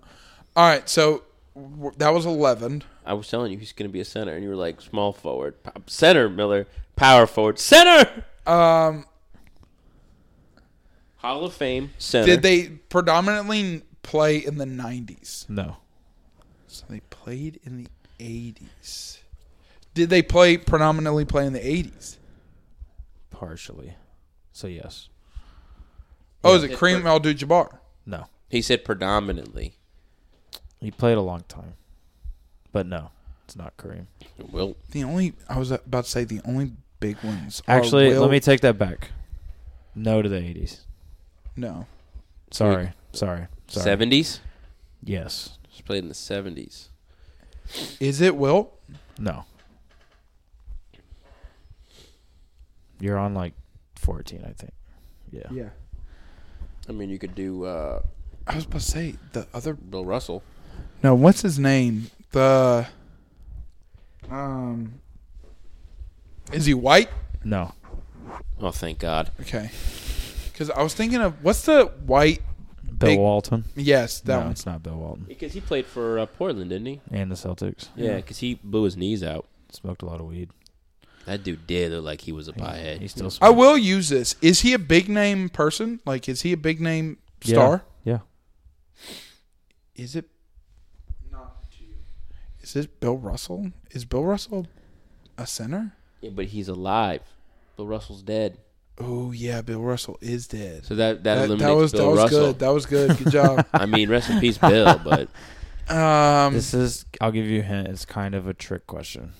All right. So w- that was 11. I was telling you he's gonna be a center, and you were like small forward, P- center Miller, power forward, center. Um, Hall of Fame center. did they predominantly play in the 90s? No. So they played in the 80s. Did they play predominantly play in the 80s? Partially. So yes. Oh, is it Kareem Abdul Jabbar? No. He said predominantly. He played a long time. But no. It's not Kareem. Well, The only, I was about to say, the only big ones. are Actually, Will- let me take that back. No to the eighties. No. Sorry. Sorry. Sorry. seventies. Yes. Just played in the seventies. Is it Will? No. You're on like fourteen, I think. Yeah. I mean, you could do uh, I was about to say, the other. Bill Russell. No, what's his name? The. Um. Is he white? No. Oh, thank God. Okay. Because I was thinking of what's the white? Bill Big- Walton. Yes, that no, one. it's not Bill Walton. Because he played for uh, Portland, didn't he? And the Celtics. Yeah, because he blew his knees out. Smoked a lot of weed. That dude did look like he was a pothead. He still I smokes. will use this. Is he a big name person? Like, is he a big name star? Yeah. Is it? Not to you. Is it Bill Russell? Is Bill Russell a center? Yeah, but he's alive. Bill Russell's dead. Oh yeah, Bill Russell is dead. So that that, That, eliminates that was Bill that was Russell. good. That was good. Good job. I mean, rest in peace, Bill. But um, This is. I'll give you a hint. It's kind of a trick question.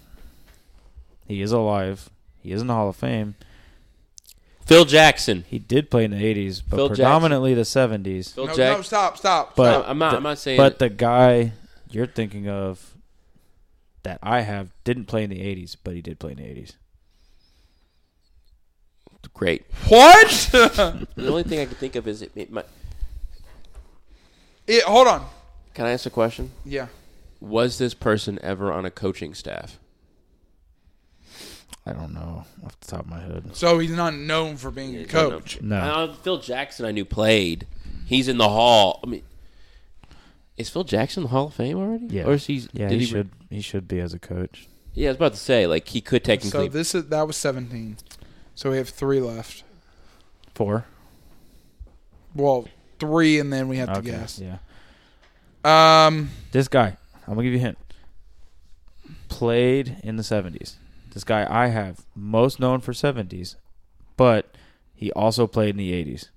He is alive. He is in the Hall of Fame. Phil Jackson. He did play in the '80s, but Phil Jackson. predominantly the '70s. Phil no, no, Jackson. stop, stop. But No, I'm not. the- I'm not saying. But the guy you're thinking of that I have didn't play in the 80s, but he did play in the 80s. great. what? The only thing I can think of is it. it might, it, hold on. can I ask a question? Yeah. Was this person ever on a coaching staff? I don't know off the top of my head. So he's not known for being a coach. No. Uh, Phil Jackson, I knew played. He's in the Hall. I mean, is Phil Jackson in the Hall of Fame already? Yeah. Or is he? yeah, did he, re- should he should be as a coach. Yeah, I was about to say like he could So technically. this is that was seventeen. So we have three left. Four. Well, three, and then we have to Okay, guess. Yeah. Um, This guy, I'm going to give you a hint. Played in the 70s. This guy I have most known for 70s, but he also played in the 80s.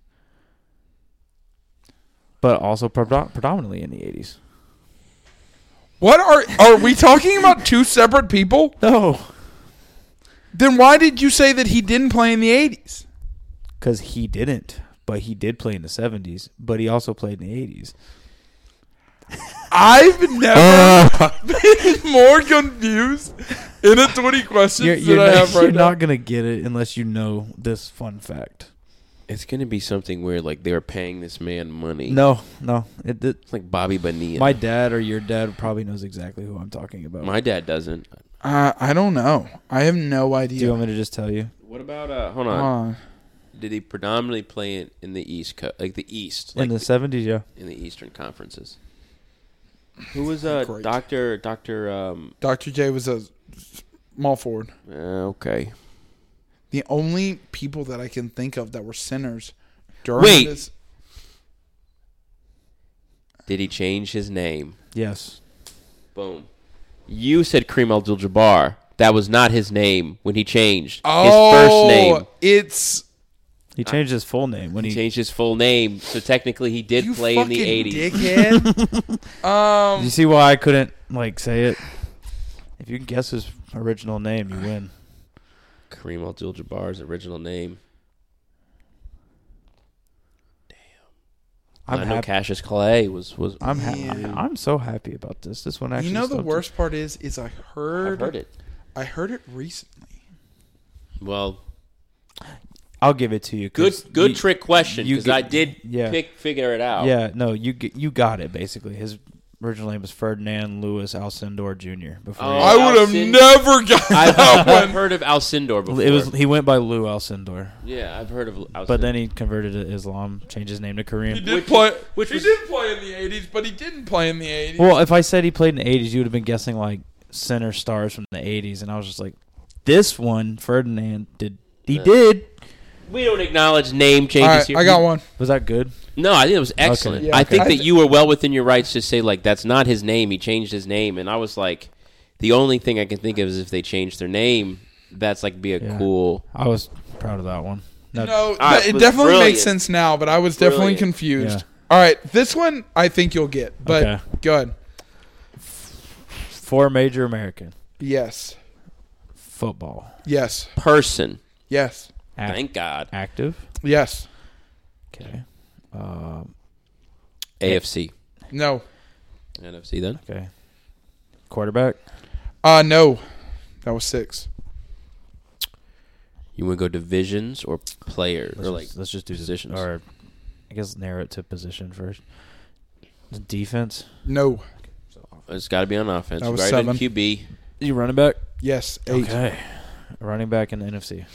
But also predom- predominantly in the 80s. what are are we talking about? Two separate people? No. Then why did you say that he didn't play in the eighties? because he didn't, but he did play in the seventies, but he also played in the eighties. I've never been more confused in a twenty questions You're, you're that not, I have you're right now. not gonna get it unless you know this fun fact. it's gonna be something where like they were paying this man money. No, no, it, it- it's like Bobby Bonilla. my dad or your dad probably knows exactly who I'm talking about. My dad doesn't. Uh, I don't know. I have no idea. Do you want me to just tell you? What about uh? Hold on. Hold on. Did he predominantly play in, in the East Co- like the East, like in the seventies, yeah. in the Eastern conferences? Who was uh Great. Doctor Doctor um Dr. J was a small forward. uh, okay The only people that I can think of that were sinners during Wait. this. Did he change his name? Yes. Boom. You said Kareem Abdul-Jabbar. That was not his name when he changed Oh, his first name. It's He changed his full name when He he, changed his full name, so technically he did you play in fucking the '80s. dickhead. um, You see why I couldn't like say it? If you can guess his original name, you win. Kareem Abdul-Jabbar's original name. i I'm know happy. Cassius Clay was was. I'm ha- Yeah. I'm so happy about this. This one actually. you know the stumped me. worst part is, is I heard, I've heard it. I heard it recently. Well, I'll give it to you. good 'cause good you- trick question you because get- I did yeah. pick figure it out. Yeah, no, you g- you got it basically. His original name was Ferdinand Louis Alcindor Jr. Before Oh. I would have Alcindor. never got I've, I've that one. heard of Alcindor he, before. it was he went by Lou Alcindor, yeah, I've heard of Alcindor. but then he converted to Islam, changed his name to He Kareem. did Which- play. which he was- did play in the '80s, but he didn't play in the '80s. Well, if I said he played in the '80s, you would have been guessing like center stars from the '80s, and I was just like, this one Ferdinand did he Yeah. did we don't acknowledge name All changes right, here. I got one. was that good? No, I think it was excellent. Yeah, I okay. think I that th- you were well within your rights to say like that's not his name. He changed his name, and I was like, the only thing I can think of is if they change their name, that's like be a Yeah. cool. I was proud of that one. No, No, right, that- it but definitely brilliant. makes sense now, but I was definitely Brilliant. confused. Yeah. All right, this one I think you'll get, but Okay. go ahead. four major American Yes, football yes, Person, yes, Ac- thank God, active. yes. Okay. Um, AFC, No, NFC. Then okay. Quarterback. uh, no, that was six. you want to go divisions or players Let's, or just, like let's just do positions. positions. Or I guess narrow it to position first. The defense. No, it's got to be on offense. That We've was already done seven. QB. You running back. yes, eight. Okay. Running back in the NFC.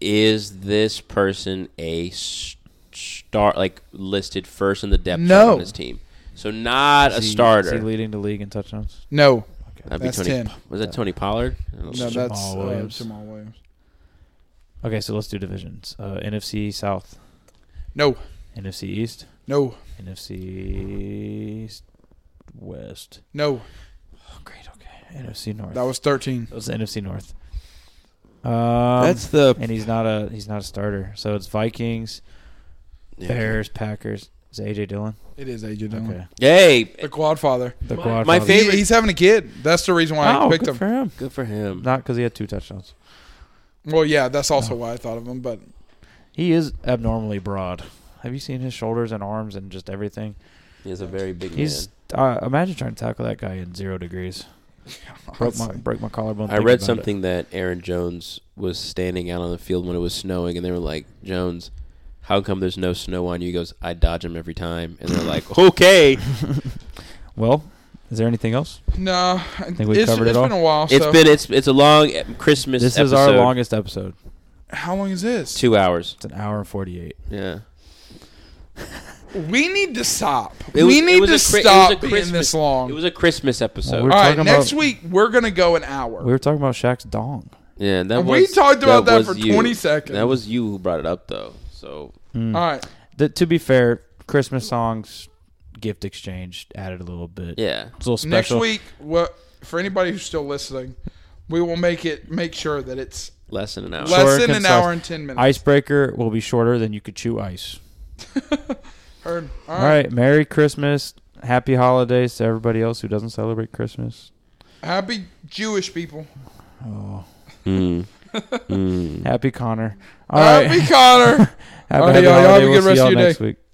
Is this person a s- star like listed first in the depth No. chart on his team? So not Is a he- starter. Is he leading the league in touchdowns? No, That'd That's be Tony. 10. Was that Tony Pollard? no, that's Jamal uh, Williams. Jamal Williams. Okay, so let's do divisions. Uh, NFC South, No, NFC East, no, NFC West. no, Oh, great. Okay. NFC North. that was thirteen. That was the NFC North. Um, That's the- and he's not a he's not a starter. So it's Vikings, Yeah. Bears, Packers. Is it AJ Dillon? It is AJ Dillon. Okay, Hey, The quad father. the My- quad. my father. favorite- He, he's having a kid. That's the reason why Oh, I picked good him. for him. good for him. Not because he had two touchdowns. Well, yeah, that's also Oh. why I thought of him. But He is abnormally broad. Have you seen his shoulders and arms and just everything? He's a very big He's uh, imagine trying to tackle that guy in zero degrees. Broke my broke my collarbone. man. I thinking read about it. something that Aaron Jones was standing out on the field when it was snowing, and they were like, Jones, how come there's no snow on you? He goes, I dodge him every time. And they're like, okay. Well, is there anything else? no, I think we've covered it it's all. been a while. It's so. been it's it's a long eh, Christmas This is our episode. longest episode. How long is this? Two hours. It's an hour and forty eight. Yeah. We need to stop. It was- we it need was to a cri- it was stop a being Christmas- this long. It was a Christmas episode. Well, we're- all right, talking next about- week we're gonna go an hour. We were talking about Shaq's dong. yeah, that we was- talked about that was for you. 20 seconds. That was you who brought it up, though. So all right, Th- to be fair, Christmas songs, gift exchange added a little bit. yeah, It's a little next special. week. What for anybody who's still listening, we will make it make sure that it's less than an hour. less Short, than an concise. hour and ten minutes. Icebreaker will be shorter than you could chew ice. Heard. All right. Merry Christmas. Happy holidays to everybody else who doesn't celebrate Christmas. happy Jewish people. Mm. Happy Connor. All right. Happy Connor. Have a Alright, happy holiday. y'all. Y'all have a We'll good see rest of y'all your next day. week.